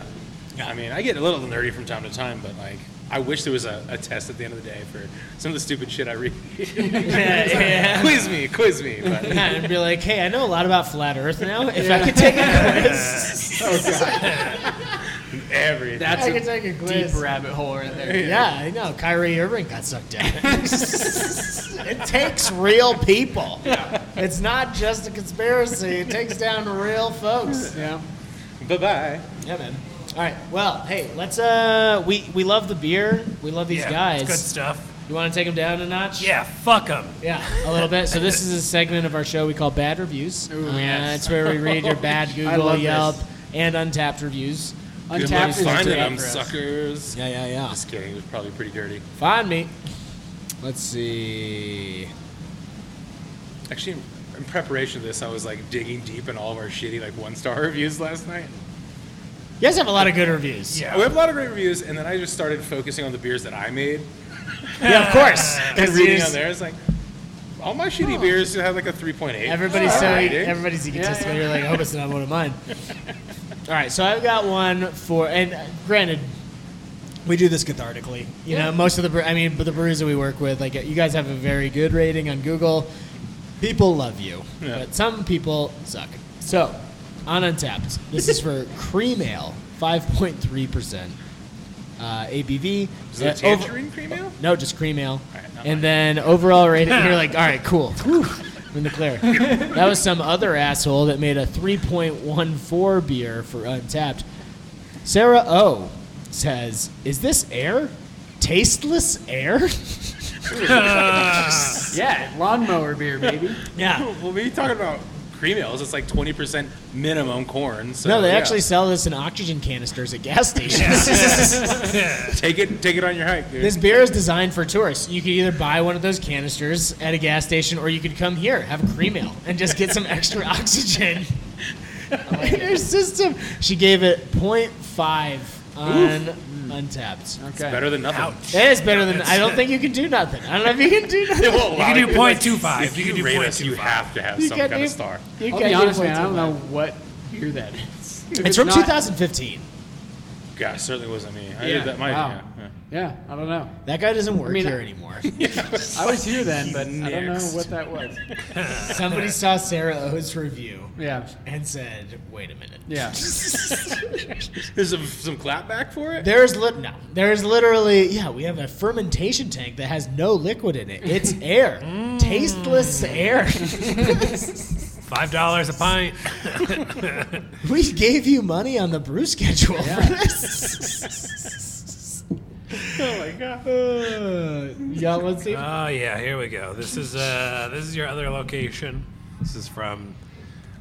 D: Yeah, I mean, I get a little nerdy from time to time, but like, I wish there was a, a test at the end of the day for some of the stupid shit
E: *laughs*
D: I read.
E: yeah.
D: *laughs* quiz me, quiz me.
E: *laughs*
D: But
E: Yeah, and be like, hey, I know a lot about flat Earth now. If I could take a quiz,
D: everything.
E: *laughs*
C: That's
E: I
C: a
E: could take a quiz.
C: deep rabbit hole right there.
E: Yeah, I know. Kyrie Irving got sucked *laughs* in. it takes real people. It's not just a conspiracy. It takes down real folks.
C: Yeah.
D: Bye bye.
E: Yeah, man. All right. Well, hey, let's. Uh, we we love the beer. We love these
F: yeah, it's good
E: guys.
F: stuff.
E: You want to take them down a notch?
F: Yeah, fuck them. *laughs*
E: Yeah, a little bit. So this is a segment of our show we call Bad Reviews.
C: Ooh,
E: uh,
C: yes.
E: It's where we read your
C: *laughs*
E: bad Google,
C: love this.
E: Yelp, and Untapped reviews.
D: Good
C: Untapped
D: luck
C: is a
D: finding
C: great
D: them,
C: for us.
D: suckers.
E: Yeah, yeah, yeah.
D: Just kidding. It was probably pretty dirty.
E: Find me. Let's see.
D: Actually, in preparation for this, I was like digging deep in all of our shitty like one star *laughs* reviews last night.
E: You guys have a lot of good reviews.
F: Yeah.
D: We have a lot of great reviews, and then I just started focusing on the beers that I made
E: *laughs* Yeah, of course.
D: and
E: Because Oh.
D: reading on there. It's like all my shitty beers have like a three point eight.
E: Everybody's so
D: Alrighty.
E: everybody's egotistical. You're like, I hope it's not one of mine. All right, so I've got one for, and uh, granted, we do this cathartically. You know, most of the bre- I mean, but the breweries that we work with, like you guys have a very good rating on Google. People love you,
D: Yeah.
E: but some people suck. So, on Untapped, this is
D: *laughs*
E: for Cream Ale, five point three percent uh, ABV.
D: Is it a
E: Uh, over-
D: tangerine cream ale?
E: no, just cream ale.
D: right, not
E: and then overall rating, and you're like, all right, cool. Whew, I'm in the clear. that was some other asshole that made a 3.14 beer for Untapped. Sarah O says, is this air? Tasteless air?
C: Yeah,
E: *laughs*
C: lawnmower beer, baby.
E: yeah.
D: *laughs* Well, we talking about cream ales. It's like twenty percent minimum corn. So
E: No, they
D: Oh, yeah.
E: actually sell this in oxygen canisters at
D: *laughs*
E: gas stations. *laughs*
D: take it. Take it on your hike, dude.
E: This beer is designed for tourists. You could either buy one of those canisters at a gas station, or you could come here, have a cream ale, and just get some extra *laughs* oxygen
C: *laughs*
E: in your system. She gave it 0.5 on Untapped.
C: Okay.
D: Better than *laughs* nothing.
E: That is better than. I don't think you can do nothing. I don't know if you can do
D: They
E: nothing.
D: won't allow
F: do
D: Like,
F: 0.25.
D: if
F: You can do
D: rate us, You
F: 0.25.
D: have to have
E: You
D: some
E: can't
D: kind of
E: do-
D: star.
E: You
C: *laughs* I'll
E: can't
C: be
E: do
C: honest, man. I
E: 0.25.
C: don't know what beer that is. If
E: It's from
C: not-
E: 2015.
D: God, it certainly wasn't me. I
C: Yeah,
D: did that. My
C: wow.
D: yeah, yeah.
C: Yeah, I don't know.
E: That guy doesn't work
C: mean,
E: here
C: I- *laughs*
E: anymore.
C: I was here then, but I don't know
D: Next.
C: what that *laughs* was.
E: Somebody saw Sarah O's review
C: Yeah.
E: and said, "Wait a minute."
C: *laughs* Yeah.
D: There's some, some clapback for it.
E: There's lit no. There's literally yeah. We have a fermentation tank that has no liquid in it.
F: *laughs*
E: It's air,
F: Mm.
E: tasteless air.
F: Five dollars a pint.
E: we gave you money on the brew schedule for this.
D: Oh my god.
E: Uh,
C: *laughs*
E: y'all want to see?
F: Oh yeah, here we go. This is uh, this is your other location. This is from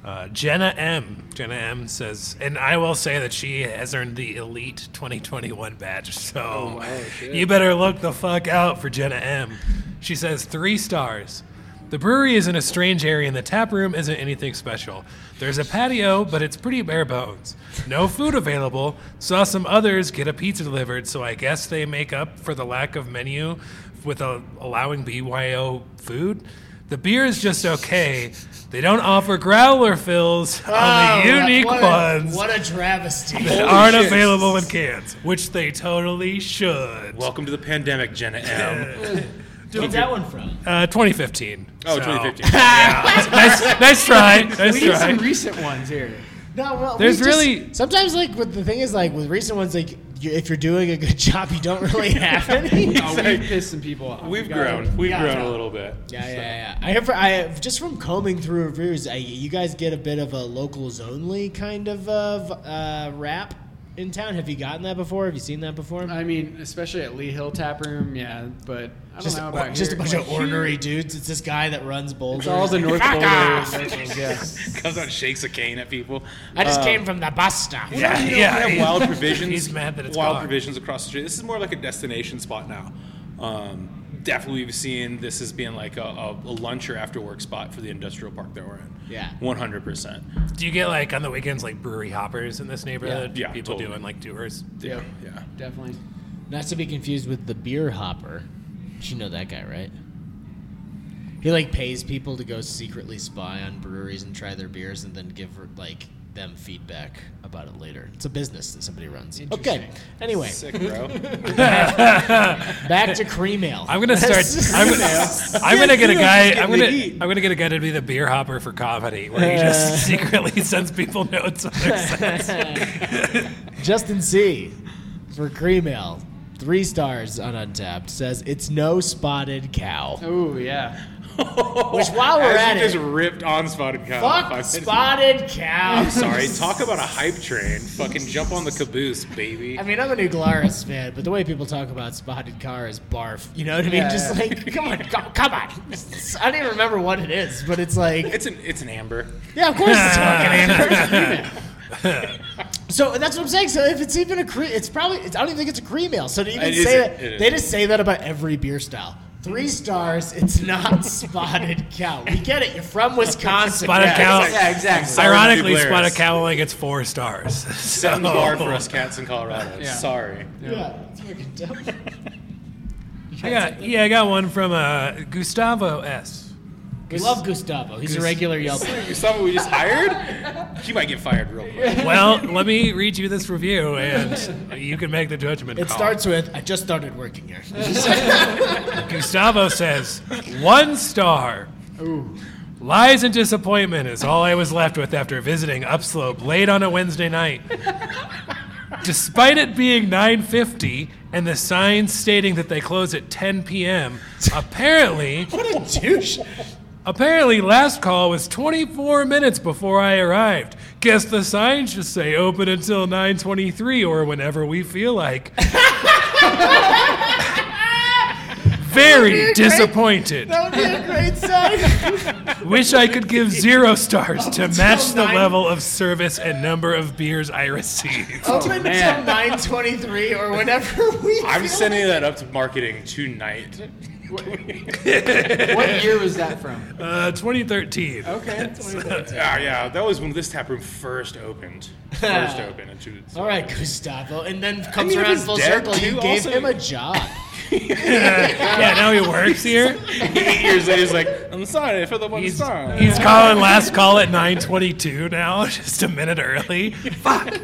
F: uh, Jenna M. Jenna M. says, and I will say that she has earned the elite 2021 badge.
E: Oh,
F: *laughs* So Oh. you better look the fuck out for Jenna M. She says three stars. The brewery is in a strange area, and the tap room isn't anything special. There's a patio, but it's pretty bare bones. No food available. Saw some others get a pizza delivered, so I guess they make up for the lack of menu with uh allowing BYO food. The beer is just okay. They don't offer growler fills on the unique
E: Oh, what
F: ones
E: A, what a travesty!
F: that aren't available in cans, which they totally should.
D: Welcome to the pandemic, Jenna M.
E: What's that one from?
F: Uh, 2015.
D: oh,
E: *laughs*
F: so-
D: 2015.
F: nice, nice try. Nice
C: We need some
F: try.
C: recent ones here.
E: No, well, we
F: There's
E: just-
F: really-
E: sometimes like with the thing is like with recent ones like you, if you're doing a good job, you don't really have
F: *laughs*
E: any.
C: Oh, we pissed some people off.
D: We've
C: We gotta-
D: grown. We've
E: Yeah.
D: grown a little bit.
E: Yeah, yeah, yeah. I have, I have just from combing through reviews, I, you guys get a bit of a locals only kind of uh, v- uh, rap in town. Have you gotten that before? Have you seen that before?
C: I mean, especially at Lee Hill Tap Room, yeah. But I don't
E: just
C: know about
E: or- just a
C: here.
E: bunch
C: Like
E: of ornery
C: here,
E: dudes. It's this guy that runs boulders.
C: It's all the North Boulder. yeah.
D: *laughs* Comes out and shakes a cane at people.
E: I
C: Uh,
D: Um,
E: just came from the bus stop.
F: Yeah,
D: You know,
F: yeah.
D: We have
E: *laughs*
D: wild provisions.
F: He's mad that it's
D: wild
F: gone.
D: provisions across the street. This is more like a destination spot now. Um, definitely, we've seen this as being like a, a, a lunch or after work spot for the industrial park that we're in.
E: Yeah.
D: one hundred percent.
F: Do you get like on the weekends like brewery hoppers in this *laughs* neighborhood?
D: Yeah, yeah,
F: people
D: totally.
F: doing like tours.
C: Yeah.
D: Yeah.
C: Definitely.
E: Not to be confused with the beer hopper. You know that guy, right? He like pays people to go secretly spy on breweries and try their beers, and then give like them feedback about it later. It's a business that somebody runs. Okay. Anyway,
D: Sick, bro.
E: back to cream
D: *laughs*
E: ale.
F: I'm gonna start. I'm, gonna- I'm gonna get a guy. I'm gonna. I'm gonna get a guy to be the beer hopper for comedy, where he just
D: *laughs*
F: secretly sends people notes. On their sets.
E: Justin C. for cream ale. Three stars on Untapped says it's no spotted cow.
C: Oh yeah.
E: *laughs*
D: *laughs*
E: Which while we're
D: As
E: at
D: you
E: it-
D: just ripped on spotted cow.
E: Fuck
D: Five minutes.
E: spotted cow.
D: *laughs* I'm sorry. Talk about a hype train. Fucking jump on the caboose, baby.
E: I mean, I'm a new Glaris fan, but the way people talk about spotted car is barf. You know what I mean?
C: Yeah.
E: Just like, come on, go, come on. I don't even remember what it is, but it's like,
D: It's an it's an amber.
E: yeah, of course it's fucking amber. So that's what I'm saying. So if it's even a cream, it's probably it's, I don't even think it's a cream ale. So to even
D: It
E: say
D: isn't.
E: that,
D: It
E: they
D: isn't.
E: just say that about every beer style. Three stars. It's not spotted cow. We get it. You're from Wisconsin.
F: Spotted
E: Yeah,
F: cow.
E: it's like-
C: Yeah, exactly.
F: *laughs* Ironically,
D: Blair's.
F: spotted cow only gets four stars. *laughs*
D: Set
F: So,
E: Oh.
D: the bar for us cats in Colorado.
C: Yeah.
D: Sorry.
E: Yeah, it's fucking dumb.
F: I got, yeah, I got one from uh, Gustavo S.
E: We love Gustavo. He's a regular Yelper.
D: Someone we just hired, he might get fired real quick.
F: Well, let me read you this review, and you can make
D: *laughs*
F: the judgment.
E: It
F: call.
E: starts with, I just started working here.
F: Gustavo says, one star. Lies and disappointment is all I was left with after visiting Upslope late on a
E: *laughs*
F: Wednesday night. Despite it being 9:50 and the signs stating that they close at
E: *laughs*
F: 10 p.m., apparently
E: what a douche.
F: apparently last call was 24 minutes before I arrived. Guess the signs just say open until 9:23 or whenever we
E: *laughs*
F: feel like. Very disappointed.
E: That would be *laughs* a great sign.
F: Wish I could give zero stars to match the
E: nine.
F: level of service and number of beers I received.
D: Oh,
E: Open until 923 or whenever *laughs* we
D: I'm
E: feel
D: sending that up to marketing tonight.
C: What year was that from?
F: Uh, 2013.
C: *laughs* Okay.
D: Ah, yeah, that was when this tap room first opened.
E: *laughs*
D: First opened. And she was-
E: All right, Gustavo. And then
D: mean,
E: comes
D: if
E: around
D: he's
E: full
D: dead,
E: circle.
D: too,
E: You gave
D: also-
E: him a job.
F: Yeah, now he works here.
D: Eight years later, he's like, I'm sorry for the one
F: He's,
D: star.
F: he's calling last call at 9:22 now, *laughs* just a minute early. Fuck.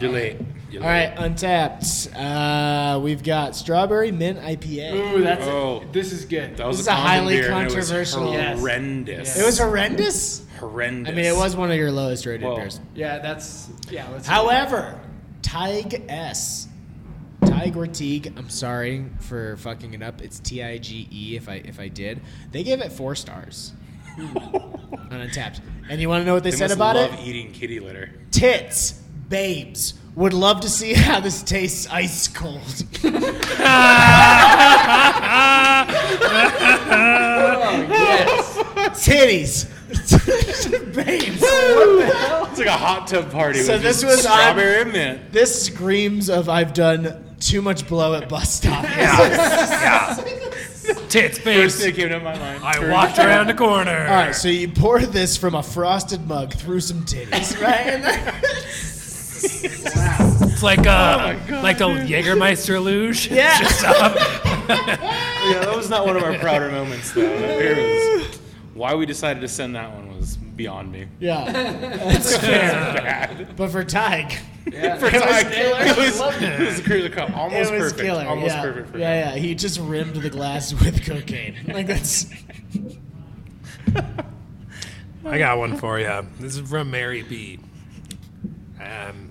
D: You're late. You're
E: All right, untapped. Uh, we've got strawberry mint IPA.
C: Ooh, that's
D: Oh.
C: this is good.
D: That was
E: This
D: a
E: is a
D: common
E: highly
D: beer, and it was
E: controversial- Yes.
D: horrendous.
E: It was horrendous.
D: horrendous.
E: I mean, it was one of your lowest rated
D: Well,
E: beers.
C: Yeah, that's yeah. Let's *laughs*
E: However, Tig S. Tig or Teague, I'm sorry for fucking it up. It's T I G E if I if I did. They gave it four stars
D: *laughs*
E: on Untapped. And you want to know what they,
D: They
E: said
D: must
E: about
D: love
E: it?
D: eating kitty litter.
E: Tits, babes. Would love to see how this tastes ice
D: *laughs*
E: cold.
F: Uh,
E: Titties, *laughs* babes.
D: It's like a hot tub party.
E: So
D: with
E: this
D: just
E: was on-
D: strawberry and mint.
E: This screams of I've done too much blow at bus stops.
F: Tits,
D: First
F: babes.
D: thing that came to my mind.
F: I walked around the corner.
E: All right, so you pour this from a frosted mug through some titties, right? And *laughs* then-
F: It's like uh, like the Jägermeister luge.
E: yeah.
D: Yeah, that was not one of our prouder moments, though. That beer was- why we decided to send that one was beyond me. *laughs*
E: Yeah. That's fair. But for Tyke,
D: For it, was
E: killer.
D: it was it was a cruiser cup,
E: it
D: almost
E: was
D: perfect,
E: killer.
D: almost
E: yeah.
D: perfect for him.
E: yeah, yeah. He just rimmed the glass with cocaine. Like that's
F: I got one for you. This is from Mary B. Um,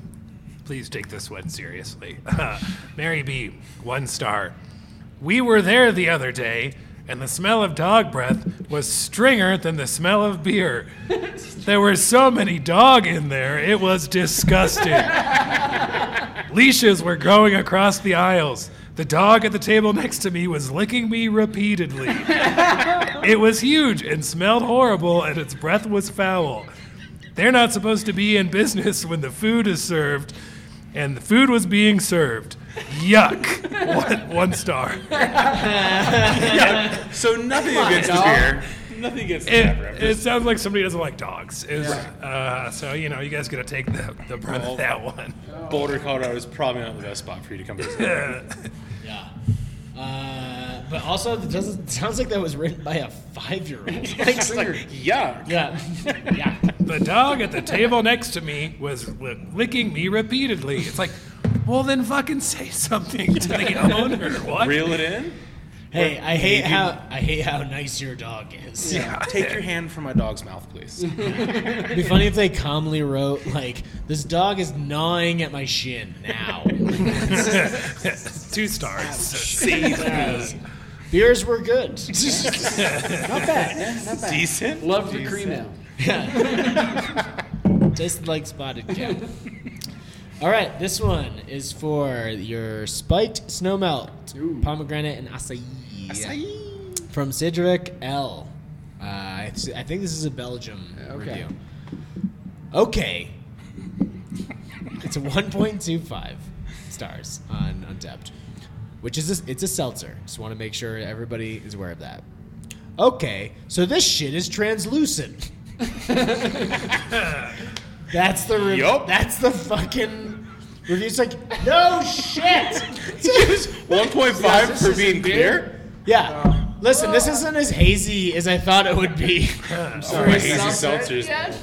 F: please take this one seriously. *laughs* Mary B, one star. We were there the other day, and the smell of dog breath was stringer than the smell of beer. There were so many dog in there, it was disgusting. Leashes were going across the aisles. The dog at the table next to me was licking me repeatedly. It was huge and smelled horrible, and its breath was foul. They're not supposed to be in business *laughs* when the food is served, and the food was being served. Yuck. *laughs* One, one star.
D: So nothing against the beer, nothing against the tap room.
F: It, it sounds like somebody doesn't like dogs. Is, uh, so, you know, you guys got to take the, the brunt of that one.
D: Boulder, Colorado is probably not the best spot for you to come
F: *laughs*
D: visit.
E: yeah. Uh, but also, it doesn't sounds like that was written by a *laughs* five-year-old. Like, it's like-
D: yeah,
E: yeah, yeah.
F: The dog at the table next to me was li- licking me repeatedly. It's like, well, then fucking say something to the owner. What?
D: reel it in.
E: Hey, I hate how I hate how nice your dog is.
D: Take your hand from my dog's mouth,
E: *laughs*
D: please.
E: It'd be funny if they calmly wrote like, "This dog is gnawing at my shin *laughs* now."
F: Two stars.
E: Beers were *laughs* good.
D: Decent.
C: love the cream ale.
E: Tasted like spotted cat. *laughs* All right, this one is for your spiked snowmelt, pomegranate and acai. From Cedric L. Uh, I th- I think this is a Belgium
C: okay.
E: review. Okay. *laughs* it's a 1.25 stars on Untapped, which is a, it's a seltzer. Just want to make sure everybody is aware of that. Okay, so this shit is
D: *laughs*
E: translucent. That's the re-
D: Yup.
E: that's the fucking review's like no shit.
D: *laughs* One point five for being beer.
E: yeah. Listen, this isn't as hazy as I thought it would *laughs* be.
D: Oh, my hazy
C: Seltzer?
D: seltzers.
C: Yeah.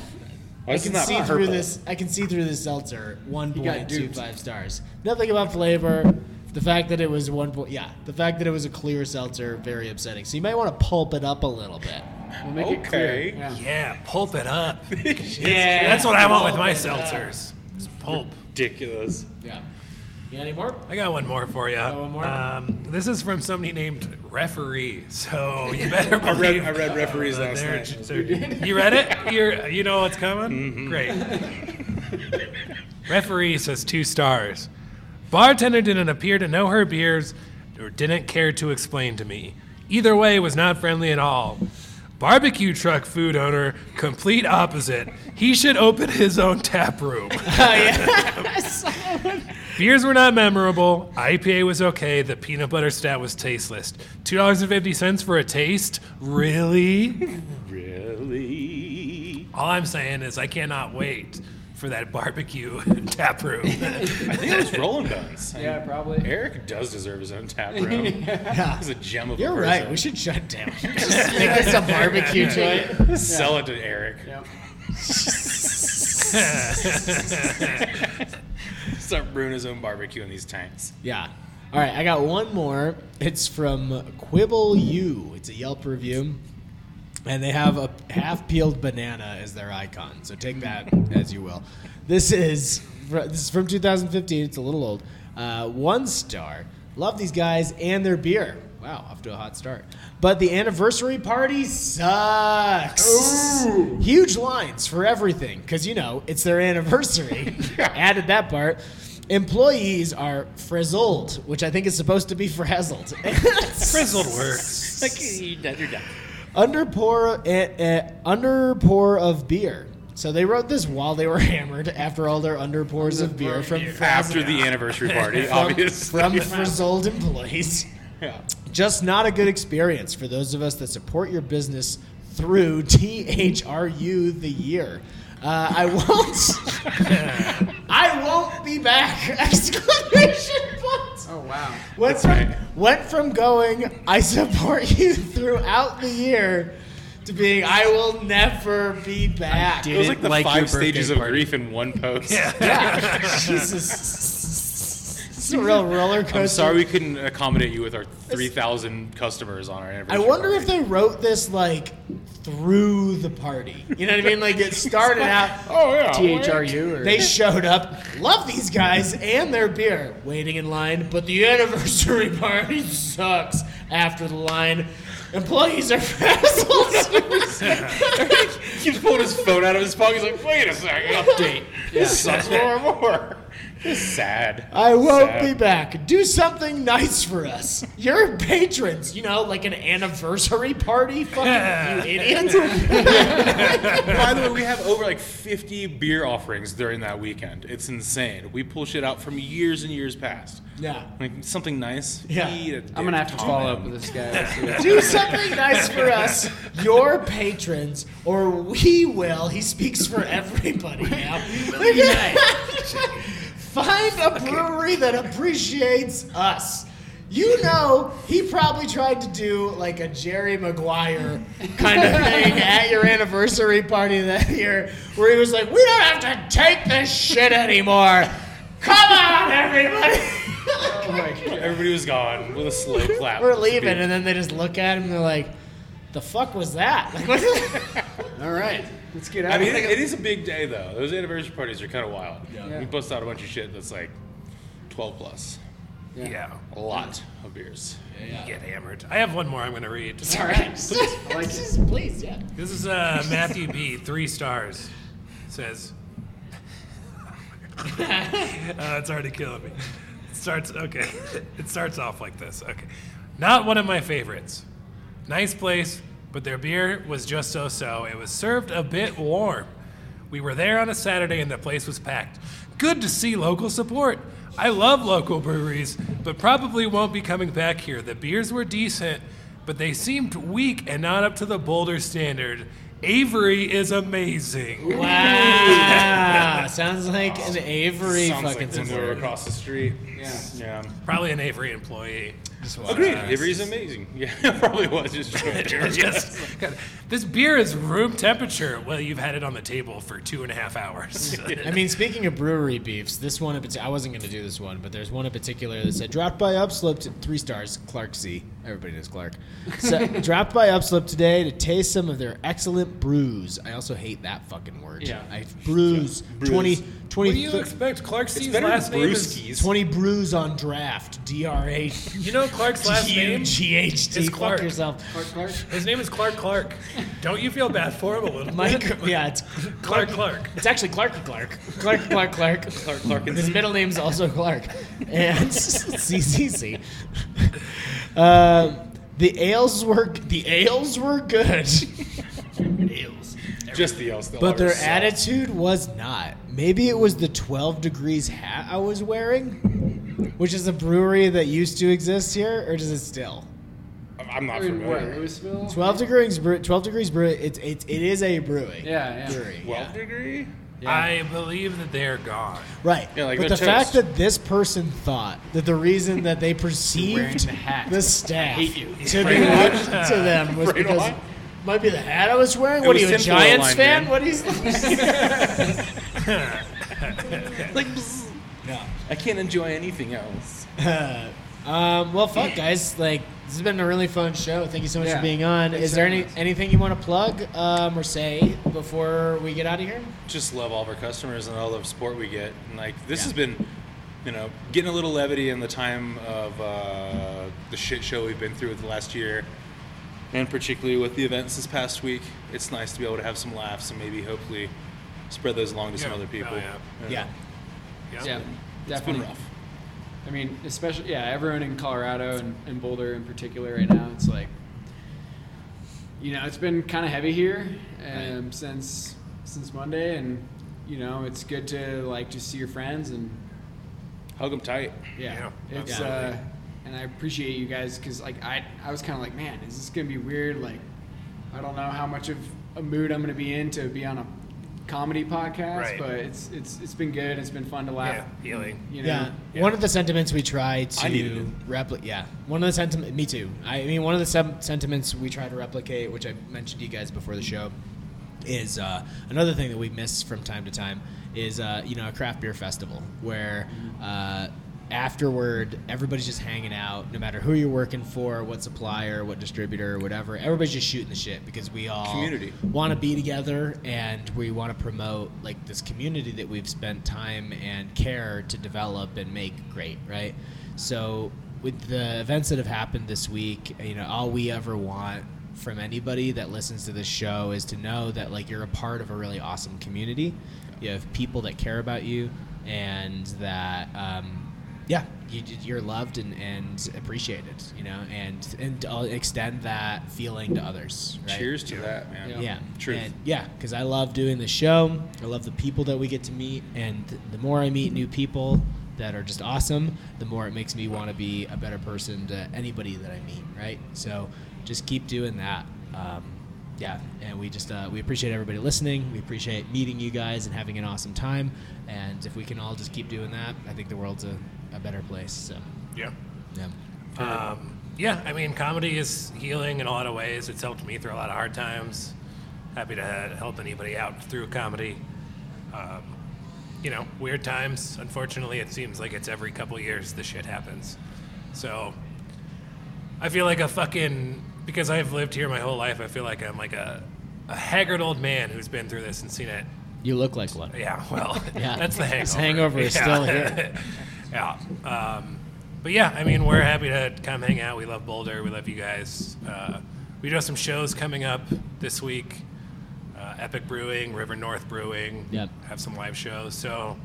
D: Why
E: I
D: is it
E: can
D: not
E: see
D: purple?
E: through this. I can see through this seltzer. One point two
C: duped.
E: five stars. Nothing about flavor. The fact that it was one point. Yeah, the fact that it was a clear seltzer very upsetting. So you might want to pulp it up a little bit.
C: We'll make it clear.
D: Okay.
C: Yeah.
F: Yeah, pulp it up. yeah, that's what I want with my seltzers. It's pulp.
D: Ridiculous.
E: Yeah. You got any more?
F: I got one more for you.
E: one more?
F: Um, this is from somebody named Referee,
D: *laughs*
F: so you better
D: I read,
F: believe.
D: I read referees
F: that
D: last
F: they're
D: night.
F: j- they're- you read it? You're, you know what's coming?
D: Mm-hmm.
F: Great.
D: *laughs*
F: Referee says two stars. Bartender didn't appear to know her beers or didn't care to explain to me. Either way, was not friendly at all. Barbecue truck food owner, complete opposite. He should open his own tap room. Beers were not memorable. IPA was okay. The peanut butter stout was tasteless. Two dollars and fifty cents for a taste? Really?
D: Really?
F: All I'm saying is I cannot wait for that barbecue *laughs* tap room.
D: I think it was Rolling Bones.
C: Yeah, probably.
D: Eric does deserve his own *laughs* tap room. He's a gem of a
E: You're
D: person.
E: right. We
D: *laughs*
E: should *laughs* shut down. *laughs* Just make this a *laughs* barbecue joint.
D: Sell it to Eric. Start brewing his own barbecue in these tanks.
E: Yeah. All right, I got one more. It's from Quibble U. It's a Yelp review, and they have a half peeled banana as their icon. So take that as you will. This is fr- this is from 2015. It's a little old. Uh, one star. Love these guys and their beer. Wow, off to a hot start. But the anniversary party sucks. Huge lines for everything, because you know it's their anniversary. Added that part. Employees are frizzled, which I think is supposed to be frazzled.
F: Frizzled works.
E: underpour, eh, eh, underpour of beer. So they wrote this while they were *laughs* hammered after all their underpours of beer from
D: After the *laughs* anniversary party, obviously.
E: from frizzled employees.
D: Yeah.
E: Just not a good experience for those of us that support your business through *laughs* THRU the year. Uh, I
D: *laughs*
E: won't. I won't be back! *laughs* Exclamation point.
C: Oh wow.
E: Went
D: That's
E: from,
D: right.
E: went from going, I support *laughs* you throughout the year, to being, I will never be back.
D: *laughs* It was like the
G: Like your
D: five stages
G: birthday
D: of grief in one post.
E: Yeah. Jesus. *laughs* It's a real roller coaster.
D: *laughs* I'm sorry we couldn't accommodate you with our 3,000 customers on our
E: I
D: anniversary.
E: wonder
D: party.
E: if they wrote this like through the party. You know what I mean? Like it
D: *laughs*
E: started out,
D: Oh, yeah.
C: THRU or
E: they showed up, love these guys and their beer, waiting in line, but the anniversary *laughs* party sucks after the line. Employees are *laughs* frazzled.
D: *laughs* He's pulling his *laughs* phone out of his pocket. He's like, wait a second, *laughs* update. This sucks more and more. This is *laughs* sad.
E: I won't
D: Sad.
E: be back. Do something nice for us. You're patrons, you know, like an anniversary party. Fucking
D: *laughs*
E: you idiot.
D: By the way, we have over like 50 beer offerings during that weekend. It's insane. We pull shit out from years and years past.
E: yeah.
D: Like something nice.
E: Yeah.
D: Eat a
C: I'm gonna have to
D: dick,
C: follow up
D: Tom.
C: with this guy.
E: *laughs* Do something nice for us, your patrons, or we will. He speaks for everybody now. Find a brewery that appreciates us. You know, he probably tried to do like a Jerry Maguire kind of thing at your anniversary party that year, where he was like, We don't have to take this shit anymore. Come on, everybody.
D: Everybody was gone with
E: *laughs*
D: a slow clap.
E: We're leaving, and then they just look at him and they're like, "The fuck was that?" *laughs* Like, what All right.
C: Let's get out.
D: I
C: of
D: mean,
C: here.
D: it, *laughs* it is a big day though. Those anniversary parties are kind of wild. We bust out a bunch of shit that's like 12 plus.
F: Yeah.
D: A lot of beers.
F: Get hammered. I have one more I'm going to read.
E: All right. Please, please, yeah.
F: This is uh, Matthew B, three stars. Says, uh, it's already killing me. It starts, okay. It starts off like this. Okay. Not one of my favorites. Nice place, but their beer was just so so. It was served a bit warm. We were there on a Saturday and the place was packed. Good to see local support. I love local breweries, but probably won't be coming back here. The beers were decent, but they seemed weak and not up to the Boulder standard. Avery is amazing.
E: Wow. Sounds like an Avery
D: Sounds
E: fucking
D: like when we were across the street.
C: Yeah.
D: Yeah.
F: Probably an Avery employee.
E: Just watch.
D: Agreed. It is amazing. *laughs* Yeah, it probably was just
F: Just- God, this beer is room temperature. Well, you've had it on the table for two and a half hours.
E: I mean, speaking of brewery beefs, this one in particular, I wasn't going to do this one, but there's one in particular that said, dropped by Upslope to three stars, Clark C. Everybody knows Clark. So, dropped by Upslope today to taste some of their excellent brews. I also hate that fucking word.
C: Yeah.
E: I, brews,
D: brews.
E: 20,
F: what
E: 20,
F: do you expect? Clark
D: It's
F: C's
D: better than
F: last name is.
D: brewskis.
E: 20 brews on draft. D R A
F: You know Clark's last name?
E: G H T.
F: is
E: Fuck
F: Clark.
E: yourself.
C: Clark, Clark.
F: His name is Clark Clark. Don't you feel bad for him a little?
E: Mike,
F: bit?
E: yeah, it's,
F: Clark Clark.
E: it's actually Clarky Clark. Clark,
F: *laughs*
E: Clark, Clark.
D: Clark Larkinson.
E: His middle name's also Clark. And *laughs* CCC. Uh, the ales were the ales were good,
D: Just the else. The
E: but their
D: Lars.
E: attitude was not. Maybe it was the 12 degrees hat I was wearing, which is a brewery that used to exist here, or does it still?
D: I'm not
C: Or in what,
D: familiar.
C: Louisville?
E: 12 degrees brew. 12 degrees brew. It's it's it is a brewing.
C: Yeah, yeah.
E: Brewery, yeah.
D: 12 degree?
F: I believe that they're gone.
E: Right.
D: Yeah, like
E: but the
D: they're
E: fact
D: toast.
E: that this person thought that the reason that they
C: Wearing
E: perceived
C: the hat.
E: the staff to be
F: Brainwashed.
E: watched to them was
D: Brainwashed.
E: because might be the hat I was wearing.
D: It
E: what
D: was
E: are you, a
D: tinfoil
E: Giants
D: line,
E: fan?
D: man.
E: What is
D: *laughs*
E: *laughs*
D: Like, bzzz.
E: No.
D: I can't enjoy anything else.
E: *laughs* Um, well, fuck, guys. Like this has been a really fun show. Thank you so much
C: Yeah.
E: for being on.
C: Thanks
E: is there
C: for
E: any
C: having us.
E: anything you want to plug um, or say before we get out of here?
D: Just love all of our customers and all the support we get. And like, this
E: Yeah.
D: has been, you know, getting a little levity in the time of uh, the shit show we've been through with the last year. And particularly with the events this past week, it's nice to be able to have some laughs and maybe hopefully spread those along to some
F: Yeah.
D: other people.
F: Oh, yeah.
E: Yeah.
C: Yeah,
D: It's been
C: definitely.
D: rough.
C: I mean, especially yeah, everyone in Colorado and, and Boulder in particular right now, it's like, you know, it's been kind of heavy here um, since since Monday, and you know, it's good to like just see your friends and
D: Hug them tight.
C: yeah,
F: Yeah,
C: it's uh,
F: absolutely.
C: and I appreciate you guys because like I I was kind of like, man, is this gonna be weird? Like, I don't know how much of a mood I'm gonna be in to be on a comedy podcast,
F: Right.
C: but it's it's it's been good. It's been fun to
F: Yeah,
C: laugh.
F: healing.
C: You know,
E: Yeah.
F: Yeah.
E: One of the sentiments we try
D: I needed
E: to
D: it.
E: replicate. Yeah. One of the sentiments. Me too. I mean, one of the sem- sentiments we try to replicate, which I mentioned to you guys before the show, is uh, another thing that we miss from time to time is uh, you know a craft beer festival where. Uh, Afterward, everybody's just hanging out, no matter who you're working for, what supplier, what distributor, whatever. Everybody's just shooting the shit because we all
D: Community.
E: want to be together and we want to promote like this community that we've spent time and care to develop and make great right so with the events that have happened this week you know all we ever want from anybody that listens to this show is to know that like you're a part of a really awesome community you have people that care about you and that um, yeah you, you're loved and, and appreciated you know and and uh, extend that feeling to others right?
D: Cheers to that, man.
E: Yeah.
D: Truth.
E: And- yeah, because I love doing the show. I love the people that we get to meet, and th- the more I meet new people that are just awesome, the more it makes me want to be a better person to anybody that I meet. Right. So just keep doing that. Um, yeah, and we just uh, we appreciate everybody listening. We appreciate meeting you guys and having an awesome time. And if we can all just keep doing that, I think the world's a, a better place. So
F: Yeah.
E: yeah.
F: Um, yeah, I mean, comedy is healing in a lot of ways. It's helped me through a lot of hard times. Happy to uh, help anybody out through comedy. Um, you know, weird times. Unfortunately, it seems like it's every couple years the shit happens. So I feel like a fucking because I've lived here my whole life. I feel like I'm like a, a haggard old man who's been through this and seen it
E: You look like one.
F: yeah, well,
E: *laughs* Yeah.
F: that's the hangover.
E: This hangover is still here.
F: *laughs* yeah. Um, but yeah, I mean, we're happy to come hang out. We love Boulder. We love you guys. Uh, we do have some shows coming up this week. Uh, Epic Brewing, River North Brewing.
E: Yep.
F: Have some live shows. So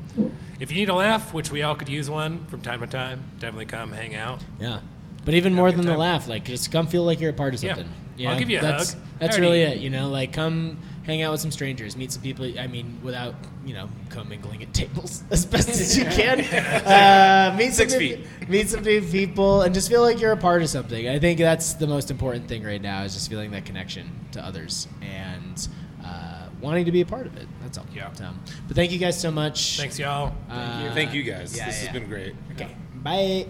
F: if you need a laugh, which we all could use one from time to time, definitely come hang out.
E: Yeah. But even more
F: good
E: than the
F: time.
E: laugh, like just come feel like you're a part of
F: Yeah.
E: something.
F: I'll
E: know?
F: give you a
E: that's,
F: hug.
E: That's
F: I
E: really
F: already-
E: it, you know. Like come hang out with some strangers, meet some people. I mean, without you know commingling at tables *laughs* as best
F: *laughs*
E: as you can. Uh, meet
D: Six
E: some new-
D: feet.
E: meet some new people, and just feel like you're a part of something. I think that's the most important thing right now is just feeling that connection to others and uh, wanting to be a part of it. That's all.
F: Yeah.
E: So, but thank you guys so much.
F: Thanks, y'all.
E: Uh,
D: Thank you guys.
E: yeah,
D: this
E: yeah.
D: has been great.
E: Okay. Bye.